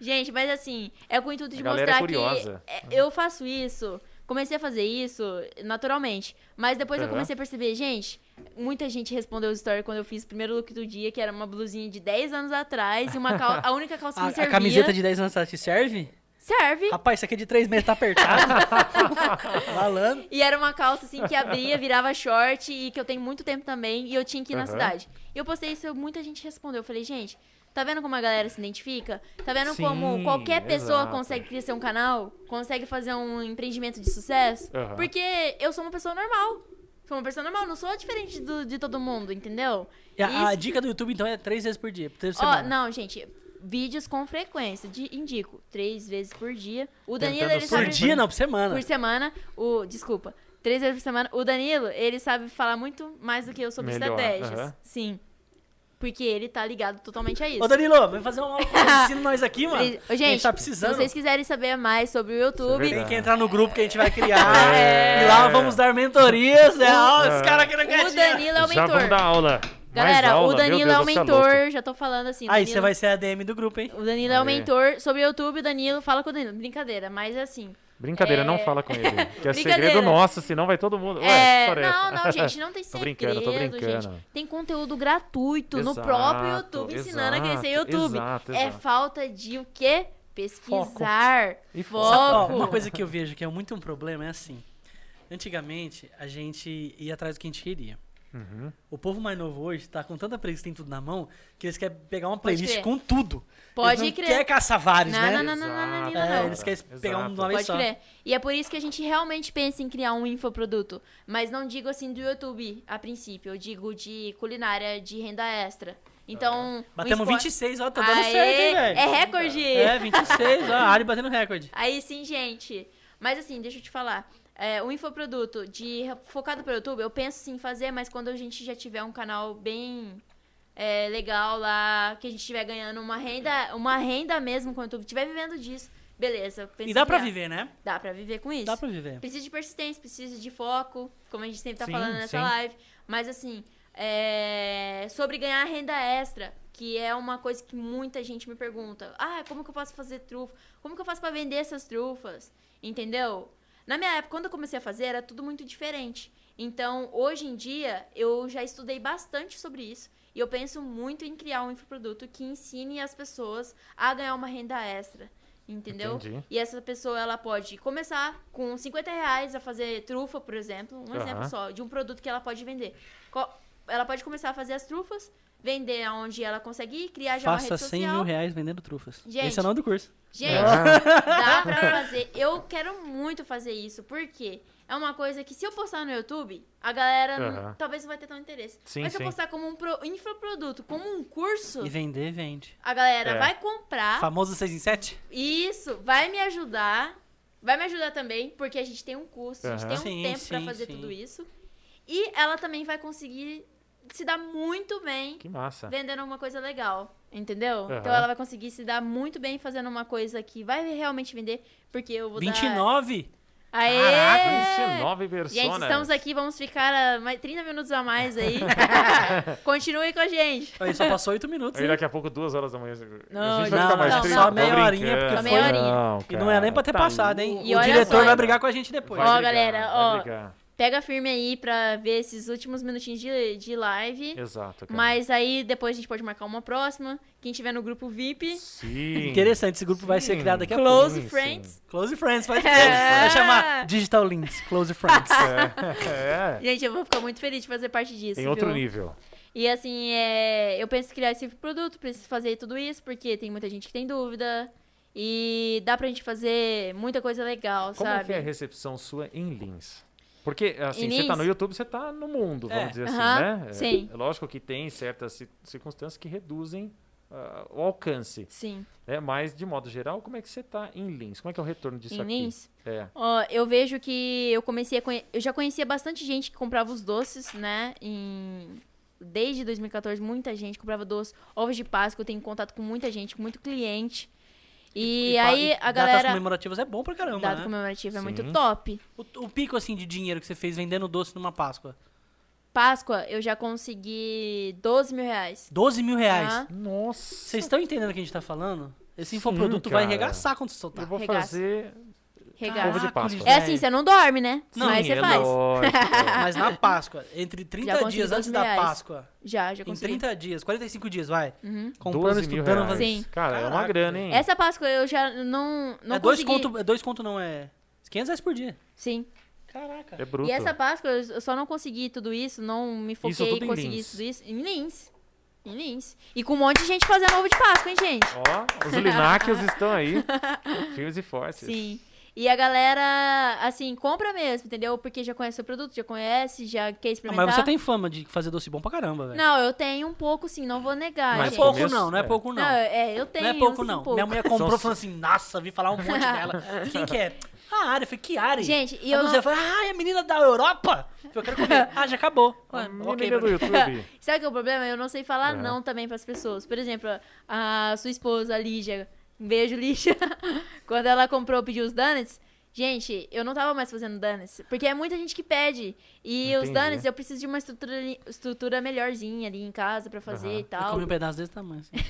C: Gente, mas assim, é com o intuito
B: A
C: de
B: galera é
C: mostrar
B: curiosa.
C: que é, eu faço isso, comecei a fazer isso naturalmente, mas depois eu
B: Aham.
C: comecei a perceber, gente, muita gente respondeu os stories quando eu fiz o primeiro look do dia, que era uma blusinha de 10 anos atrás e uma cal- a única calça que
A: <laughs> A,
C: me servia.
A: a camiseta de 10 anos atrás te serve?
C: Serve.
A: Rapaz, isso aqui é de 3 meses tá <laughs> apertado. Malandro.
C: E era uma calça assim que abria, virava short e que eu tenho muito tempo também e eu tinha que ir na
B: Aham.
C: cidade. E eu postei isso, muita gente respondeu. Eu falei, gente, tá vendo como a galera se identifica? Tá vendo
B: Sim,
C: como qualquer pessoa
B: exato.
C: consegue criar seu canal? Consegue fazer um empreendimento de sucesso?
B: Aham.
C: Porque eu sou uma pessoa normal. Sou uma pessoa normal, não sou diferente do- de todo mundo, entendeu?
A: E a, a
C: Isso-
A: dica do YouTube, então, é 3 vezes por dia. por três
C: Ó,
A: semanas.
C: não, gente, vídeos com frequência, de- indico, três vezes por dia. O Danilo,
B: Tentando
C: ele
A: Por
C: sabe...
B: surgir
A: dia, não, por semana.
C: Por semana, o. Desculpa. Três vezes por semana. O Danilo, ele sabe falar muito mais do que eu sobre
B: Melhor,
C: estratégias.
B: aham.
C: Sim. Porque ele tá ligado totalmente a isso.
A: Ô, Danilo, vem
C: <laughs>
A: fazer uma aula de ensino nós aqui, mano.
C: Ele- Ô,
A: a
C: gente,
A: gente tá
C: se
A: precisando.
C: vocês quiserem saber mais sobre o YouTube,
B: Isso é
A: Tem que entrar no grupo que a gente vai
C: <laughs>
A: criar.
B: É.
A: E lá vamos dar mentorias. É, ó, os
B: É.
A: caras aqui não
C: o
A: querem.
C: Danilo é o
B: Já vamos dar
C: mentor.
B: aula. Mais
C: Galera,
B: aula, meu
C: o Danilo
B: Deus,
C: é o
B: você louco.
C: mentor, já tô falando assim. o
A: Aí
C: Danilo-
A: você vai ser a DM do grupo, hein?
C: O Danilo é o
B: Aí.
C: mentor sobre o YouTube, o Danilo fala com o Danilo. Brincadeira, mas é assim.
B: Brincadeira, não
C: É.
B: fala com ele.
C: <laughs>
B: Que é segredo
C: Brincadeira.
B: nosso, senão vai todo mundo. Ué, que
C: É,
B: história é essa?
C: não,
B: <laughs>
C: não, gente, não tem
B: Tô
C: segredo,
B: brincando, tô
C: gente.
B: brincando.
C: Tem conteúdo gratuito no
B: Exato,
C: próprio YouTube, ensinando a crescer
B: exato,
C: YouTube.
B: exato,
C: É
B: exato.
C: falta de o quê? Pesquisar.
B: E
C: Foco.
A: Ó, uma coisa que eu vejo que é muito um problema é assim. Antigamente, a gente ia atrás do que a gente queria.
B: Uhum.
A: O povo mais novo hoje tá com tanta preguiça, tem tudo na mão, que eles querem pegar uma playlist
C: crer.
A: com tudo.
C: Pode
A: eles não
C: crer.
A: quer caçar vários,
C: Não,
A: né?
C: não, não, não, não, não, não,
A: É,
C: não.
A: eles querem pegar um
B: Exato.
A: nome
C: Pode
A: só.
C: crer. E é por isso que a gente realmente pensa em criar um infoproduto. Mas não digo assim do YouTube a princípio, eu digo de culinária de renda extra. Então. o
A: Batemos
C: esporte-
A: 26, ó, tá dando
C: Aê,
A: certo, hein, velho?
C: É recorde!
A: É, 26, ó, a área batendo
C: <laughs>
A: recorde.
C: Aí sim, gente. Mas assim, deixa eu te falar. É, o infoproduto de focado para YouTube, eu penso sim em fazer, mas quando a gente já tiver um canal bem é, legal lá, que a gente estiver ganhando uma renda, uma renda mesmo com o YouTube, estiver vivendo disso, beleza. eu penso
A: E
C: em
A: dá pra
C: criar.
A: viver, né?
C: Dá pra viver com isso.
A: Dá pra viver.
C: Precisa de persistência, precisa de foco, como a gente sempre tá
B: É. Sim,
C: falando nessa
B: sim.
C: live. Mas assim, é, sobre ganhar renda extra, que é uma coisa que muita gente me pergunta. Ah, como que eu posso fazer trufa? Como que eu faço pra vender essas trufas? Entendeu? Na minha época, quando eu comecei a fazer, era tudo muito diferente. Então, hoje em dia, eu já estudei bastante sobre isso. E eu penso muito em criar um infoproduto que ensine as pessoas a ganhar uma renda extra. Entendeu?
B: Entendi.
C: E essa pessoa, ela pode começar com 50 reais a fazer trufa, por exemplo. Um
B: Aham.
C: exemplo só, de um produto que ela pode vender. Co- Ela pode começar a fazer as trufas, vender aonde ela conseguir, criar já é uma
A: Faça
C: rede
A: 100
C: social.
A: mil reais vendendo trufas.
C: Gente,
A: Esse é o nome do curso.
C: Gente,
B: Ah.
C: dá pra fazer. Eu quero muito fazer isso, porque é uma coisa que se eu postar no YouTube, a galera não-
B: Aham.
C: talvez não vai ter tanto interesse.
B: Sim,
C: Mas se
B: sim.
C: eu postar como um pro, infoproduto, como um curso,
A: E vender, vende.
C: a galera
B: É.
C: vai comprar.
A: Famoso 6 em 7?
C: Isso, vai me ajudar. Vai me ajudar também, porque a gente tem um custo, a gente
B: Aham.
C: tem um
A: Sim,
C: tempo pra
A: sim,
C: fazer
A: sim.
C: tudo isso. E ela também vai conseguir se dar muito bem
B: Que massa.
C: vendendo uma coisa legal, entendeu?
B: Aham.
C: Então ela vai conseguir se dar muito bem fazendo uma coisa que vai realmente vender, porque eu vou dar...
A: 29?
C: Aê!
B: Caraca, 29 personas.
C: Gente, estamos aqui, vamos ficar ah, mais 30 minutos a
B: <laughs>
C: mais aí. Continue com a gente.
A: Aí só passou 8 minutos.
B: Aí
A: né?
B: daqui a pouco, duas horas da manhã.
C: Não,
B: a gente vai
A: não,
B: ficar mais
A: não,
B: triste,
A: só
B: tô
A: meia
B: brincando.
A: horinha, porque
C: Só meia
A: foi-
C: horinha.
A: E não é nem pra ter
B: cara, tá
A: passado, hein?
C: E
A: o
C: olha
A: diretor
C: só.
A: vai brigar com a gente depois.
B: Vai
C: Ó,
B: brigar,
C: galera,
B: vai
C: ó.
B: brigar.
C: Pega firme aí pra ver esses últimos minutinhos de, de live.
B: Exato, cara.
C: Mas aí depois a gente pode marcar uma próxima. Quem tiver no grupo VIP,
B: Sim.
A: Interessante, esse grupo vai ser
B: Sim.
A: criado daqui a pouco.
C: Close
B: sim.
C: Friends.
A: Close Friends, vai,
C: É.
A: vai chamar Digital Links, Close Friends.
B: É.
C: Gente, eu vou ficar muito feliz de fazer parte disso.
B: Em outro
C: viu?
B: nível.
C: E assim, é, eu penso em criar esse produto, preciso fazer tudo isso, porque tem muita gente que tem dúvida. E dá pra gente fazer muita coisa legal,
B: Como
C: sabe?
B: que é a recepção sua em Lins? Porque, assim,
C: Em
B: você tá
C: Lins?
B: no YouTube, você tá no mundo, vamos
A: É.
B: dizer assim,
C: Aham,
B: né? É,
C: sim.
B: é lógico que tem certas ci- circunstâncias que reduzem ah, o alcance,
C: Sim.
B: né? Mas, de modo geral, como é que você tá em Lins? Como é que é o retorno disso
C: Em
B: aqui?
C: Lins?
B: É.
C: Ó, eu vejo que eu comecei a conhe... eu já conhecia bastante gente que comprava os doces, né? Em... Desde 2014, muita gente comprava doce, ovos de Páscoa, eu tenho contato com muita gente, muito cliente. <laughs> E,
A: pa-
C: aí a
A: Datas
C: galera.
A: comemorativas é bom pra caramba,
C: Dado
A: né?
C: comemorativo é muito
B: Sim.
C: top.
A: O, o pico, assim, de dinheiro que você fez vendendo doce numa Páscoa.
C: Páscoa, eu já consegui 12 mil reais.
A: 12 mil reais.
C: Aham.
B: Nossa!
A: Vocês estão entendendo o que a gente tá falando? Esse
B: Sim,
A: infoproduto vai
B: cara.
A: arregaçar quando você soltar.
B: Eu vou
C: Regaça.
B: fazer... Ovo
C: Regaço.
B: de Páscoa.
A: Caracoles,
C: É assim,
A: velho.
C: <laughs> você não dorme, né?
A: Não,
C: Mas
B: Sim,
C: você
B: é
C: faz.
B: lógico,
A: <laughs>
B: é.
A: Mas na Páscoa, entre 30
C: consegui
A: dias
C: 12
A: antes
C: mil
A: da
C: reais.
A: Páscoa,
C: Já, já
A: em
C: consegui.
A: 30 dias, 45 dias, vai.
C: Uhum.
A: Comprando,
B: 12 mil
A: estudando,
B: reais.
A: fazendo.
C: Sim.
B: Cara, é uma
A: Caraca,
B: grana, hein?
C: Essa Páscoa eu já não, não
A: é dois
C: consegui.
A: conto, é dois conto não, é 500 reais por dia. Ah,
C: Sim.
A: Caraca.
B: É bruto.
C: E essa Páscoa eu só não consegui tudo isso, não me foquei
B: tudo
C: em
B: em
C: conseguir
B: Lins.
C: tudo isso. Em Lins. Em Lins. E com um monte de gente fazendo ovo de Páscoa, hein, gente?
B: Ó, os Lináquios estão
C: <laughs>
B: aí, firmes e fortes.
C: Sim. E a galera, assim, compra mesmo, entendeu? Porque já conhece o produto, já conhece, já quer
A: Ah,
C: experimentar.
A: mas você tem fama de fazer doce bom pra caramba, velho.
C: Não, eu tenho um pouco, sim, não vou negar.
A: Não é
B: Mas
C: gente.
A: pouco
B: começo-
A: não, não é
B: é.
A: pouco não.
C: Não, é, eu tenho.
A: Não é pouco,
C: sim,
A: não.
C: pouco.
A: Minha mulher comprou
B: São
A: e falou assim, nossa, vi falar um
C: <laughs>
A: monte dela. Quem que é? A área. Eu falei, que área?
C: Gente, e
A: a
C: eu.
A: Luzia falou, ah, é a menina da Europa? Eu falei, eu quero comer. ah, já
C: <laughs>
A: acabou.
B: A
A: Ah,
B: menina
A: ok,
B: do
A: Bruno.
B: YouTube.
C: Sabe que é o problema? Eu não sei falar
B: É.
C: não também pras pessoas. Por exemplo, <laughs> a sua esposa, a Lígia, um beijo, Lígia. Quando ela comprou, pediu os donuts, Gente, eu não tava mais fazendo danes, porque é muita gente que pede. E os
B: Entendi.
C: danes, eu preciso de uma estrutura, ali- estrutura melhorzinha ali em casa pra fazer
B: Aham.
C: e
A: Eu
C: tal.
A: comi um pedaço desse tamanho. assim.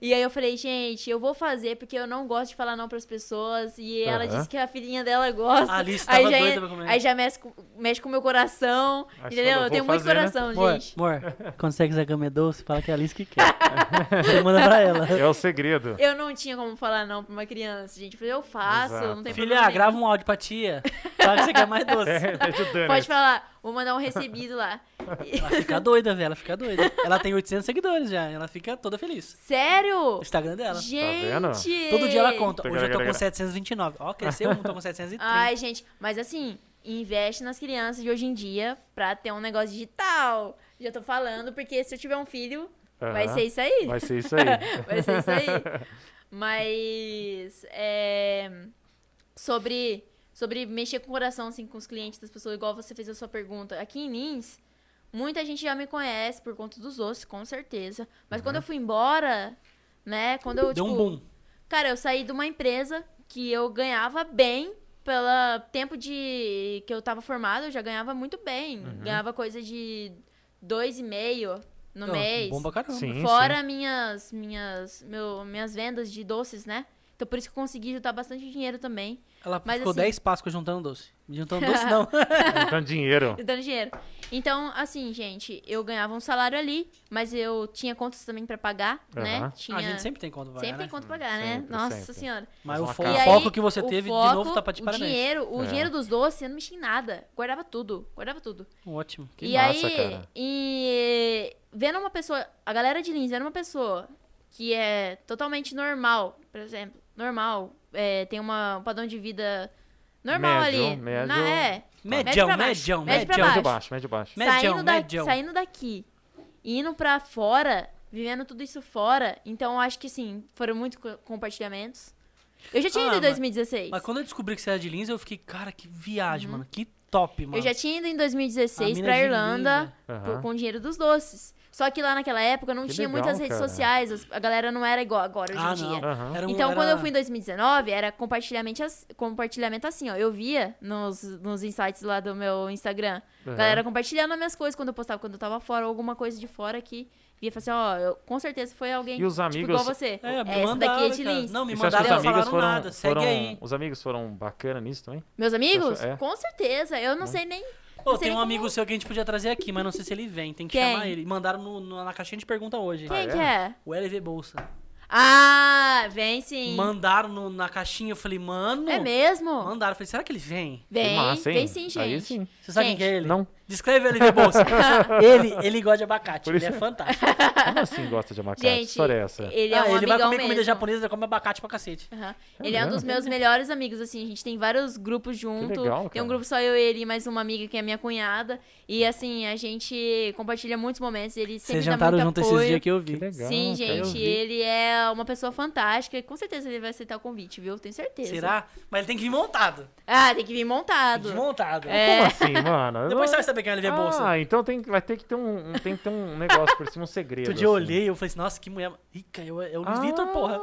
C: E aí eu falei, gente, eu vou fazer porque eu não gosto de falar não pras pessoas. E ela
B: Aham. Ah,
C: disse que a filhinha dela gosta.
A: A Alice
C: aí
A: tava
C: já,
A: doida pra comer.
C: Aí já mexe com, mexe com o meu coração.
B: Aí você
C: entendeu?
B: falou,
C: Eu
B: "Vou
C: tenho muito
B: fazer, né?"
C: coração,
A: Amor,
C: gente.
A: amor, quando você quiser comer doce, fala que é a Alice que quer. <laughs> Você manda pra ela.
B: É o segredo.
C: Eu não tinha como falar não pra uma criança, gente. Eu falei, eu faço,
B: Exato.
C: não tem problema.
A: Filha,
C: nenhum.
A: grava um áudio pra tia. Fala que você quer mais doce. <laughs>
B: É, pede o
C: Pode
B: Danis.
C: falar, vou mandar um recebido lá.
A: Ela fica doida, velho. Ela fica doida. Ela tem 800 seguidores já. Ela fica toda feliz.
C: <laughs> Sério?
A: O Instagram dela.
C: Gente!
A: Tá Todo dia ela conta. Hoje eu tô com
B: Tagaragaraga.
A: 729. Ó, cresceu um, tô com 730.
C: Ai, gente, mas assim, investe nas crianças de hoje em dia pra ter um negócio digital. Já tô falando, porque se eu tiver um filho, vai
B: Aham.
C: ser isso aí.
B: Vai ser
C: <laughs>
B: isso aí.
C: Vai ser isso aí. Mas é, sobre sobre mexer com o coração assim com os clientes das pessoas, igual você fez a sua pergunta. Aqui em Nins, muita gente já me conhece por conta dos doces, com certeza. Mas quando eu fui embora, né, quando eu
A: Uhum. Deu
C: tipo,
A: um boom.
C: cara, eu saí de uma empresa que eu ganhava bem pelo tempo de que eu tava formada, eu já ganhava muito bem.
A: Uhum.
C: Ganhava coisa de dois e meio no
A: Ó,
C: um mês.
A: Bom pra caramba.
B: Sim,
C: Fora minhas minhas meu, minhas vendas de doces, né? Então por isso que eu consegui juntar bastante dinheiro também,
A: Ela
C: Mas
A: ficou
C: assim-
A: 10 Páscoas juntando doce. Juntando doce,
C: <laughs>
A: não.
B: sim. Então,
A: Ah.
B: dinheiro.
C: dando dinheiro. Então, assim, gente, eu ganhava um salário ali, mas eu tinha contas também pra pagar, né?
B: Aham.
C: Tinha
A: Ah, A gente sempre tem conta pra
C: sempre
A: pagar,
C: tem
A: né?
C: conta pra pagar, né?
B: Sempre,
C: Nossa
B: sempre.
C: senhora.
A: Mas
B: Mas
A: o,
B: uma
A: fo-
B: casa.
A: o
C: E aí,
A: foco que você
C: o
A: teve, de
C: foco,
A: novo, tá pra te
C: o
A: parabéns.
C: dinheiro, o
B: É.
C: dinheiro dos doces, eu não mexia em nada, guardava tudo, guardava tudo.
A: Ótimo.
B: Que
C: e
B: massa,
C: aí,
B: cara.
C: e vendo uma pessoa, a galera de Lins vendo uma pessoa que é totalmente normal, por exemplo, normal, é, tem uma, um padrão de vida normal
B: Médio,
C: ali.
B: médio.
C: na- é,
A: Medião,
C: pra baixo,
A: medião,
C: médio pra
A: medião.
B: Médio
C: baixo.
B: baixo, médio baixo.
A: Medião,
C: saindo, da-
A: medião.
C: saindo daqui e indo pra fora, vivendo tudo isso fora, então eu acho que sim, foram muitos co- compartilhamentos. Eu já tinha
A: Ah,
C: ido em
A: mas-
C: 2016.
A: Mas quando eu descobri que você era de Linz, eu fiquei, cara, que viagem, mano. Que top, mano.
C: Uhum. Eu já tinha ido em
A: A
C: 2016
A: mina
C: pra
A: de
C: Irlanda.
A: Lins, velho.
B: Aham.
C: por- com o dinheiro dos doces. Só que lá naquela época não
B: Que
C: tinha
B: legal,
C: muitas redes
B: cara.
C: sociais, as- a galera não era igual agora hoje
A: Ah,
C: em dia.
A: não.
B: Aham.
A: Era um-
C: Então,
A: era-
C: quando eu fui em 2019, era compartilhamento, as- compartilhamento assim, ó. Eu via nos, nos insights lá do meu Instagram,
B: Aham.
C: galera compartilhando as minhas coisas quando eu postava, quando eu tava fora, ou alguma coisa de fora que via e falava assim, ó, eu- com certeza foi alguém
B: E os
C: tipo,
B: amigos-
C: igual você.
A: É, me
C: essa daqui é
A: mandaram,
C: de
A: cara.
C: Lins.
A: Não, me
B: E você acha que
A: mandaram,
B: os
A: não falaram
B: amigos foram,
A: nada. Segue
B: foram-
A: aí.
B: Os amigos foram bacana nisso também?
C: Meus amigos?
B: É.
C: Com certeza. Eu não sei nem.
A: Ô,
C: não sei
A: tem um
C: nem como-
A: amigo seu que a gente podia trazer aqui, mas não sei se ele vem. Tem que
C: Quem?
A: chamar ele. Mandaram no- no- na caixinha de pergunta hoje.
C: Quem
B: Ah,
C: que
B: é?
C: é?
A: O LV Bolsa.
C: Ah, vem sim.
A: Mandaram no- na caixinha, eu falei, mano.
C: É mesmo?
A: Mandaram, eu falei, será que ele vem?
C: Vem,
B: massa, hein?
C: vem sim, gente.
B: Aí sim.
A: Você sabe
C: Gente,
A: quem que é ele?
B: Não,
A: Descreve o LV Bolsa.
C: <laughs>
A: ele, ele gosta de abacate,
B: Por
A: ele é
B: isso-
A: fantástico.
B: como assim
C: <laughs>
B: gosta de abacate? que
C: Gente,
B: história é essa?
C: ele é
A: Ah,
C: um
A: ele vai
C: amigão
A: comer comida
C: mesmo.
A: japonesa, ele come abacate pra cacete.
C: Aham. Ele é um dos meus melhores amigos, assim. A gente tem vários grupos junto.
B: legal,
C: tem
B: cara.
C: um grupo só eu e ele, e mais uma amiga que é minha cunhada. E, assim, a gente compartilha muitos momentos. Ele sempre
A: Vocês
C: dá
A: jantaram
C: muito
A: junto
C: apoio.
A: esses dias que eu vi.
B: Que legal.
C: Sim,
B: cara.
C: gente, ele é uma pessoa fantástica. e Com certeza ele vai aceitar o convite, viu? Tenho certeza.
A: Será? Mas ele tem que vir montado.
C: Ah, tem que
A: Tem
C: vir
A: que vir
C: montado.
A: montado.
B: Como
C: É,
B: assim, mano?
A: Depois você vai saber quem é o LV
C: assim.
A: Bolsa.
B: Ah, então tem, que- vai ter que ter um, um- tem que ter um negócio por cima, um segredo.
A: Outro dia eu
B: assim.
A: olhei e eu falei assim, nossa, que mulher rica. Eu, eu Luiz Vitor, porra.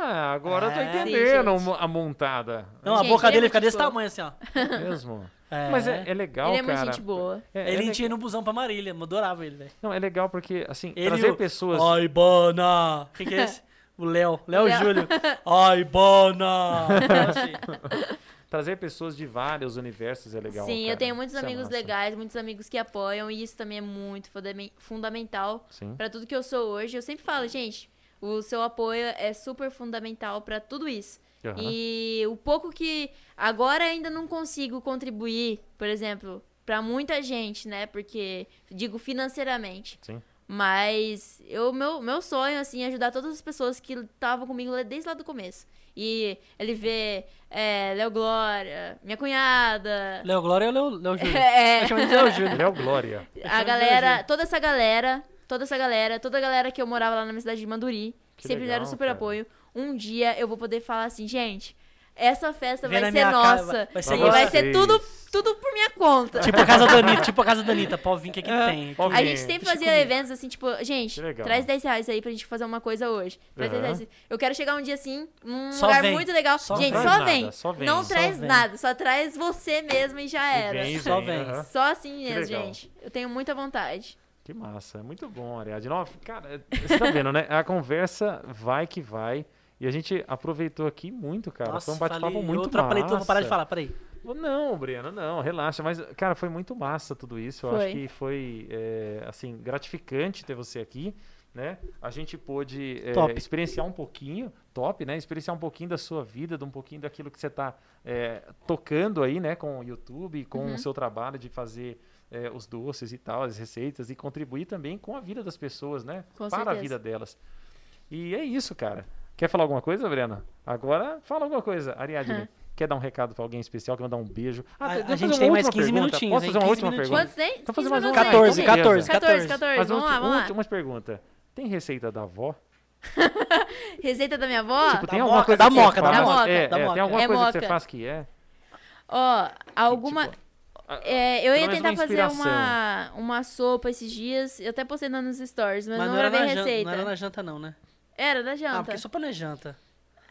B: Ah, agora eu tô
A: É. Sim,
B: entendendo
C: gente.
B: a montada.
A: Não,
C: Gente,
A: a boca
C: ele é
A: dele
C: muito
A: fica desse
C: de boa.
A: tamanho assim, ó.
B: É mesmo.
A: É.
B: Mas é, é legal,
C: ele é muito
B: cara.
C: gente boa.
B: É,
A: ele
B: é,
A: a gente
B: le-
A: ia no busão pra Marília, eu adorava ele, velho.
B: Não, é legal porque, assim,
A: Ele e
B: trazer
A: o-
B: pessoas...
A: Ai, Bana! Quem que é esse? O Léo. Léo
C: Léo.
A: Júlio. Ai, Bana! Assim.
B: Trazer pessoas de vários universos é legal.
C: Sim, eu
B: cara.
C: tenho muitos
B: Isso é
C: amigos
B: massa.
C: legais, muitos amigos que apoiam, e isso também é muito fundamen- fundamental
B: Sim.
C: Pra tudo que eu sou hoje. Eu sempre falo, gente, o seu apoio é super fundamental pra tudo isso.
B: Aham.
C: E o pouco que agora ainda não consigo contribuir, por exemplo, pra muita gente, né? Porque digo financeiramente.
B: Sim.
C: Mas eu meu meu sonho assim é ajudar todas as pessoas que estavam comigo le- desde lá do começo. E LV, é, Léo Glória, minha cunhada,
A: Léo Glória é o Léo, Léo
B: <laughs>
A: Júlio.
C: É.
A: Eu chamo ele de Léo Júlio.
B: Léo Glória.
C: a galera, toda essa galera, toda essa galera, toda a galera que eu morava lá na minha cidade de Manduri, que
B: Que
C: sempre me deram
B: legal,
C: super
B: cara.
C: apoio. Um dia eu vou poder falar assim, gente, essa festa
A: Vem
C: vai
A: na
C: ser
A: minha casa,
C: nossa.
A: vai
B: ser
C: e vai
B: nossa.
C: ser tudo,
B: Vocês.
C: tudo por minha conta.
A: Tipo a casa da Anitta, tipo a casa da Anitta. Pode vir que aqui tem. Tipo,
B: pode
A: aqui.
C: <laughs> A
B: Sim.
C: gente sempre
A: Deixa
C: fazia
A: comigo.
C: eventos assim, tipo, gente,
B: Que legal.
C: traz 10 reais aí pra gente fazer uma coisa hoje. Traz 10
B: Aham.
C: reais. Eu quero chegar um dia assim, num
A: Só
C: lugar
A: vem.
C: muito legal.
A: Só
C: gente,
A: vem.
C: só
B: Não traz
C: vem.
B: nada, só vem,
C: Não
A: só
C: traz
A: vem.
C: nada, só traz você mesmo e já era. <laughs>
B: vem,
A: Só
B: vem.
A: vem.
B: aham.
C: Só assim mesmo,
B: legal.
C: gente. Eu tenho muita vontade.
B: Que massa, é muito bom, Ariadne. Ó, Cara, você tá vendo, né? A conversa vai que vai. E a gente aproveitou aqui muito, cara. foi um bate-papo
A: falei
B: muito
A: outra,
B: massa.
A: falei tudo, vou parar de falar, peraí.
B: Não, Breno, não, relaxa. Mas, cara, foi muito massa tudo isso. Eu
C: Foi.
B: acho que foi, é, assim, gratificante ter você aqui, né? A gente pôde é,
A: Top.
B: experienciar um pouquinho, top, né? Experienciar um pouquinho da sua vida, de um pouquinho daquilo que você tá é, tocando aí, né? Com o YouTube, com
C: Uhum.
B: o seu trabalho de fazer é, os doces e tal, as receitas. E contribuir também com a vida das pessoas, né?
C: Com
B: para a
C: certeza.
B: vida delas. E é isso, cara. Quer falar alguma coisa, Breno? Agora fala alguma coisa. Ariadne,
A: <laughs>
B: quer dar um recado pra alguém especial? Quer mandar um beijo?
A: A- a
B: tem- deixa eu
A: gente
B: fazer
A: tem
B: uma
A: mais
B: última
A: 15
B: pergunta.
A: minutinhos,
B: Posso
A: hein?
B: fazer
A: 15
B: uma última
A: minutinhos.
B: pergunta?
C: Quantos tem?
B: Então fazer
C: 15
B: mais uma
C: minutos aí,
A: 14,
C: então vem.
A: 14,
C: 14, 14.
B: Mas
C: Vamos lá,
B: última,
C: vamos lá.
B: última pergunta. Tem receita da avó?
C: Receita da minha avó?
B: Tipo, tem
A: Ah, da
B: alguma
A: moca,
B: coisa
A: da
B: que você
A: moca,
C: da
B: faz?
C: moca,
B: É,
A: da
B: é,
A: moca.
B: tem alguma
C: É
B: coisa que você
C: moca.
B: faz que é?
C: Ó, alguma.
B: a-
C: É, eu ia
B: pelo menos
C: tentar
B: uma
C: fazer uma,
B: inspiração.
C: uma sopa esses dias. Eu até postei lá nos stories, mas,
A: Mas
C: não
A: era
C: gravei
A: na janta,
C: é receita.
A: não era na janta não, né?
C: Era da
A: Ah,
C: janta.
A: porque sopa não é janta.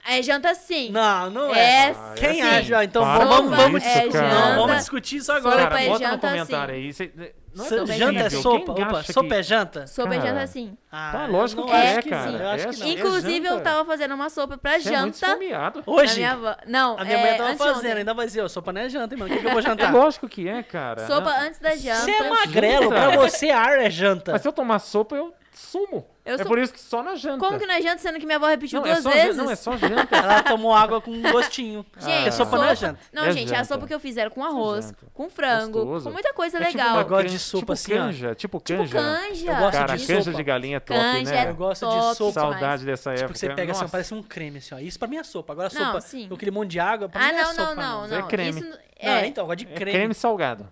C: É janta sim.
A: Não, não
C: é.
A: é.
B: Ah, é
A: Quem
C: sim.
A: acha? ó, Então
B: Para
A: vamos,
C: com
A: vamos,
C: isso,
A: discutir.
C: cara.
A: não,
C: Janta-
A: vamos discutir isso agora.
C: Sopa
B: Cara,
C: é
B: bota no
C: janta,
B: comentário
C: sim.
B: aí. Você- não é
A: Sa-
B: possível.
A: janta é
B: Quem
A: sopa?
B: acha
A: Opa,
B: que-
A: sopa é janta?
C: Sopa é
B: Cara,
C: janta sim.
A: Ah,
B: Tá, lógico
A: eu
B: que
A: não
C: é,
A: acho que
C: cara.
A: sim. Eu acho que não.
B: É
C: Inclusive,
B: janta.
C: eu tava fazendo uma sopa pra
B: Você é muito
C: janta
B: esfomeado.
C: da
A: Hoje,
C: minha avó. Não,
A: a minha
C: é,
A: mãe tava
C: anteontem.
A: fazendo, ainda vai dizer, ó, sopa não é janta, hein, mano. O que, que eu vou
B: É
A: jantar?
B: lógico que é, cara.
C: Sopa
B: Não-
C: antes da janta.
A: Você é magrelo, pra você ar é janta.
B: Mas se eu tomar sopa, eu sumo.
C: Eu
B: é
C: sou-
B: por isso que só na janta.
C: Como que não é janta, sendo que minha avó repetiu
B: não, é
C: duas
B: só,
C: vezes?
B: Não, é só janta.
A: Ela tomou água com
C: <laughs>
A: gostinho.
C: Gente,
A: Porque sopa não é janta.
C: Não,
B: É
C: gente, a
B: janta. É
C: sopa que eu fiz era com arroz,
B: janta.
C: com frango,
B: Gostoso.
C: com muita coisa
B: É tipo
C: legal.
B: uma
A: Eu gosto
B: can-
A: de sopa
B: tipo
A: assim, ó.
B: canja, tipo
C: Tipo
B: canja.
C: canja. Tipo
A: Eu gosto
B: Cara,
A: de
B: canja
A: sopa.
B: de galinha é top,
C: Canja
B: né?
C: é
A: Eu gosto de
C: top
A: sopa.
C: demais.
B: Saudade dessa época.
A: Tipo, você pega
B: É, Nossa,
A: assim, parece um creme assim, ó. Isso pra mim é sopa. Agora
C: Não,
A: sopa
C: sim.
A: com aquele monte de água, pra
C: Ah,
A: mim é
C: não,
A: sopa.
C: não, não,
B: Isso é
C: não.
B: creme.
C: Isso
A: Não,
C: é,
A: então, eu gosto de
B: é
A: creme.
B: creme salgado.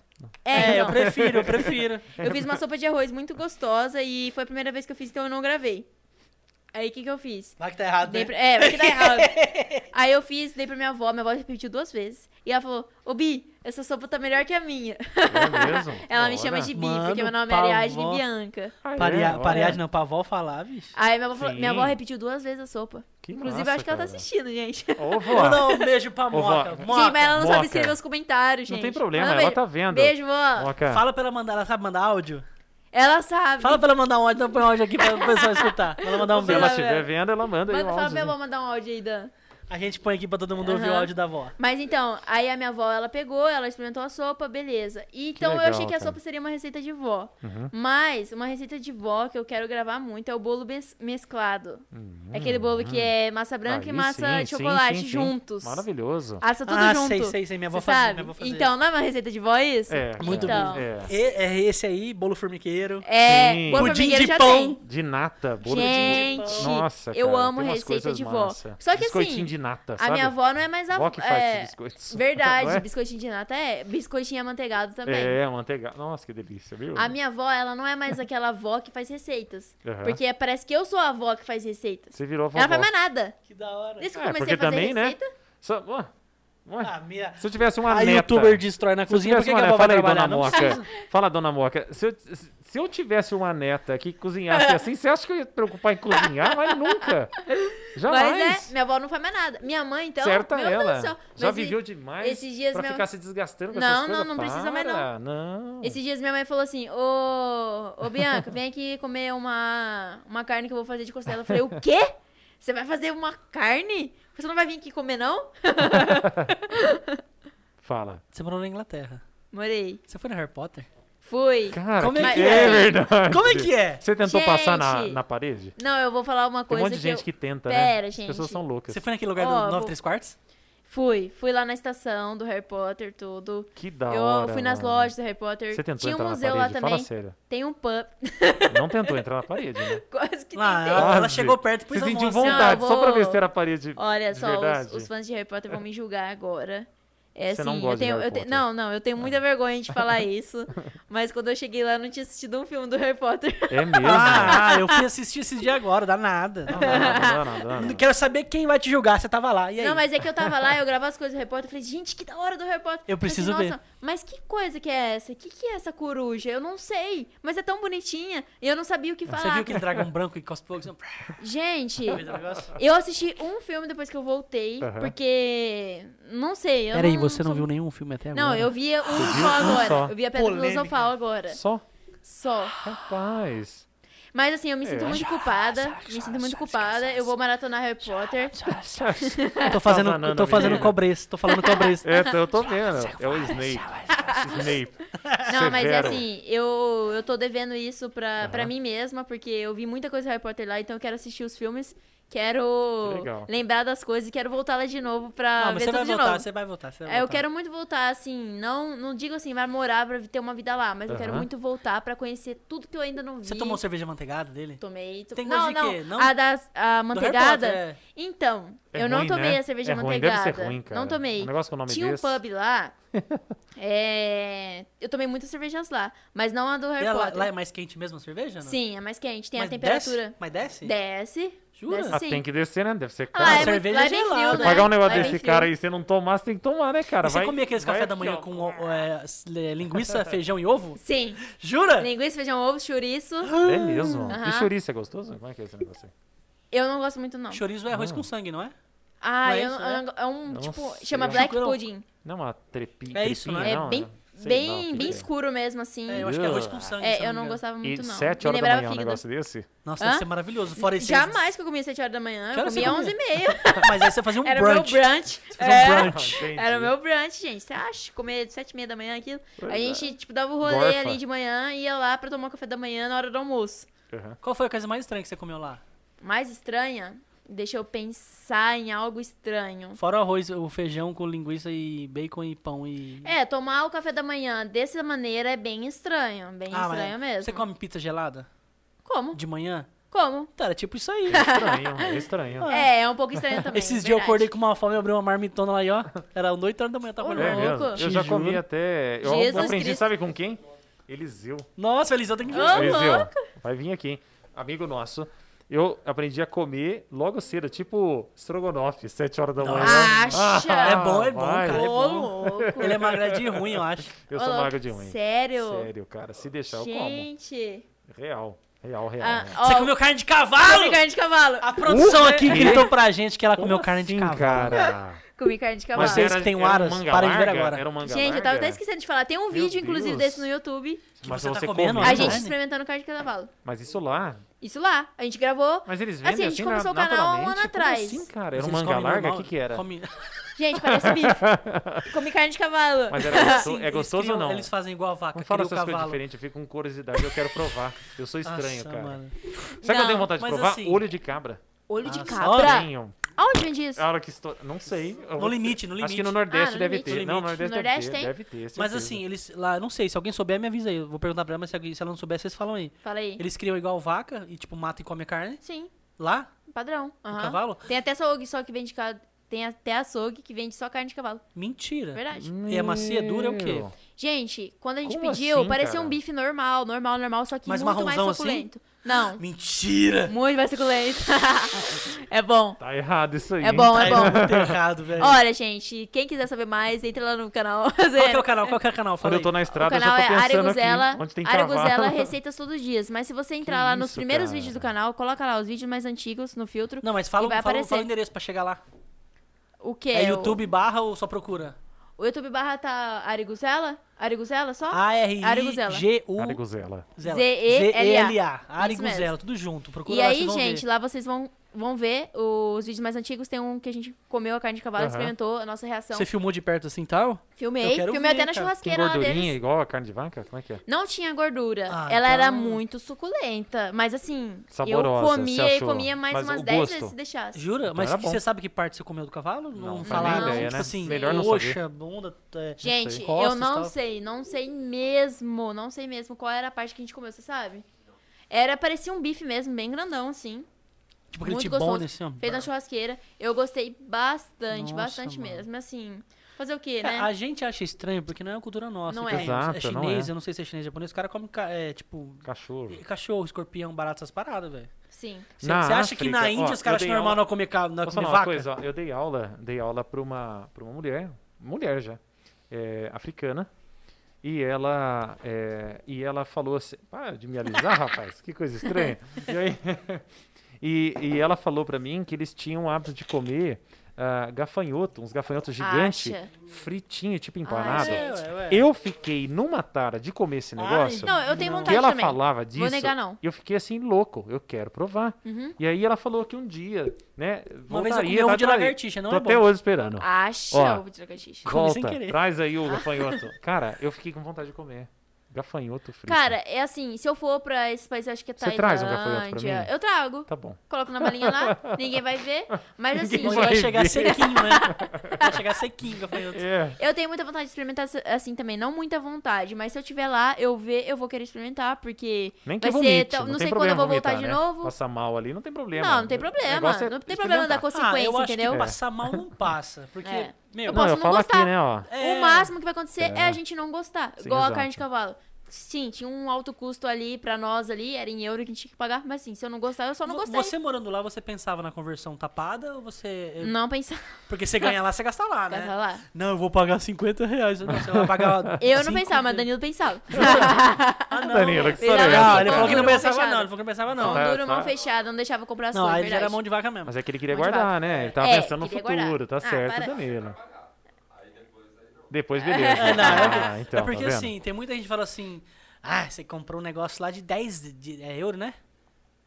A: É,
C: é,
A: eu
C: então.
A: prefiro, eu prefiro.
C: Eu fiz uma sopa de arroz muito gostosa e foi a primeira vez que eu fiz, então eu não gravei. Aí o que, que eu fiz?
A: Vai que tá errado,
C: Dei
A: né?
C: pra... É, vai que
A: <laughs>
C: dá errado. Aí eu fiz, dei pra minha avó, minha avó repetiu duas vezes. E ela falou: Ô Bi, essa sopa tá melhor que a minha.
B: É mesmo?
C: <laughs> Ela me
B: Bora.
C: chama de Bi,
A: Mano,
C: porque meu nome é
A: pavó.
C: Ariadne Bianca.
B: Ah, é,
A: Paria,
B: olha.
A: pariagem não, pra avó falar, bicho.
C: Aí minha avó, falou-
B: Sim.
C: minha avó repetiu duas vezes a sopa.
B: Que
C: Inclusive,
B: massa,
C: eu acho que ela tá
B: cara.
C: assistindo, gente.
B: Ô, vó,
A: Manda um beijo pra
B: vó.
A: Moca.
C: <laughs> gente, mas
A: Moca,
C: ela não
B: Moca.
C: sabe escrever os comentários,
B: não
C: gente.
B: tem problema,
C: Manda
B: ela
C: beijo.
B: tá vendo.
C: Beijo, vó.
B: Moca.
A: fala pra ela mandar, ela sabe mandar áudio?
C: Ela sabe.
A: Fala pra ela mandar um áudio, então põe um áudio aqui pra o pessoal escutar. Pra ela mandar um
B: Se
C: pra
A: beijo.
B: ela
C: ela,
B: estiver
C: velho.
B: vendo, ela manda aí
C: Manda,
B: um
C: fala pra minha
B: áudiozinho.
C: avó mandar um áudio aí, Dan.
A: A gente põe aqui pra todo mundo ouvir o
C: Aham.
A: áudio da avó.
C: Mas então, aí a minha avó, ela pegou, ela experimentou a sopa, beleza. E então
B: legal,
C: eu achei que a
B: cara. Uhum.
C: sopa seria uma receita de vó. Mas uma receita de vó que eu quero gravar muito é o bolo mes- mesclado. É aquele bolo que é massa branca
B: Hum, Aí
C: e massa
B: sim,
C: de
B: sim,
C: chocolate
B: sim, sim.
C: juntos.
B: Maravilhoso.
C: Assa tudo
A: ah,
C: junto.
A: sei, sei, sei. Minha avó
C: Você
A: fazia,
C: sabe?
A: minha avó fazia.
C: Então, não é uma receita de vó isso?
B: É,
A: Muito
B: cara.
C: bom.
B: É.
A: E- é esse aí, bolo formigueiro.
C: É,
B: Sim.
C: bolo
A: Pudim
C: formigueiro
A: de
C: já
A: pão.
C: tem.
B: De nata, bolo de
C: Gente,
B: Nossa,
C: eu
B: cara,
C: amo
B: tem umas
C: receita
B: coisas
C: de vó.
B: massa.
C: Só que
B: Biscoitinho
C: assim,
B: de nata,
C: A
B: Tá, sabe?
C: minha avó não é mais a
B: Vó que faz
C: é,
B: esses biscoitos.
C: Verdade,
B: Não é?
C: biscoitinho de nata é biscoitinho amanteigado também.
B: É, manteiga. Nossa, que delícia, viu?
C: A minha avó, ela não é mais aquela avó que faz receitas.
B: Aham.
C: Porque parece que eu sou a avó que faz receitas.
B: Você virou
C: Ela
B: vovó.
C: faz mais nada.
A: Que da hora.
C: Desde que eu
B: É,
C: comecei
B: porque
C: a fazer
B: também, né?
C: receita.
B: Só- ué, ué,
A: Ah, mira.
B: Se eu tivesse uma
A: A
B: neta...
A: youtuber destrói na
B: Se eu
A: cozinha, por
B: tivesse
A: que,
B: uma
A: que a
B: neta...
A: avó vai
B: Fala aí, dona
A: trabalhar? Não
B: Moca.
A: precisa.
B: Fala, dona Moca. Se eu, se eu tivesse uma neta que
C: <laughs>
B: cozinhasse assim, você acha que eu ia me preocupar em cozinhar? Mas nunca.
C: Mas
B: Jamais.
C: é, minha avó não faz mais nada. Minha mãe, então,
B: Certa
C: meu
B: ela.
C: Deus do céu.
B: Já
C: Mas e-
B: viveu demais
C: esses dias
B: pra
C: minha-
B: ficar se desgastando com
C: Não,
B: essas
C: não,
B: coisas.
C: não precisa mais, não.
B: Para, Não.
C: Esses dias minha mãe falou assim, ô, ô Bianca, vem aqui comer uma, uma carne que eu vou fazer de costela. Eu falei, o quê? Você vai fazer uma carne? Você não vai vir aqui comer, não?
B: Fala.
A: Você morou na Inglaterra.
C: Morei.
A: Você foi no Harry Potter?
C: Fui.
B: Cara,
A: Como
B: que
A: é
C: que
B: é
C: é?
B: verdade.
A: Como é que é?
B: Você tentou
C: Gente.
B: passar na, na parede?
C: Não, eu vou falar uma
B: Tem um
C: coisa
B: monte de gente
C: eu...
B: que tenta,
C: Pera,
B: né?
C: gente.
B: As pessoas são loucas.
A: Você foi naquele lugar
C: Ó,
A: do
C: vou-
A: 9 3 quartos?
C: Fui. Fui lá na estação do Harry Potter, tudo.
B: Que da
C: eu
B: hora.
C: fui nas
B: mano.
C: lojas do Harry Potter.
B: Você tentou
C: Tinha um
B: entrar
C: museu
B: na
C: lá
B: parede? Fala
C: também.
B: sério.
C: Tem um pub. <laughs>
B: Não tentou entrar na parede, né?
C: Quase que
A: Ah,
C: tem.
A: ela,
C: um
A: ela
B: Quase.
A: chegou perto e pôs
B: Você
A: a
B: sentiu
A: mão.
C: mão, assim,
B: vontade,
C: ó,
B: só pra
C: vou-
B: ver se era a parede
C: Olha
B: de
C: só, os-
B: verdade.
C: os, fãs de Harry Potter vão me julgar agora. É,
B: Você
C: assim,
B: não gosta
C: eu
B: de
C: tenho,
B: Harry
C: eu te-
B: Potter. Ah.
C: Não, não, eu tenho muita vergonha de
B: <laughs>
C: falar isso. Mas quando eu cheguei lá, eu não tinha assistido um filme do Harry Potter.
B: É mesmo?
A: <laughs> Ah, eu fui assistir esse dia agora, dá nada.
B: Não, não, não, não, não, não, não.
A: Quero saber quem vai te julgar, você tava lá. E aí?
C: Não, mas é que eu tava lá, eu gravava as coisas do Harry Potter. Eu falei, gente, que da hora do Harry Potter.
A: Eu preciso
C: Falei assim,
A: ver.
C: Nossa, mas que coisa que é essa? Que que é essa coruja? Eu não sei. Mas é tão bonitinha. E eu não sabia o que
A: Você
C: falar.
A: viu aquele dragão branco que cospou? <laughs> que você- <laughs>
C: Gente,
A: Fez o negócio?
C: eu assisti um filme depois que eu voltei.
B: Aham.
C: Porque. Não sei. Eu
A: Peraí,
C: não,
A: você não
C: sou-
A: viu nenhum filme até agora?
C: Não, eu via um só agora.
B: só.
C: Eu via Pedra
B: Polêmica.
C: Filosofal agora.
B: Só?
C: Só.
B: Rapaz.
C: Mas assim, eu me
B: É.
C: sinto muito culpada. Me sinto muito culpada. Eu vou maratonar Harry Potter.
A: Tô fazendo,
B: Tá banana,
A: tô fazendo
B: menina.
A: cobres, tô falando
C: <laughs>
A: cobres.
B: É, eu tô vendo. É o Snape. Snape.
C: Não, mas é
B: Severo.
C: assim, eu, eu tô devendo isso pra, pra
B: Aham.
C: mim mesma, porque eu vi muita coisa do Harry Potter lá, então eu quero assistir os filmes, quero
B: Que legal.
C: lembrar das coisas e quero voltar lá de novo pra
A: Ah, mas
C: ver
A: você
C: tudo
A: vai,
C: de
A: voltar,
C: novo.
A: você vai voltar, você vai
C: É, eu
A: voltar.
C: quero muito voltar, assim, não, não digo assim, vai morar pra ter uma vida lá, mas eu quero
B: Aham.
C: muito voltar pra conhecer tudo que eu ainda não vi.
A: Você tomou cerveja manteigada dele?
C: Tomei. to-
A: Tem gosto
C: não,
A: de
C: não,
A: quê? Não?
C: A, da, a
A: Do Harry
C: manteigada.
A: Potter, é.
C: Então,
B: É
C: eu não
B: ruim,
C: tomei
B: né?
C: a cerveja
B: É ruim, deve
C: manteigada.
B: ser ruim, cara.
C: Não tomei.
B: Um negócio com o nome
C: Tinha
B: desse.
C: um pub lá.
A: <laughs>
C: é, Eu tomei muitas cervejas lá, mas não a do
A: E
C: Harry
A: ela-
C: Potter.
A: lá é mais quente mesmo a cerveja? Não?
C: Sim, é mais quente, tem a
A: Mas
C: temperatura.
A: Desce? Mas desce?
C: Desce.
A: Jura?
C: Desce
B: Ah,
C: sim.
B: tem que descer, né? Deve ser
C: Ah,
B: caro.
C: lá é muito-
A: cerveja
C: lá é bem frio,
A: gelada.
C: né?
A: né?
B: Pagar um negócio
C: Lá é bem
B: desse
C: frio.
B: cara aí, você não tomar, você tem que tomar, né, cara?
A: E você
B: Vai-
A: comia aqueles
B: vai
A: café da
B: aqui,
A: manhã
B: ó.
A: com ó, ó, é, s- é, linguiça, feijão e ovo?
C: Sim.
A: Jura?
C: Linguiça, feijão,
A: <gasps>
C: ovo, chouriço.
B: É mesmo?
C: Aham.
B: E chouriço, é gostoso? Como é que é esse negócio aí?
C: Eu não gosto muito, não.
A: Chorizo é arroz
B: Hum.
A: com sangue, não é?
C: Ah,
A: Não é
C: eu,
A: isso,
C: eu
A: né?
C: não go- é um,
B: Não
C: tipo,
B: sei.
C: chama
B: Eu
C: black
A: acho que eu-
C: pudding.
B: Não é uma trepi,
A: É isso,
B: trepinha,
A: né?
C: É
B: não,
C: bem,
B: né? Sei lá o
C: bem,
B: que
C: bem
B: que é.
C: escuro mesmo, assim.
A: É, eu acho que é arroz com
B: Jura?
A: sangue. se
C: É, eu
A: me
C: não
A: engano.
C: gostava muito,
B: E
C: não.
B: sete
C: Me
B: horas da
C: lembrava
A: é
B: manhã, um
C: fígado.
B: negócio desse?
A: Nossa, deve
C: Hã?
A: ser maravilhoso. Fora esse.
C: Jamais que eu comia 7 horas da manhã,
A: Que
C: eu
A: horas você
C: comia
A: comia?
C: 11 e meia.
A: <laughs> Mas aí você fazia <laughs> um
C: <laughs> Era o meu
A: brunch.
C: brunch.
A: fazia um
C: <laughs> É,
A: Brunch.
B: Entendi.
C: Era o meu brunch, gente. Você acha? Comer 7 e meia da manhã aquilo? a
A: é.
C: gente, tipo, dava o rolê
B: Gorfa.
C: ali de manhã e ia lá pra tomar café da manhã na hora do almoço.
B: Aham.
A: Qual foi a coisa mais estranha que você comeu lá?
C: Mais estranha, deixa eu pensar em algo estranho.
A: Fora o arroz, o feijão com linguiça e bacon e pão e.
C: É, tomar o café da manhã dessa maneira é bem estranho, bem
A: Ah, mas
C: estranho mesmo.
A: Você come pizza gelada?
C: Como?
A: De manhã?
C: Como?
A: Tá, era tipo isso aí.
B: Estranho, é estranho.
C: É, é um pouco estranho também.
A: Esses dias eu
C: verdade.
A: acordei com uma fome e abri uma marmitona lá e ó. Era 8 horas da manhã, tava
C: Ô,
A: acordando.
B: É mesmo?
C: Louco.
B: Eu já
A: Te
B: comi
A: juro.
B: até. Eu
C: Jesus
B: aprendi,
C: Cristo.
B: sabe com quem? Eliseu.
A: Nossa, Eliseu, tem que
C: Ô,
B: Eliseu,
C: louco.
B: vai vir aqui, hein? Amigo nosso. Eu aprendi a comer logo cedo, tipo estrogonofe, 7 horas da manhã.
C: Acha?
A: É bom, é bom,
B: vai.
A: cara.
C: Ô,
A: é bom.
C: louco.
A: Ele é magrelo de ruim, <laughs> eu acho.
B: Eu
C: Ô,
B: sou
C: louco,
B: magro de ruim.
C: Sério?
B: Sério, cara. Se deixar, Então, eu como. Então, né?
C: Gente.
B: Real. Real, real.
C: Ah,
B: real.
C: ó,
A: Você comeu carne de
C: Comi
A: cavalo?
C: carne de cavalo.
A: A produção aqui
B: quê?
A: gritou pra gente que ela
B: Como
A: comeu carne de
B: assim,
A: cavalo.
B: cara.
C: Comi carne de cavalo.
A: Mas Vocês que têm
B: era um
A: aras,
B: manga
A: parem de ver
B: larga?
A: agora.
B: Era um manga
C: Gente, eu tava
B: larga?
C: até esquecendo de falar. Tem um
B: Meu
C: vídeo, inclusive,
B: Deus. é
C: desse no YouTube.
B: Mas
A: você tá
B: você
A: comendo,
B: comeu.
A: né?
C: A
A: Carne?
C: gente experimentando carne de cavalo.
B: Mas isso lá.
C: Isso lá. A gente gravou.
B: Mas eles
C: Assim, a
B: vendem assim,
C: gente começou o
B: na-
C: canal há um ano
B: naturalmente? Como
C: atrás.
B: assim, cara? Era
A: Mas
B: um
A: eles
B: manga
A: comem
B: larga? O
A: normal,
B: que que era?
A: come-
C: Gente,
B: <laughs>
C: parece bife. Comi carne de cavalo.
B: Mas era gostoso,
A: Ah, Sim,
B: é
A: eles
B: gostoso
A: criam-
B: ou não?
A: Eles fazem igual a vaca,
B: Não fala
A: cria o
B: essas coisas
A: cavalo.
B: diferentes, eu fico com curiosidade, eu quero provar. Eu sou estranho,
A: Nossa,
B: cara.
A: mano.
B: Sabe o que eu tenho
C: Não,
B: vontade de
A: mas
B: provar?
A: assim-
B: Olho de cabra.
C: <laughs> Olho de
A: Ah,
C: cabra.
B: Tenho.
C: Aonde vende isso?
B: é A hora que estou... Não sei. eu
A: No
B: vou-
A: limite, no
B: Acho que
A: limite.
B: no Nordeste
C: Ah, no
B: deve
C: limite.
A: No
B: ter.
A: limite.
B: Não, no Nordeste,
C: No Nordeste
B: deve
C: tem?
B: ter. Deve ter
A: Mas
B: certeza.
A: assim, eles lá, não sei, se alguém souber, me avisa aí. Eu vou perguntar pra ela, mas se, alguém- se ela não souber, vocês falam aí.
C: Fala aí.
A: Eles criam igual vaca e, tipo, mata e come a carne.
C: Sim,
A: Lá,
C: padrão.
A: o
C: Aham.
A: cavalo.
C: Tem até açougue só que vende... ca- Tem até açougue que vende só carne de cavalo.
B: É.
A: Mentira.
C: Verdade.
A: E a macia dura é o quê?
B: Meu.
C: Gente, quando a gente
B: Hum. Como
C: pediu,
B: assim,
C: parecia
B: cara?
C: um bife normal, normal, normal, só que
A: Mas
C: muito mais
A: marronzão assim?
C: suculento. Não,
A: Mentira!
C: muito mais
A: <laughs>
C: suculento. é bom.
B: Tá errado isso aí.
C: É bom, é
A: Aí é
C: bom.
A: muito errado, velho.
C: Olha, gente, quem quiser saber mais, entra lá no canal.
A: Qual
C: <laughs>
A: que é o canal? Qual que é o canal?
B: Quando
A: Fala
B: eu tô
A: aí.
B: na
C: O
B: estrada, eu
C: canal
B: já
C: é
B: tô pensando
C: Araguzela,
B: aqui, onde tem
C: Araguzela
B: cavalo.
C: receitas todos os dias. Mas se você entrar lá nos
B: isso,
C: primeiros
B: cara.
C: vídeos do canal, coloca lá os vídeos mais antigos no filtro.
A: Não, mas fala, um-
C: E vai
A: fala,
C: aparecer.
A: fala o endereço pra chegar lá.
C: O que?
A: É, YouTube barra ou só procura?
C: O YouTube barra tá Ariguzela? Ariguzela só?
B: Ah,
C: Ariguzela.
A: A-R-I-G-U-Z-E-L-A.
B: Araguzela.
A: Z-E-L-A. Ariguzela,
C: mesmo.
A: tudo junto. Procura
C: E
A: lá,
C: aí,
A: vocês vão ver.
C: gente, lá vocês vão, vão ver os vídeos mais antigos. Tem um que a gente comeu a carne de cavalo,
B: Aham.
C: experimentou a nossa reação.
A: Você filmou de perto assim e tal?
C: Filmei.
A: Eu quero
C: Filmei
A: ver,
C: até
A: cara.
C: na
B: Tem
C: churrasqueira lá
B: gordurinha
C: deles.
B: igual a carne de vaca? Como é que é?
C: Não tinha gordura.
A: Ah,
C: Ela era
A: então-
C: muito suculenta. Mas assim,
B: Saborosa,
C: eu
B: você
C: comia e
B: achou?
C: comia mais
B: Mas
C: umas
B: o
C: 10
B: gosto?
C: vezes se deixasse.
A: Jura? Mas
B: era
A: que
B: bom.
A: você sabe que parte você comeu do cavalo? Não, falaram,
B: Não,
C: faz nem ideia,
A: tipo
B: né?
A: assim,
B: Melhor não
A: coxa,
B: saber.
A: bunda... é.
C: Gente,
B: sei.
C: eu
A: Costas,
C: não
A: tal.
C: sei, não sei mesmo, não sei mesmo qual era a parte que a gente comeu, você sabe? Era, parecia um bife mesmo, bem grandão, assim.
A: Tipo aquele
C: Muito
A: tibone
C: gostoso.
A: assim, ó.
C: Fez na churrasqueira. Eu gostei bastante,
A: Nossa,
C: bastante
A: mano.
C: mesmo, assim. Fazer o quê,
A: É,
C: né?
A: A gente acha estranho porque não é uma cultura nossa.
C: Não
A: entendeu?
C: é.
B: Exato,
A: é
B: não
A: chinês,
B: é.
A: eu não sei se é chinês ou japonês. Os caras comem, ca- é, tipo,
B: Cachorro.
A: cachorro, escorpião, barato, essas paradas, velho.
C: Sim.
A: Você
B: Na
A: acha que na
B: África,
A: Índia
B: ó,
A: os caras
B: eu
A: acham
B: dei
A: normal
B: aula-
A: não comer, ca- não
B: Posso falar
A: comer
B: uma
A: vaca?
B: coisa? ó? Eu dei aula, dei aula para uma, pra uma mulher, mulher já, é, africana, e ela, é, e ela falou assim, para de me alisar, rapaz, que coisa estranha. E, aí- <laughs> e, e ela falou para mim que eles tinham o hábito de comer ah, gafanhoto, uns gafanhotos gigantes,
C: Acha?
B: fritinho, tipo empanado.
C: gente.
A: É, ué, ué.
B: Eu fiquei numa tara de comer esse
A: Ai,
B: negócio.
C: Não, Tá, eu tenho
A: Não.
B: que
C: vontade
B: ela
C: também.
B: falava disso,
C: Vou negar, não.
B: eu fiquei assim, louco, eu quero provar.
C: Uhum.
B: E aí ela falou que um dia, né,
A: Uma vez eu
B: voltaria,
A: comi ovo
B: tá
A: de
B: atrás.
A: lagartixa, não
B: Tô
A: é
B: até
A: bom.
B: hoje esperando.
C: Acha
B: Ó.
C: ovo de lagartixa.
A: Comi sem
B: Volta,
A: querer.
B: traz
A: <laughs>
B: aí o gafanhoto. Cara, eu fiquei com vontade de comer. Gafanhoto frito.
C: Cara, é assim, se eu for pra esses países, acho que é
B: Você
C: Tailândia.
B: traz um gafanhoto pra mim?
C: Eu trago.
B: Tá bom.
C: Coloco na malinha
B: <laughs>
C: lá, ninguém vai ver. Mas assim,
B: Ninguém
A: Bom,
B: vai
A: vai chegar
B: ver.
A: sequinho, né? Vai chegar sequinho, gafanhoto.
B: É.
C: eu tenho muita vontade de experimentar assim também. Não muita vontade, mas se eu tiver lá, eu ver, eu vou querer experimentar, porque
B: Nem que
C: Vai ser
B: vomite,
C: tão- não
B: tem
C: sei quando
B: problema
C: eu vou voltar
B: vomitar,
C: de
B: né?
C: novo.
B: Passar mal ali, não tem problema.
C: Não, não tem
B: O
C: problema.
B: negócio é
C: Não tem problema da
B: experimentar.
C: consequência,
A: ah, eu acho
C: entendeu?
A: que passar mal não passa. Porque,
C: É.
A: meu,
C: Eu posso
B: não, eu
C: não
B: falo
C: gostar.
B: aqui, né, ó.
A: é-
C: O máximo que vai acontecer é,
B: É.
C: a gente não gostar.
B: Sim,
C: igual
B: exato.
C: a carne de cavalo. Sim, tinha um alto custo ali pra nós ali, era em euro que a gente tinha que pagar. Mas sim, se eu não gostar, eu só não
A: vo-
C: gostei.
A: Você morando lá, você pensava na conversão tapada ou você.
C: Não pensar. <laughs>
A: Porque você ganha lá, você gasta lá, né?
C: Pensa lá.
A: Não, eu vou pagar 50 reais. Não, você vai pagar.
C: Eu não
B: Assim,
A: cinco
C: pensava, mas
A: mil.
C: Danilo
B: <laughs>
C: pensava.
B: tá,
A: Ah, não.
B: Danilo, que
C: Ele
B: história é
C: era
A: Ah,
B: essa?
C: assim,
A: ele falou que não
C: Mão
A: pensava,
C: fechada.
A: não. Ele falou que não pensava, não.
C: Mão
B: Tá,
C: dura, mão
B: tá.
C: fechada, não deixava comprar as
A: Não,
C: coisas,
A: aí ele já
C: verdade.
A: era mão de vaca mesmo.
B: Mas é que ele queria
C: Muito
B: guardar, né? Ele tava
C: É,
B: pensando no
C: queria
B: futuro,
C: guardar.
B: tá
C: Ah,
B: certo,
C: para.
B: Danilo. Depois beleza.
C: <laughs>
A: É, não, é,
B: Ah,
A: é
B: então, tá
A: porque
B: vendo?
A: assim, tem muita gente que fala assim: ah, você comprou um negócio lá de 10 de, é euro, né?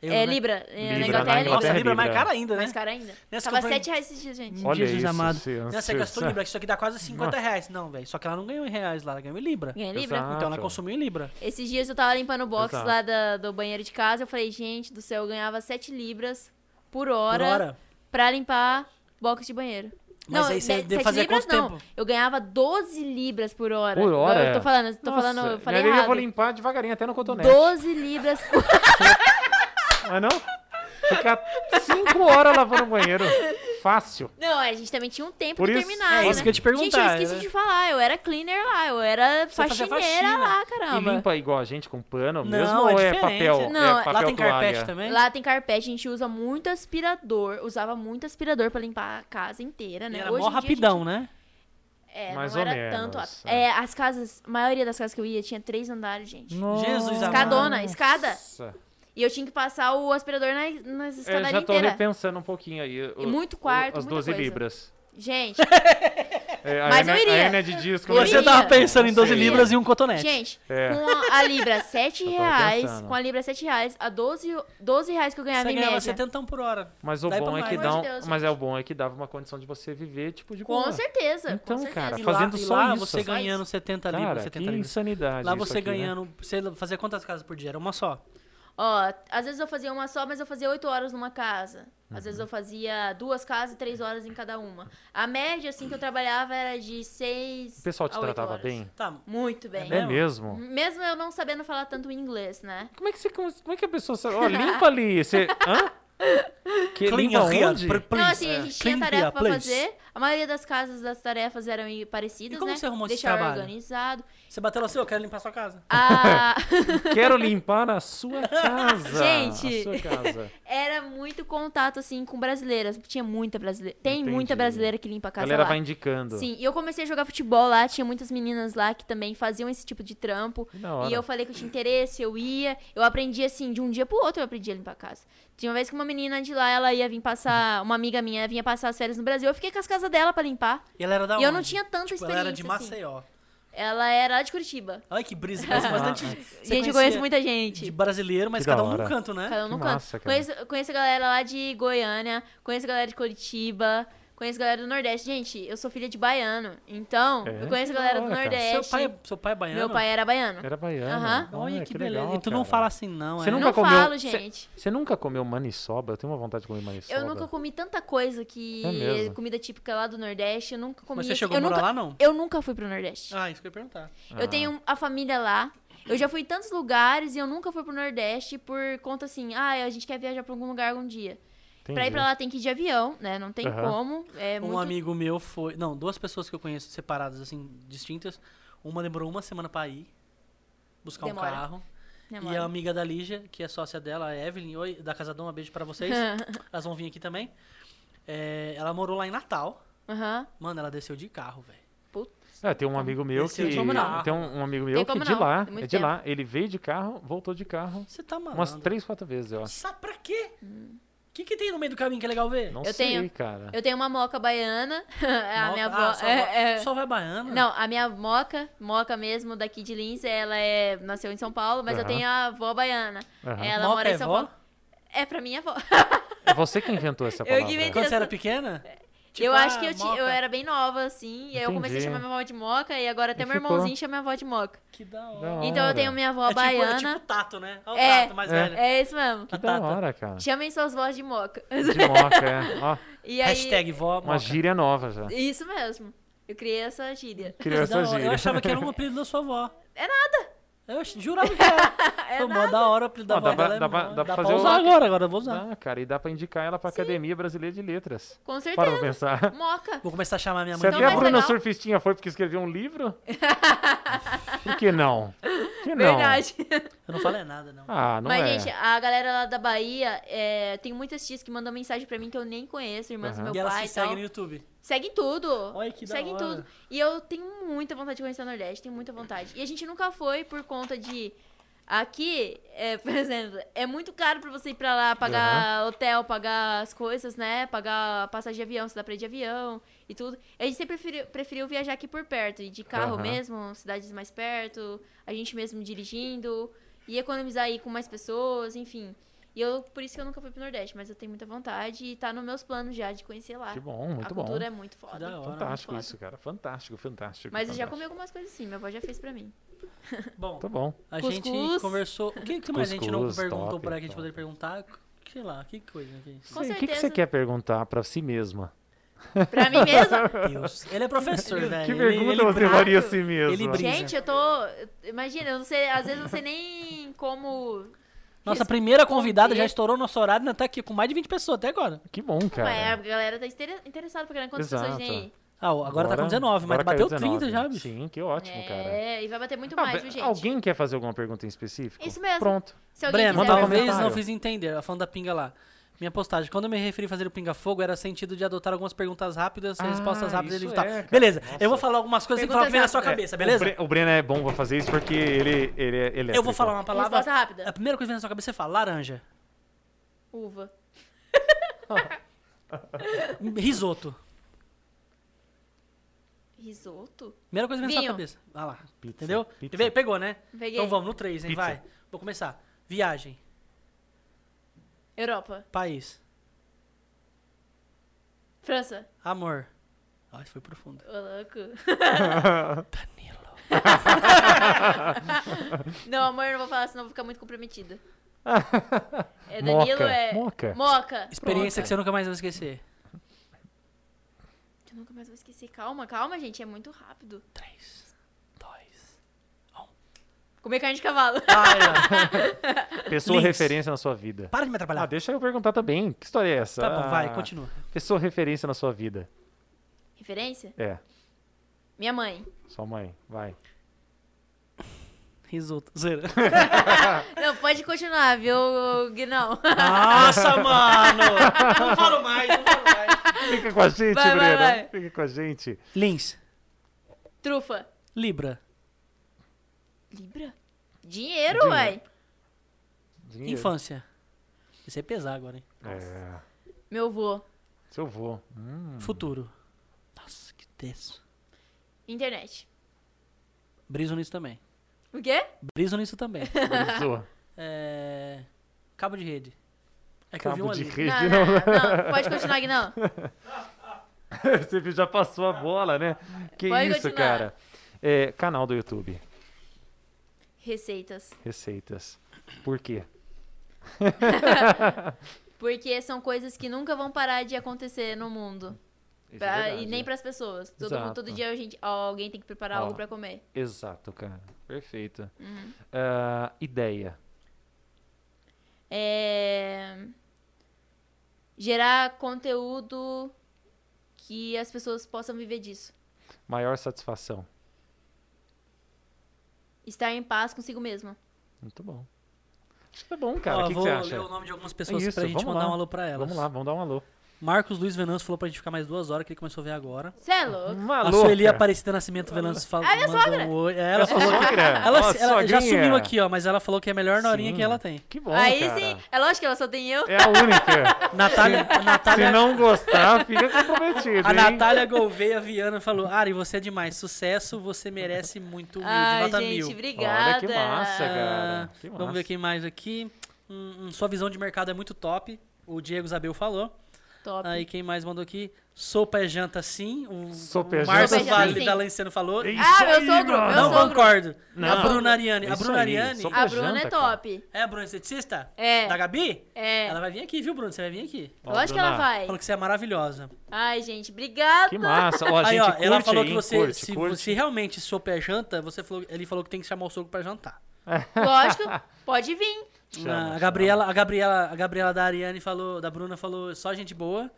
A: Euro,
C: É
A: né?
C: Libra.
B: Libra,
C: É, na
B: na
C: Inglaterra
A: Nossa,
C: é Libra.
B: Inglaterra.
A: Libra é mais
B: Libra.
A: cara ainda, né?
C: Mais caro ainda.
A: Nessa
C: Tava
A: compra-
C: 7 reais esses dias, gente.
B: Olha
A: Jesus
B: isso,
A: amado.
B: senhor.
A: Não, você gastou em Libra, que isso aqui dá quase 50 reais. Não, velho, só que ela não ganhou em reais lá, ela ganhou em Libra.
C: Ganha Libra?
B: Exato.
A: Então ela consumiu em Libra.
C: Esses dias eu tava limpando o box
B: Exato.
C: lá da- do banheiro de casa. Eu falei, gente do céu, eu ganhava 7 libras por hora,
A: Por hora.
C: pra limpar box de banheiro.
A: Mas
C: não,
A: aí você
C: de-
A: deve
C: sete
A: fazer
C: libras
A: quanto
C: não.
A: tempo?
C: Eu ganhava 12 libras por
A: né?
C: hora. é.
B: Por hora?
C: Eu tô falando, tô
B: Nossa,
C: falando, eu
B: minha
C: falei
B: orelha
C: errado.
B: Eu vou limpar devagarinho até no cotonete.
C: 12 libras por <laughs>
B: Mas não? Ficar cinco horas lavando o banheiro. Fácil.
C: Não, a gente também tinha um tempo
B: Por
C: de
B: isso-
C: terminar,
A: é isso
C: né?
A: que eu te
C: Gente, eu
A: perguntar,
C: esqueci
A: né?
C: de falar. Eu era cleaner lá, eu era
A: fazia
C: faxineira
A: faxina.
C: lá,
B: E
C: caramba.
B: limpa igual a gente com pano
A: Não,
B: mesmo
A: é
B: ou é
A: diferente.
B: papel?
C: Não,
B: é
C: lá
B: papel
A: Lá tem carpete
B: toalha?
A: também?
C: Lá tem carpete, a gente usa muito aspirador. Usava muito aspirador pra limpar a casa inteira, né?
A: Era
C: Hoje
A: mó
C: em dia a
A: rapidão, né?
C: gente- É,
B: Mais
C: não
B: ou
C: era
B: menos,
C: tanto.
B: é.
C: É, as casas, a maioria das casas que eu ia tinha três andares, gente.
A: Jesus amado.
C: Escadona, escada.
B: Nossa.
C: E eu tinha que passar o aspirador nas,
A: É,
C: nas
B: Eu
C: escadarias
B: já tô
C: inteiras.
B: repensando um pouquinho aí. o-
C: E muito
B: o-
C: quarto,
B: As
C: muita
B: 12
C: coisa.
B: libras.
A: <laughs>
C: Gente,
B: É, a
C: Mas eu
B: Ana-
C: iria.
B: A Ana é de disco.
C: Eu
B: mas-
A: Você
C: iria.
A: tava pensando em 12
B: Eu iria.
A: libras e um cotonete.
C: Gente,
B: É.
C: com a, a Libra 7
B: <laughs> Eu tava
C: reais,
B: pensando.
C: com a Libra 7 reais, a 12, o- 12 reais que eu ganhava
A: você
C: em
A: ganhava
C: média.
A: 70 por hora.
B: Mas o
A: Daí pra
B: bom é que
A: mais.
B: dá
C: Pelo
B: um-
C: amor de Deus,
B: Mas é o bom é que dava uma condição de você viver, tipo,
A: um
B: de
C: Com
B: boa.
C: certeza.
B: Então,
C: com certeza.
B: cara,
A: E
B: fazendo
A: lá, e
B: só
A: lá
B: isso.
A: você
C: Só
A: ganhando 70
B: Cara,
A: libras,
B: que
A: 70 libras.
B: insanidade.
A: Lá
B: isso
A: você
B: aqui, né?
A: ganhando, você fazia quantas casas por dia? Era uma só.
C: Ó, às vezes eu fazia uma só, mas eu fazia oito horas numa casa. Às vezes eu fazia duas casas e três horas em cada uma. A média, assim, que eu trabalhava era de seis.
B: O pessoal te
C: a oito
B: tratava
C: horas.
B: bem?
A: Tá,
C: Muito
A: É
C: bem. Uhum.
B: É
A: Não.
B: mesmo?
C: Mesmo eu não sabendo falar tanto inglês, né?
B: Como é que você. Como é que a pessoa. sabe?
C: <laughs>
B: Ó, limpa ali. Você. Hã? Que
A: Clean
B: limpa
A: your hair,
B: onde?
A: pr- please.
C: Não, assim,
B: É.
C: a gente tinha
A: Clean
C: tarefa
A: here,
C: pra
A: please.
C: fazer. A maioria das casas, das tarefas eram i- parecidas,
A: E como
C: né?
A: você arrumou esse
C: Deixar
A: trabalho?
C: organizado. Ah,
A: Você bateu lá assim, eu quero limpar sua casa.
C: A...
B: <laughs> Quero limpar a sua casa.
C: Gente.
B: A sua
C: <laughs>
B: casa.
C: <laughs> era muito contato, assim, com brasileiras. Tinha muita brasileira. Tem
B: Entendi.
C: muita brasileira que limpa a
B: A
C: casa
B: galera
C: lá.
B: vai indicando.
C: Sim, e eu comecei a jogar futebol lá, tinha muitas meninas lá que também faziam esse tipo de trampo.
B: Que da hora.
C: E eu falei que eu tinha interesse, eu ia. Eu aprendi assim, de um dia pro outro eu aprendi a limpar a casa. Tinha uma vez que uma menina de lá, ela ia vir passar,
A: Uhum.
C: uma amiga minha vinha passar as férias no Brasil, eu fiquei com as casas dela pra limpar.
A: E ela era da
C: e eu não
A: onde?
C: tinha tanta
A: Tipo, ela
C: experiência.
A: era de
C: assim.
A: Maceió.
C: Ela era lá de Curitiba.
A: Olha que
C: <laughs>
A: brisa, conhece bastante. Você
C: gente, eu
A: conhecia
C: conheço muita
A: de
C: gente.
A: brasileiro, mas
B: Que
A: cada
B: da
A: um num
B: hora.
A: canto, né?
C: Cada um
B: Que
C: no canto.
B: massa, cara.
C: Conheço, conheço a galera lá de Goiânia, conheço a galera de Curitiba, conheço a galera do Nordeste. Gente, eu sou filha de baiano, então
B: É?
C: eu conheço a
B: Que da
C: galera do
B: hora, cara.
C: Nordeste.
A: Seu pai, seu pai é baiano?
C: Meu pai era baiano.
B: Era baiano.
C: Aham.
A: Olha que, beleza.
B: legal,
A: e tu não
B: cara.
A: fala assim, não, é?
B: Você
C: Eu
B: nunca
C: não
B: comeu-
C: falo,
B: Cê-
C: gente.
B: Você nunca comeu maniçoba? Eu tenho uma vontade de comer maniçoba.
A: é
C: Eu nunca comi tanta coisa que
B: É mesmo?
C: comida típica lá do Nordeste. Eu nunca comi.
A: Mas você
C: assim-
A: chegou a
C: eu
A: morar
C: nunca,
A: lá, não?
C: Eu nunca fui pro Nordeste.
A: Ah, isso que eu ia perguntar.
B: Ah.
C: Eu tenho a família lá. Eu já fui em tantos lugares e eu nunca fui pro Nordeste por conta assim, ah, a gente quer viajar pra algum lugar algum dia. Pra ir pra lá tem que ir de avião, né? Não tem
B: Aham.
C: como. É
A: Um
C: muito...
A: amigo meu foi. Não, duas pessoas que eu conheço separadas, assim, distintas. Uma demorou uma semana pra ir buscar
C: Demora.
A: um carro. E
C: Demora.
A: a amiga da Lígia, que é sócia dela, a Evelyn, oi, da Casa Dom, um beijo pra
C: <laughs>
A: vocês. Elas vão vir aqui também. É, ela morou lá em Natal.
C: Aham.
A: Mano, ela desceu de carro, velho.
B: É, tem um amigo meu
A: Esse eu
B: que.
A: não como não.
B: Tem um, um amigo meu
C: Tem
B: que
C: como
B: de
C: não,
B: lá.
C: tem muito
B: É de lá. Ele veio de carro, voltou de carro
A: Você tá maluco.
B: umas três, quatro vezes, eu acho.
A: Sabe pra quê? O
C: Hum.
A: que, que tem no meio do caminho que é legal ver?
B: Não
C: Eu
B: sei,
C: tenho-
B: cara.
C: Eu tenho uma moca baiana. <laughs> a
A: Moca-
C: minha avó.
A: Ah, só,
C: é-
A: vai-
C: é-
A: só vai baiana?
C: Não, a minha moca, moca mesmo daqui de Linz, ela é, nasceu em São Paulo, mas eu
B: Aham.
C: tenho a avó baiana.
B: Aham.
C: Ela
A: Moca
C: mora
A: é
C: em São
A: vó?
C: Paulo. É pra minha
A: <laughs>
C: avó.
B: É você que inventou essa
C: Eu
B: palavra.
C: que inventei.
A: Quando você era
C: Essa-
A: pequena?
C: É. eu
A: ah,
C: acho que eu, ti-
A: moca.
C: eu era bem nova, assim, e aí eu comecei a
B: Entendi.
C: chamar minha avó de moca, e agora até
B: E
C: meu
B: ficou.
C: irmãozinho chama minha avó de moca.
A: Que da hora.
B: Da hora.
C: Então eu tenho minha avó
A: é
C: baiana.
A: Tipo, é tipo Tato, né? Olha o
C: É.
A: Tato mais
B: É.
A: velho.
C: É isso mesmo.
B: Que
A: A
B: da
A: Tata.
B: hora,
C: <laughs>
B: cara.
C: Chamem suas vós de moca.
B: De moca, é. Ó,
C: E aí,
A: Hashtag vó
B: uma
A: moca.
B: gíria nova já.
C: Isso mesmo. Eu criei essa gíria.
B: Criou
A: Da
B: essa
A: hora.
B: gíria.
A: Eu achava
B: <laughs>
A: que era um apelido da sua avó.
C: É
A: nada. Eu ach- jurava que era.
C: É
A: Foi mó da hora o apelido da
B: Ó,
A: avó
B: dá pra-
A: dela. é
B: dá pra-
A: mó-
B: dá pra fazer
A: usar
B: o-
A: agora, agora eu vou usar.
B: Ah, cara, e dá pra indicar ela pra Academia Brasileira de Letras.
C: Com
B: Para pra
C: certeza.
B: pensar.
C: Moca.
A: Vou começar a chamar
B: <laughs>
A: minha
B: Se
A: mãe.
C: Então
B: até a
C: vai
B: Bruna
C: legal.
B: Surfistinha foi porque escreveu um
C: <laughs>
B: livro? Por que não? Por que não?
C: Verdade.
A: Eu não falei nada, não.
B: Ah, não
C: Mas,
B: é.
C: gente, a galera lá da Bahia, é, tem muitas tias que mandam mensagem pra mim que eu nem conheço, irmãs
B: Aham.
C: do
A: e
C: meu
A: ela
C: pai
A: se
C: e
A: segue
C: tal.
A: no YouTube.
C: Seguem tudo.
A: Olha que da
C: Seguem
A: hora.
C: tudo. E eu tenho muita vontade de conhecer o Nordeste, tenho muita vontade. E a gente nunca foi por conta de. Aqui, é, <laughs> por exemplo, é muito caro pra você ir pra lá, pagar hotel, pagar as coisas, né? Pagar passagem de avião, se dá pra ir de avião e tudo. A gente sempre preferiu, preferiu viajar aqui por perto, e de carro
B: Aham.
C: mesmo, cidades mais perto, a gente mesmo dirigindo, e economizar aí com mais pessoas, enfim. E eu, por isso que eu nunca fui pro Nordeste, mas eu tenho muita vontade e tá nos meus planos já de conhecer lá.
B: Que bom,
C: A
B: muito bom.
C: cultura é muito
A: Que
C: foda.
A: da hora.
B: Fantástico
C: Foda.
B: isso, cara. Fantástico, fantástico.
C: Mas eu já comi
B: fantástico.
C: algumas coisas assim, minha avó já fez pra mim.
A: Bom,
B: Tá bom.
A: a
C: Cuscuz.
A: gente conversou. O que, que mais a gente não
B: Cuscuz,
A: perguntou
B: top,
A: por aqui? A gente
B: top.
A: poderia perguntar? Sei lá, que coisa que é isso?
C: Com
B: Sim, o que, que você
C: certeza.
B: quer perguntar pra si mesma?
C: Pra mim
B: <laughs>
C: mesma.
A: Deus. Ele é professor, velho.
B: que
A: Ele-
B: pergunta
A: ele
B: você
A: brinca.
B: faria a si mesma?
A: ele brinca.
C: Gente, eu tô. Imagina, eu não sei, às vezes eu não sei nem como.
A: <laughs> Nossa
C: Isso.
A: primeira convidada já estourou nosso horário, ainda tá aqui com mais de 20 pessoas até agora.
B: Que bom, cara.
C: Ué, a galera tá estere- interessada pra caramba quantas pessoas
B: Exato.
C: tem aí.
A: Ah, agora, tá com 19, mas
B: agora
A: bateu
B: caiu
A: 30 já,
B: 19.
A: bicho.
B: Sim, que ótimo, cara.
C: É, e vai bater muito
B: Ah,
C: mais,
B: be-
C: viu, gente?
B: Alguém quer fazer alguma pergunta em específico?
C: Isso mesmo.
B: Pronto.
C: Se alguém
A: Breno,
C: quiser
B: manda um
C: perguntar-
A: talvez não
B: comentário.
A: fiz entender, a falando da pinga lá. Minha postagem, quando eu me referi a fazer o Pinga Fogo, era sentido de adotar algumas perguntas rápidas,
B: Ah,
A: respostas rápidas e
B: isso
A: tal.
B: é, cara.
A: beleza, eu vou
B: Nossa.
A: falar algumas coisas e falar
C: Perguntas
A: primeiro na sua
B: É,
A: cabeça, beleza?
B: O, Bre o Breno é bom pra fazer isso porque ele, ele é elétrico.
A: Eu vou falar uma palavra.
C: Resposta rápida.
A: A primeira coisa que vem na sua cabeça, você fala laranja, É.
C: Uva.
A: risoto.
C: Risoto?
A: Primeira coisa que vem na
C: Vinho.
A: sua cabeça. Vai lá,
B: Pizza,
A: entendeu?
B: pizza.
A: Pe- Pegou, né?
C: Peguei.
A: Então vamos, no 3, hein?
B: Pizza.
A: Vai. Vou começar. Viagem,
C: Europa.
A: país,
C: França.
A: amor. Ai, foi profundo.
C: Ô, louco.
A: Danilo.
C: Não, amor, eu não vou falar, senão eu vou ficar muito comprometida. É
B: Moca.
C: Danilo, é.
B: Moca.
C: Moca.
A: Experiência
B: Pronto.
A: que você nunca mais vai esquecer.
C: Eu nunca mais vou esquecer. Calma, calma, gente. É muito rápido.
A: 3, 2.
C: Comer carne de cavalo.
B: <laughs>
C: <laughs>
B: Pessoa
A: Links.
B: referência na sua vida.
A: Para de me
B: Ah,
A: atrapalhar.
B: deixa eu perguntar também. Que história é essa?
A: Tá bom,
B: Ah,
A: vai, continua.
B: Pessoa referência na sua vida.
C: Referência?
B: É,
C: Minha mãe.
B: sua mãe. Vai.
A: Risoto. Zero.
C: Não, pode continuar, viu, Guinão? <laughs>
A: Nossa, mano! Não falo mais, não falo mais.
B: Fica com a gente,
C: Vai, vai,
B: Breno.
C: vai.
B: Fica com a gente.
A: Lins.
C: Trufa.
A: Libra.
C: Libra? Dinheiro,
B: Dinheiro.
C: uai.
B: Dinheiro.
A: Infância. Isso é pesar agora, hein?
B: É.
C: Meu vô.
B: Seu avô. Hum.
A: Futuro. Nossa, que tenso.
C: Internet.
A: Briso nisso também.
C: O quê?
A: Briso nisso também.
B: Pessoa.
A: É... Cabo de rede. É que eu vi um
B: Cabo de
A: ali.
B: rede.
C: Não,
B: não.
C: não, não. Pode continuar, Guinão.
B: <laughs> Você já passou a bola, né? Que
C: Pode
B: isso,
C: continuar.
B: cara. É, canal do YouTube.
C: Receitas.
B: Receitas. Por quê?
C: Porque são coisas que nunca vão parar de acontecer no mundo.
B: Isso é
C: Pra-
B: verdade.
C: e nem pras pessoas. Todo, mundo-
B: Exato.
C: todo dia a gente, alguém tem que preparar
B: Ó.
C: algo pra comer.
B: Exato, cara. Perfeito.
C: Uhum.
B: Ah, ideia.
C: É... gerar conteúdo que as pessoas possam viver disso.
B: Maior satisfação.
C: Estar em paz consigo mesma.
B: Muito bom. Acho que é bom, cara.
A: Ó,
B: o que, que
A: vou
B: você
A: ler
B: acha? É
A: o nome de algumas pessoas
B: Isso,
A: pra gente
B: vamos
A: mandar
B: lá.
A: um alô pra elas.
B: Vamos lá, vamos dar um alô.
A: Marcos Luiz Venâncio falou pra gente ficar mais duas horas, que ele começou a ver agora.
C: Você é louco?
B: Um
A: a
B: alô.
A: Sueli
B: cara.
A: Aparecida Nascimento Venâncio falou.
C: Ah, minha
A: mandou um oi. É, ela
B: Ela
A: falou.
B: sogra.
A: Ela,
B: Ó,
A: ela já
B: sogrinha.
A: sumiu aqui, ó, mas ela falou que é a melhor norinha
B: Sim.
A: que ela tem.
B: Que bom,
C: Aí
B: cara.
C: sim, é lógico que ela só tem eu.
B: É a
C: <laughs>
B: única.
A: Natália, a
B: Se
C: Tá
A: Natália,
B: não gostar, fica comprometido,
A: a
B: hein?
A: Natália Gouveia Viana falou: Ari, você é demais. Sucesso, você merece muito humilde.
C: Ai,
A: nota
C: gente,
A: mil. Ah,
C: obrigada.
B: Olha que massa, cara. Que
A: Vamos ver
B: massa.
A: quem mais aqui. Hum, hum, sua visão de mercado é muito top. O Diego Zabel falou.
C: Top.
A: Aí quem mais mandou aqui? Sopa é janta sim. O,
B: Sopa é
A: o
B: janta
A: Márcio
C: sim.
A: Vale Valenciano falou.
B: Isso
C: Ah, meu
B: aí,
C: sogro,
B: mano.
C: meu
A: não
C: sogro.
A: concordo.
B: Não.
A: A Bruna Ariane. A
B: Isso
A: Bruna
B: aí,
A: Ariane.
B: sopa-
C: A Bruna
B: janta,
C: é top.
A: É a Bruna esteticista?
C: É.
A: Da Gabi?
C: É.
A: Ela vai vir aqui, viu, Bruno? Você vai vir aqui.
B: Ó,
C: lógico que ela
B: Bruna,
C: vai.
A: Falou que você é maravilhosa.
C: Ai, gente, obrigada.
B: Que massa. Ó, a gente
A: Aí, ó,
B: curte,
A: ela falou
B: hein?
A: que você,
B: Curte,
A: se,
B: curte.
A: se realmente sopa é janta, você falou, ele falou que tem que chamar o sogro pra jantar.
C: Lógico, pode vir.
B: Chama,
A: Ah, a
B: chama.
A: Gabriela, a Gabriela, a Gabriela da Ariane falou, da Bruna falou, só gente boa.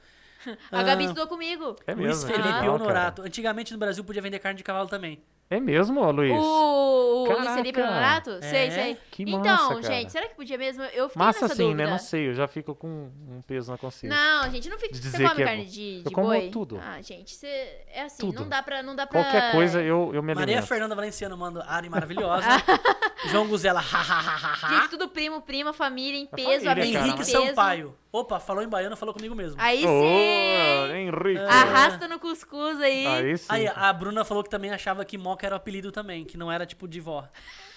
A: Ah.
C: A Gabi estudou comigo.
B: É
A: Luiz
B: mesmo. que
C: Ah,
A: Felipe
B: legal,
A: Honorato. Antigamente no Brasil podia vender carne de cavalo também.
B: cara. É mesmo, ó, Luiz?
C: O, o
B: Caraca.
C: Luiz Felipe Honorato?
A: É?
C: Sei, sei.
B: Que
C: então,
B: massa, cara.
C: gente, será que podia mesmo? Eu fiquei
B: Massa
C: nessa
B: sim,
C: dúvida.
B: né? Não sei, eu já fico com um peso na consciência.
C: Não, gente, não fica.
B: De
C: Você
B: dizer que
C: come
B: é
C: carne
B: bom.
C: de,
B: Eu
C: de
B: como
C: boi?
B: tudo.
C: Ah, gente, você. É assim,
B: Tudo.
C: não dá pra. Não dá pra...
B: Qualquer coisa eu, eu me alimento.
A: Maria Fernanda Valenciano manda Ari
C: <laughs>
A: maravilhosa. João Guzela,
C: Gente,
A: hahaha.
C: tudo primo, prima, família, em peso,
B: família,
C: família,
B: cara.
C: amigo em
A: Henrique
C: peso.
A: Sampaio. Opa, falou em baiano, falou comigo mesmo.
C: Aí sim!
B: Ô, Henrique.
C: Arrasta no cuscuz aí.
B: Aí sim.
A: Aí, a Bruna falou que também achava que Moca era o apelido também, que não era tipo de vó.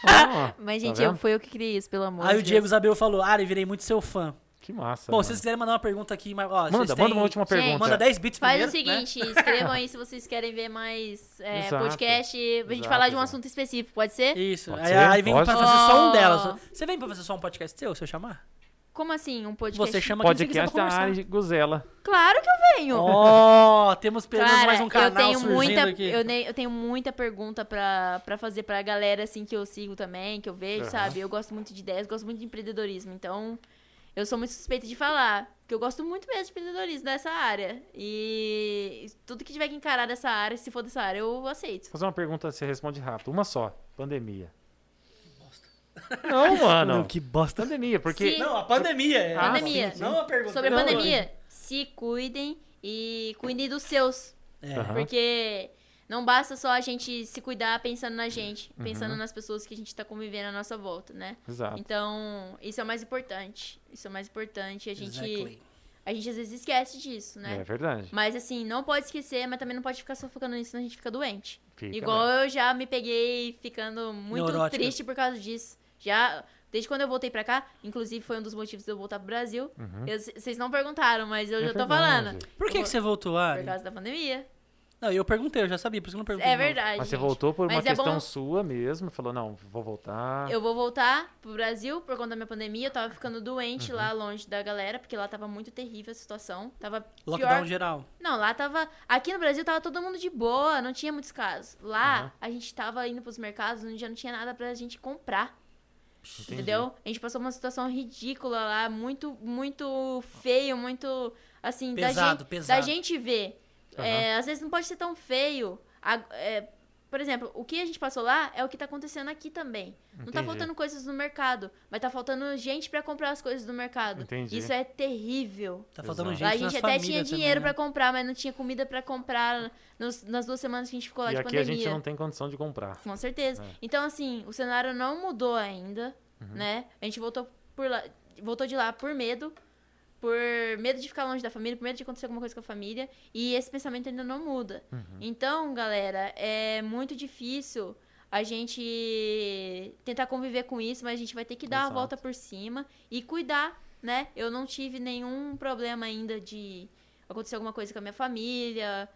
B: Ó,
C: <laughs> Mas,
B: tá
C: gente,
B: vendo?
C: eu, foi eu que criei isso, pelo amor
A: Aí
C: de
A: o Diego
C: Deus.
A: Zabel falou, Ari, virei muito seu fã.
B: Que massa.
A: Bom,
B: mano.
A: se vocês quiserem mandar uma pergunta aqui, mas, ó, vocês
B: Tá Manda,
A: têm-
B: manda uma última
C: Gente,
B: pergunta.
A: Manda 10 bits
C: Faz
A: primeiro, né?
C: o seguinte, escrevam aí se vocês querem ver mais é,
B: Exato.
C: podcast, pra
B: Exato,
C: gente falar de um
B: exato.
C: assunto específico, pode ser?
A: né? Isso.
B: Pode
A: Aí,
B: ser?
A: aí vem
B: Pode.
A: pra fazer só um
C: Oh.
A: delas. Você vem pra fazer só um podcast seu, se eu chamar?
C: Como assim, um podcast?
A: Você chama quem você quiser
B: Podcast
A: pra
B: da
A: conversar.
B: Ari Guzela.
C: Claro que eu venho!
A: Ó, temos pelo menos
C: Cara,
A: mais um
C: eu
A: canal
C: tenho
A: surgindo
C: muita,
A: aqui.
C: Eu, ne- eu tenho muita pergunta pra, pra fazer pra galera, assim, que eu sigo também, que eu vejo,
B: Aham.
C: sabe? Eu gosto muito de ideias, gosto muito de empreendedorismo, então eu sou muito suspeita de falar, porque eu gosto muito mesmo de empreendedorismo dessa área. E tudo que tiver que encarar dessa área, se for dessa área, eu aceito.
B: Vou fazer uma pergunta, você responde rápido. Uma só. Pandemia.
A: <laughs>
B: Não, mano.
A: Não, que bosta.
B: Pandemia, porque...
C: Sim.
A: Não, a pandemia. é-
B: Ah,
C: Pandemia. sim, sim.
A: Não a pergunta.
C: Sobre a
A: não, é.
C: pandemia, se cuidem e cuidem dos seus,
A: É.
B: Aham.
C: porque... Não basta só a gente se cuidar pensando na gente,
A: Uhum.
C: pensando nas pessoas que a gente tá convivendo à nossa volta, né?
B: Exato.
C: Então, isso é o mais importante. Isso é o mais importante. A gente,
A: Exactly.
C: a gente às vezes esquece disso,
B: É
C: né?
B: verdade.
C: Mas assim, não pode esquecer, mas também não pode ficar só focando nisso, senão a gente fica doente.
B: Fica,
C: Igual
B: né?
C: eu já me peguei ficando muito
A: Neurótica.
C: triste por causa disso. Já, desde quando eu voltei pra cá, inclusive foi um dos motivos de eu voltar pro Brasil.
B: Uhum.
C: Eu- c- Vocês não perguntaram, mas eu
B: É
C: já tô
B: verdade.
C: falando.
A: Por que,
C: Eu
A: que você voltou,
C: vou-
A: Ari?
C: Por causa da pandemia.
A: Não, eu perguntei, eu já sabia, por isso que eu não perguntei.
C: É
A: de novo.
C: verdade.
B: Mas você
C: gente.
B: voltou por uma
C: Mas é
B: questão
C: bom-
B: sua mesmo. Falou, não, vou voltar.
C: Eu vou voltar pro Brasil por conta da minha pandemia. Eu tava ficando
B: Uhum.
C: doente lá longe da galera, porque lá tava muito terrível a situação. Tava
A: Lockdown
C: pior.
A: geral. Tá
C: Não, lá tava. Aqui no Brasil tava todo mundo de boa, não tinha muitos casos. Lá a gente tava indo pros mercados onde já não tinha nada pra gente comprar.
B: Entendi.
C: Entendeu? A gente passou uma situação ridícula lá, muito, muito feio, muito. Assim,
A: Pesado,
C: da gente,
A: pesado.
C: Da gente ver. É, às vezes não pode ser tão feio. A- é, por exemplo, o que a gente passou lá é o que tá acontecendo aqui também. Não tá
B: Entendi.
C: faltando coisas no mercado, mas tá faltando gente pra comprar as coisas do mercado.
B: Entendi.
C: Isso é terrível.
A: Tá faltando
B: Exato.
A: gente
C: Lá a
A: nas
C: gente até
A: famílias
C: tinha
A: também,
C: dinheiro
A: né?
C: pra comprar, mas não tinha comida pra comprar nos- nas duas semanas que a gente ficou lá
B: E
C: de
B: aqui a
C: pandemia.
B: gente não É. tem condição de comprar.
C: Com certeza. Então, assim, o cenário não mudou ainda,
B: Uhum.
C: né? A gente voltou por lá, voltou de lá por medo, por medo de ficar longe da família, por medo de acontecer alguma coisa com a família, e esse pensamento ainda não muda.
B: Uhum.
C: Então, galera, é muito difícil a gente tentar conviver com isso, mas a gente vai ter que dar
B: Exato.
C: a volta por cima e cuidar, né? Eu não tive nenhum problema ainda de acontecer alguma coisa com a minha família,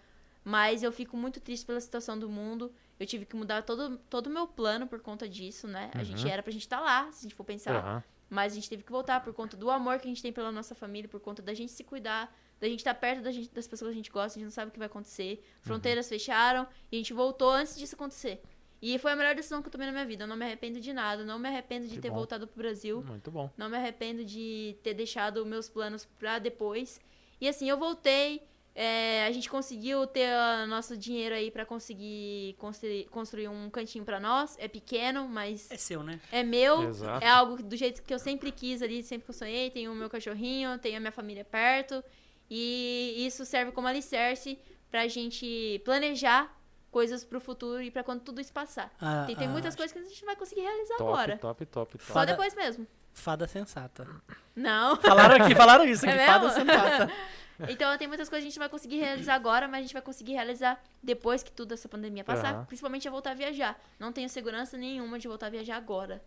C: mas eu fico muito triste pela situação do mundo. Eu tive que mudar todo todo o meu plano por conta disso, né? A
B: Uhum.
C: gente era pra gente estar lá, se a gente for pensar.
B: Aham.
C: Mas a gente teve que voltar por conta do amor que a gente tem pela nossa família, por conta da gente se cuidar, da gente estar perto da gente-
B: Uhum.
C: das pessoas que a gente gosta, a gente não sabe o que vai acontecer. Fronteiras fecharam e a gente voltou antes disso acontecer. E foi a melhor decisão que eu tomei na minha vida. Eu não me arrependo de nada, não me arrependo de
B: Que
C: ter
B: bom.
C: voltado pro Brasil.
B: Muito bom.
C: Não me arrependo de ter deixado meus planos pra depois. E assim, eu voltei. é, a gente conseguiu ter ah, nosso dinheiro aí pra conseguir construir, construir um cantinho pra nós. É pequeno, mas
A: É seu, né?
C: é meu.
B: Exato.
C: É algo do jeito que eu sempre quis ali, sempre que eu sonhei. Tenho o meu cachorrinho, tenho a minha família perto. E isso serve como alicerce pra gente planejar coisas pro futuro e pra quando tudo isso passar.
A: Ah,
C: Tem, tem
A: ah,
C: muitas coisas que a gente não vai conseguir realizar
B: Top,
C: agora.
B: top, top, top.
C: Só
A: Fada-
C: depois mesmo.
A: Fada
C: <laughs>
A: sensata.
C: Não.
A: Falaram aqui, falaram isso
C: É
A: aqui.
C: mesmo?
A: fada sensata.
C: <laughs> Então tem muitas coisas que a gente não vai conseguir realizar agora, mas a gente vai conseguir realizar depois que tudo essa pandemia passar.
B: Aham.
C: Principalmente eu voltar a viajar. Não tenho segurança nenhuma de voltar a viajar agora.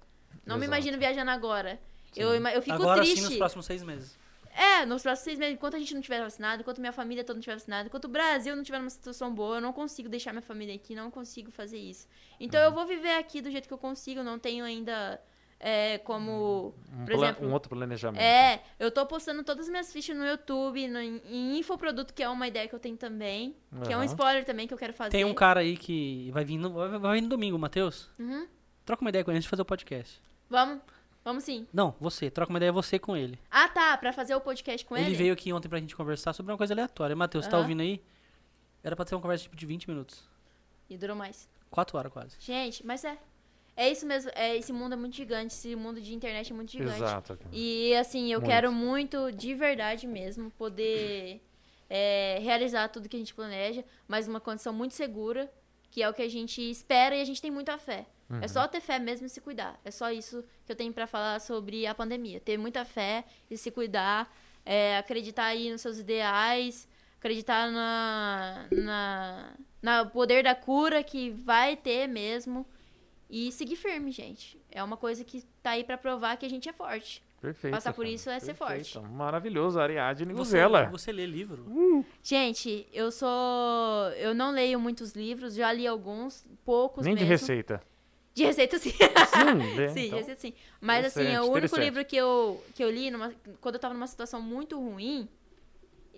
C: Não me
B: Exato.
C: imagino viajando agora. Eu, ima- eu fico
A: Agora
C: triste.
A: sim, nos próximos seis meses.
C: É, nos próximos seis meses, enquanto a gente não tiver vacinado, enquanto minha família toda não tiver vacinada, enquanto o Brasil não tiver numa situação boa, eu não consigo deixar minha família aqui, não consigo fazer isso. Então
B: Uhum.
C: eu vou viver aqui do jeito que eu consigo, eu não tenho ainda é, como.
B: Um,
C: por
B: pla-
C: exemplo,
B: um outro planejamento.
C: É, eu tô postando todas as minhas fichas no YouTube, no, em infoproduto, que é uma ideia que eu tenho também. Que é um
B: Aham.
C: spoiler também que eu quero fazer.
A: Tem um cara aí que vai vir no, vai- vai vir no domingo, Matheus.
C: Uhum.
A: Troca uma ideia com ele antes de fazer o podcast.
C: Vamos? Vamos sim.
A: Não, você. Troca uma ideia você com ele.
C: Ah, tá. Pra fazer o podcast com ele?
A: Ele veio aqui ontem pra gente conversar sobre uma coisa aleatória. Matheus, tá
C: Aham.
A: ouvindo aí? Era pra ter uma conversa tipo de 20 minutos.
C: E durou mais.
A: Quatro horas quase.
C: Gente, mas é. É isso mesmo. É, esse mundo é muito gigante. Esse mundo de internet é muito gigante.
B: Exato.
C: E assim, eu
B: Muito.
C: quero muito, de verdade mesmo, poder é, realizar tudo que a gente planeja, mas numa condição muito segura, que é o que a gente espera e a gente tem muita fé. É só ter fé mesmo e se cuidar. É só isso que eu tenho pra falar sobre a pandemia. Ter muita fé e se cuidar, é, acreditar aí nos seus ideais, acreditar na, na, na poder da cura que vai ter mesmo. E seguir firme, gente. É uma coisa que tá aí pra provar que a gente é forte.
B: Perfeito.
C: Passar por
B: cara.
C: isso é ser
B: Perfeito.
C: forte.
B: Maravilhoso, Ariadne
A: Você,
B: Guzela.
A: você lê livro?
C: Gente, eu sou. Eu não leio muitos livros, já li alguns, poucos
B: Nem de
C: mesmo.
B: receita.
C: De receita, sim. <laughs>
B: Sim, né?
C: sim, de
B: Então,
C: receita, sim. Mas assim,
B: Interessante,
C: o único
B: interessante.
C: livro que eu, que eu li numa- quando eu tava numa situação muito ruim.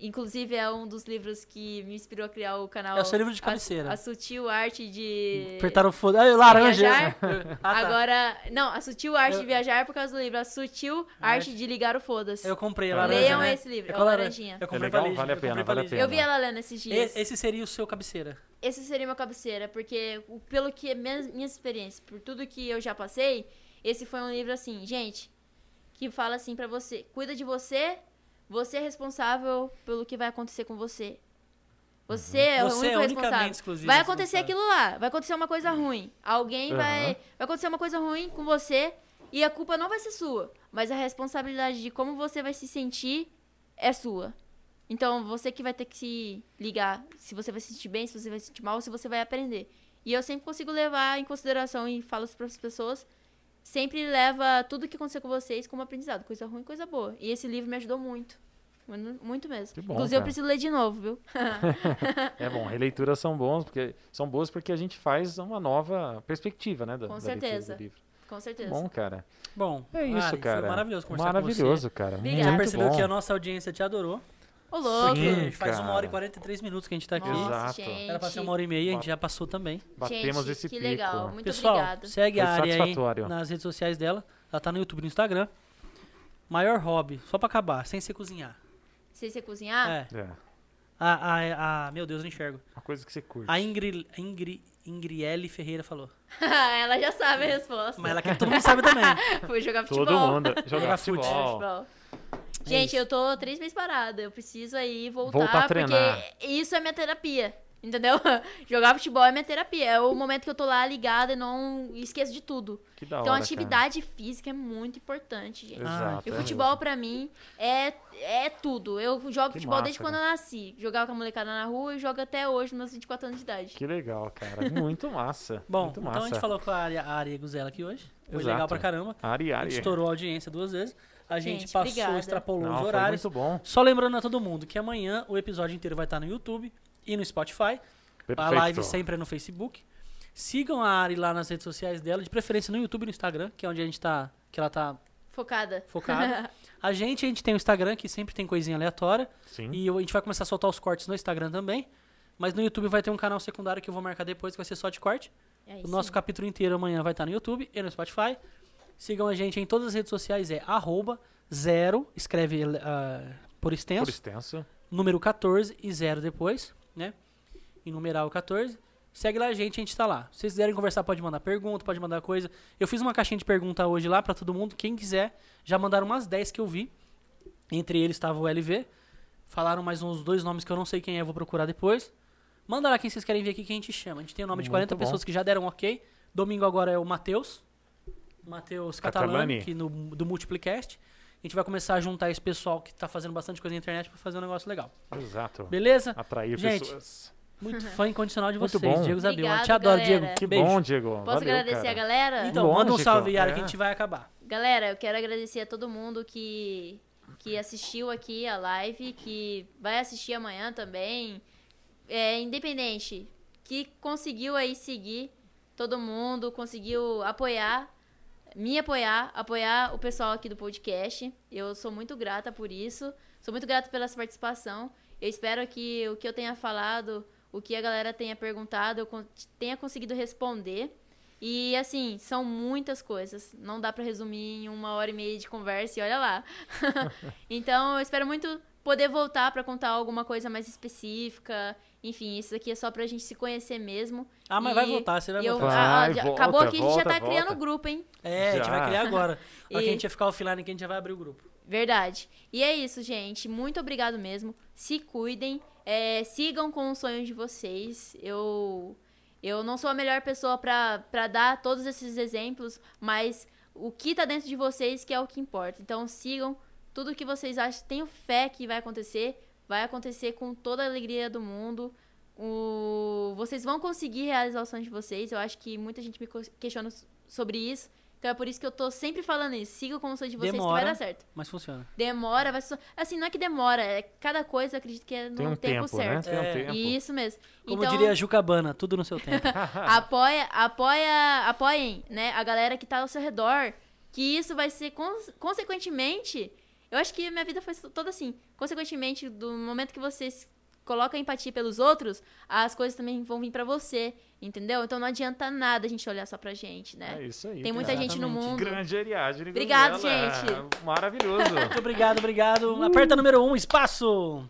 C: Inclusive, é um dos livros que me inspirou a criar o canal.
A: É o seu livro de
C: A-
A: cabeceira.
C: A, Sutil Arte de.
A: Apertaram o foda. Ai, laranja. <laughs>
C: Viajar?
A: Ah, tá.
C: Agora. Não, a Sutil Arte
A: Eu-
C: de Viajar é por causa do livro. A Sutil
A: Arte-
C: Arte, de Ligar o Foda-se.
A: Eu comprei a
B: Leiam
A: laranja.
C: Leiam
A: né?
C: esse livro,
A: É
C: é,
A: com
C: o
A: laranja.
C: Laranjinha.
A: Eu comprei pra
B: legal?
A: Lígia,
B: Vale a
A: eu comprei pra
B: pena, vale a
A: Lígia.
B: pena.
C: Eu vi ela lendo esses dias.
A: E- Esse seria o seu cabeceira.
C: Esse seria meu cabeceira, porque o- pelo que é minhas, minhas experiências, por tudo que eu já passei, esse foi um livro assim, gente, que fala assim pra você, cuida de você, você é responsável pelo que vai acontecer com você. Você é o
A: Você
C: único
A: é
C: responsável.
A: unicamente exclusivo.
C: Vai acontecer
A: responsável.
C: aquilo lá, vai acontecer uma coisa ruim. Alguém vai,
B: Uhum. Aham.
C: vai acontecer uma coisa ruim com você e a culpa não vai ser sua, mas a responsabilidade de como você vai se sentir é sua. Então, você que vai ter que se ligar se você vai se sentir bem, se você vai se sentir mal, se você vai aprender. E eu sempre consigo levar em consideração e falo para as pessoas, sempre leva tudo que aconteceu com vocês como aprendizado, coisa ruim, coisa boa. E esse livro me ajudou muito. Mu- Muito mesmo.
B: Que bom,
C: Inclusive, eu
B: cara.
C: preciso ler de
B: <laughs>
C: novo, viu?
B: É bom, releituras são bons, porque são boas porque a gente faz uma nova perspectiva, né? Da,
C: Com
B: da leitura
C: certeza.
B: do livro.
C: Com certeza.
B: Bom, cara.
A: Bom,
B: É isso,
A: Ari,
B: cara.
A: Foi maravilhoso conversar com você.
B: Maravilhoso, cara.
C: Obrigada.
A: Já
B: Muito
A: percebeu
B: bom.
A: que a nossa audiência te adorou.
C: Ô, louco.
A: Porque
B: Sim,
A: faz uma hora e
B: cara.
A: 43 minutos que a gente tá aqui.
B: Exato.
C: Nossa,
A: Era pra ser
C: gente.
A: uma hora e meia, a gente já passou também.
B: Batemos
C: gente,
B: esse
C: que
B: pico.
C: legal. Muito
A: Pessoal,
C: obrigada.
A: segue a
B: Foi
A: área aí
B: satisfatório.
A: nas redes sociais dela. Ela tá no YouTube e no Instagram. Maior hobby, só pra acabar, sem ser cozinhar.
C: Sem você cozinhar?
A: É.
B: É,
A: A, a, a- meu Deus, eu não enxergo.
B: uma coisa que você curte.
A: A Ingri, Ingri, Ingriele Ferreira falou.
C: <laughs> ela já sabe a resposta.
A: Mas ela quer que todo mundo saiba
B: <laughs>
C: <laughs>
A: também.
C: Foi jogar futebol.
B: Todo
C: <laughs>
B: mundo.
A: Jogar
B: Jogar
A: futebol.
C: Jogar
B: futebol.
C: futebol.
A: É
C: Gente,
A: isso.
C: eu tô três meses parada. Eu preciso aí voltar,
B: Voltar a treinar.
C: porque isso é minha terapia. Entendeu? <laughs> Jogar futebol é minha terapia. É o momento que eu tô lá ligada e não esqueço de tudo.
B: Que da hora,
C: Então,
B: cara.
C: atividade física é muito importante, gente.
B: Exato.
C: E o
B: é
C: futebol, pra mim, é, é tudo. Eu jogo
B: Que
C: futebol
B: massa,
C: desde quando eu nasci. Jogava com a molecada na rua e jogo até hoje, nos meus 24 anos de idade.
B: mesmo. Que legal, cara. <laughs> Muito massa.
A: Bom,
B: muito
A: então
B: massa.
A: a gente falou com a área, a área Guzela aqui hoje. Foi
B: Exato.
A: legal pra caramba.
B: Ari,
A: A
B: Ari.
A: gente estourou a audiência duas vezes. A gente,
C: Gente,
A: passou,
C: obrigada.
A: extrapolou
B: Não,
A: os
B: foi
A: horários.
B: muito bom.
A: Só lembrando a todo mundo que amanhã o episódio inteiro vai estar no YouTube e no Spotify. A
B: Perfeito.
A: live sempre é no Facebook. Sigam a Ari lá nas redes sociais dela, de preferência no YouTube e no Instagram, que é onde a gente tá, que ela tá
C: Focada.
A: focada. A gente, a gente tem o Instagram, que sempre tem coisinha aleatória.
B: Sim.
A: E eu- a gente vai começar a soltar os cortes no Instagram também. Mas no YouTube vai ter um canal secundário que eu vou marcar depois, que vai ser só de corte.
C: É Aí
A: O nosso
C: sim.
A: capítulo inteiro amanhã vai estar no YouTube e no Spotify. Sigam a gente em todas as redes sociais, é arroba zero, escreve ah, por
B: Por
A: extenso,
B: extenso.
A: número 14 e zero depois, né? Em numeral 14. Segue lá a gente, a gente tá lá. Se vocês quiserem conversar, pode mandar pergunta, pode mandar coisa. Eu fiz uma caixinha de pergunta hoje lá pra todo mundo. Quem quiser, já mandaram umas 10 que eu vi. Entre eles estava o LV. Falaram mais uns dois nomes que eu não sei quem é, vou procurar depois. Manda lá quem vocês querem ver aqui que a gente chama. A gente tem o nome de
B: Muito
A: 40
B: bom.
A: pessoas que já deram ok. Domingo agora é o Matheus. Matheus Catalani,
B: Catalani.
A: que no, do Multiplicast. A gente vai começar a juntar esse pessoal que tá fazendo bastante coisa na internet pra fazer um negócio legal.
B: Exato.
A: Beleza?
B: Atrair
A: Gente,
B: pessoas.
A: Muito fã incondicional de
B: Muito
A: vocês,
B: bom.
A: Diego Zabil. A gente
C: Uhum. Obrigado,
A: adora,
C: galera.
A: Diego.
B: Que
A: Beijo.
B: bom, Diego.
C: Posso
B: Valeu,
C: agradecer
B: cara.
C: a galera?
A: Então, manda um
B: Lógico,
A: salve, Yara, que a
B: é.
A: gente vai acabar.
C: Galera, eu quero agradecer a todo mundo que, que assistiu aqui a live, que vai assistir amanhã também. É, independente, que conseguiu aí seguir todo mundo, conseguiu apoiar, me apoiar, apoiar o pessoal aqui do podcast. Eu sou muito grata por isso, sou muito grata pela sua participação. Eu espero que o que eu tenha falado, o que a galera tenha perguntado, eu con- tenha conseguido responder. E assim, são muitas coisas. Não dá pra resumir em uma hora e meia de conversa e olha lá. <laughs> então, eu espero muito poder voltar pra contar alguma coisa mais específica. Enfim, isso aqui é só pra gente se conhecer mesmo.
A: Ah, mas
C: E-
A: vai voltar, você vai
C: E eu,
A: voltar.
C: ah, ah,
B: Vai,
C: já-
B: volta,
C: acabou aqui, a gente já tá
B: volta,
C: criando
B: volta.
C: grupo, hein?
A: É, a gente vai
B: Já.
A: criar
C: <laughs>
A: agora. Aqui a
C: E-
A: gente ia ficar offline que a gente já vai abrir o grupo.
C: Verdade. E é isso, gente. Muito obrigado mesmo. Se cuidem. é, sigam com o sonho de vocês. Eu eu não sou a melhor pessoa pra pra dar todos esses exemplos, mas o que tá dentro de vocês que é o que importa. Então sigam tudo que vocês acham. Tenho fé que vai acontecer. Vai acontecer com toda a alegria do mundo. O... Vocês vão conseguir realizar o sonho de vocês. Eu acho que muita gente me co- questiona s- sobre isso. Então é por isso que eu tô sempre falando isso. Sigam com o sonho de vocês que
A: Demora.
C: vai dar certo.
A: Mas funciona.
C: Demora, vai so... Assim, não é que demora, é cada coisa, eu acredito que é no
B: Tem um
C: tempo,
B: tempo, né?
C: certo.
B: Tem um
A: É.
B: tempo.
C: Isso mesmo.
A: Como
C: então,
A: diria Ah. a Jucabana, tudo no seu tempo.
B: <laughs>
C: apoia, apoia, apoiem, né, a galera que tá ao seu redor, que isso vai ser cons- consequentemente, eu acho que minha vida foi toda assim, consequentemente do momento que vocês colocam empatia pelos outros, as coisas também vão vir pra você, entendeu? Então não adianta nada a gente olhar só pra gente, né?
B: É isso aí.
C: Tem muita
B: cara.
C: gente no
A: Exatamente.
C: mundo.
B: Grande Ariadne.
C: Obrigado,
B: Gabriela. Maravilhoso.
C: <laughs>
A: Muito obrigado, obrigado. Aperta número 1, um, espaço.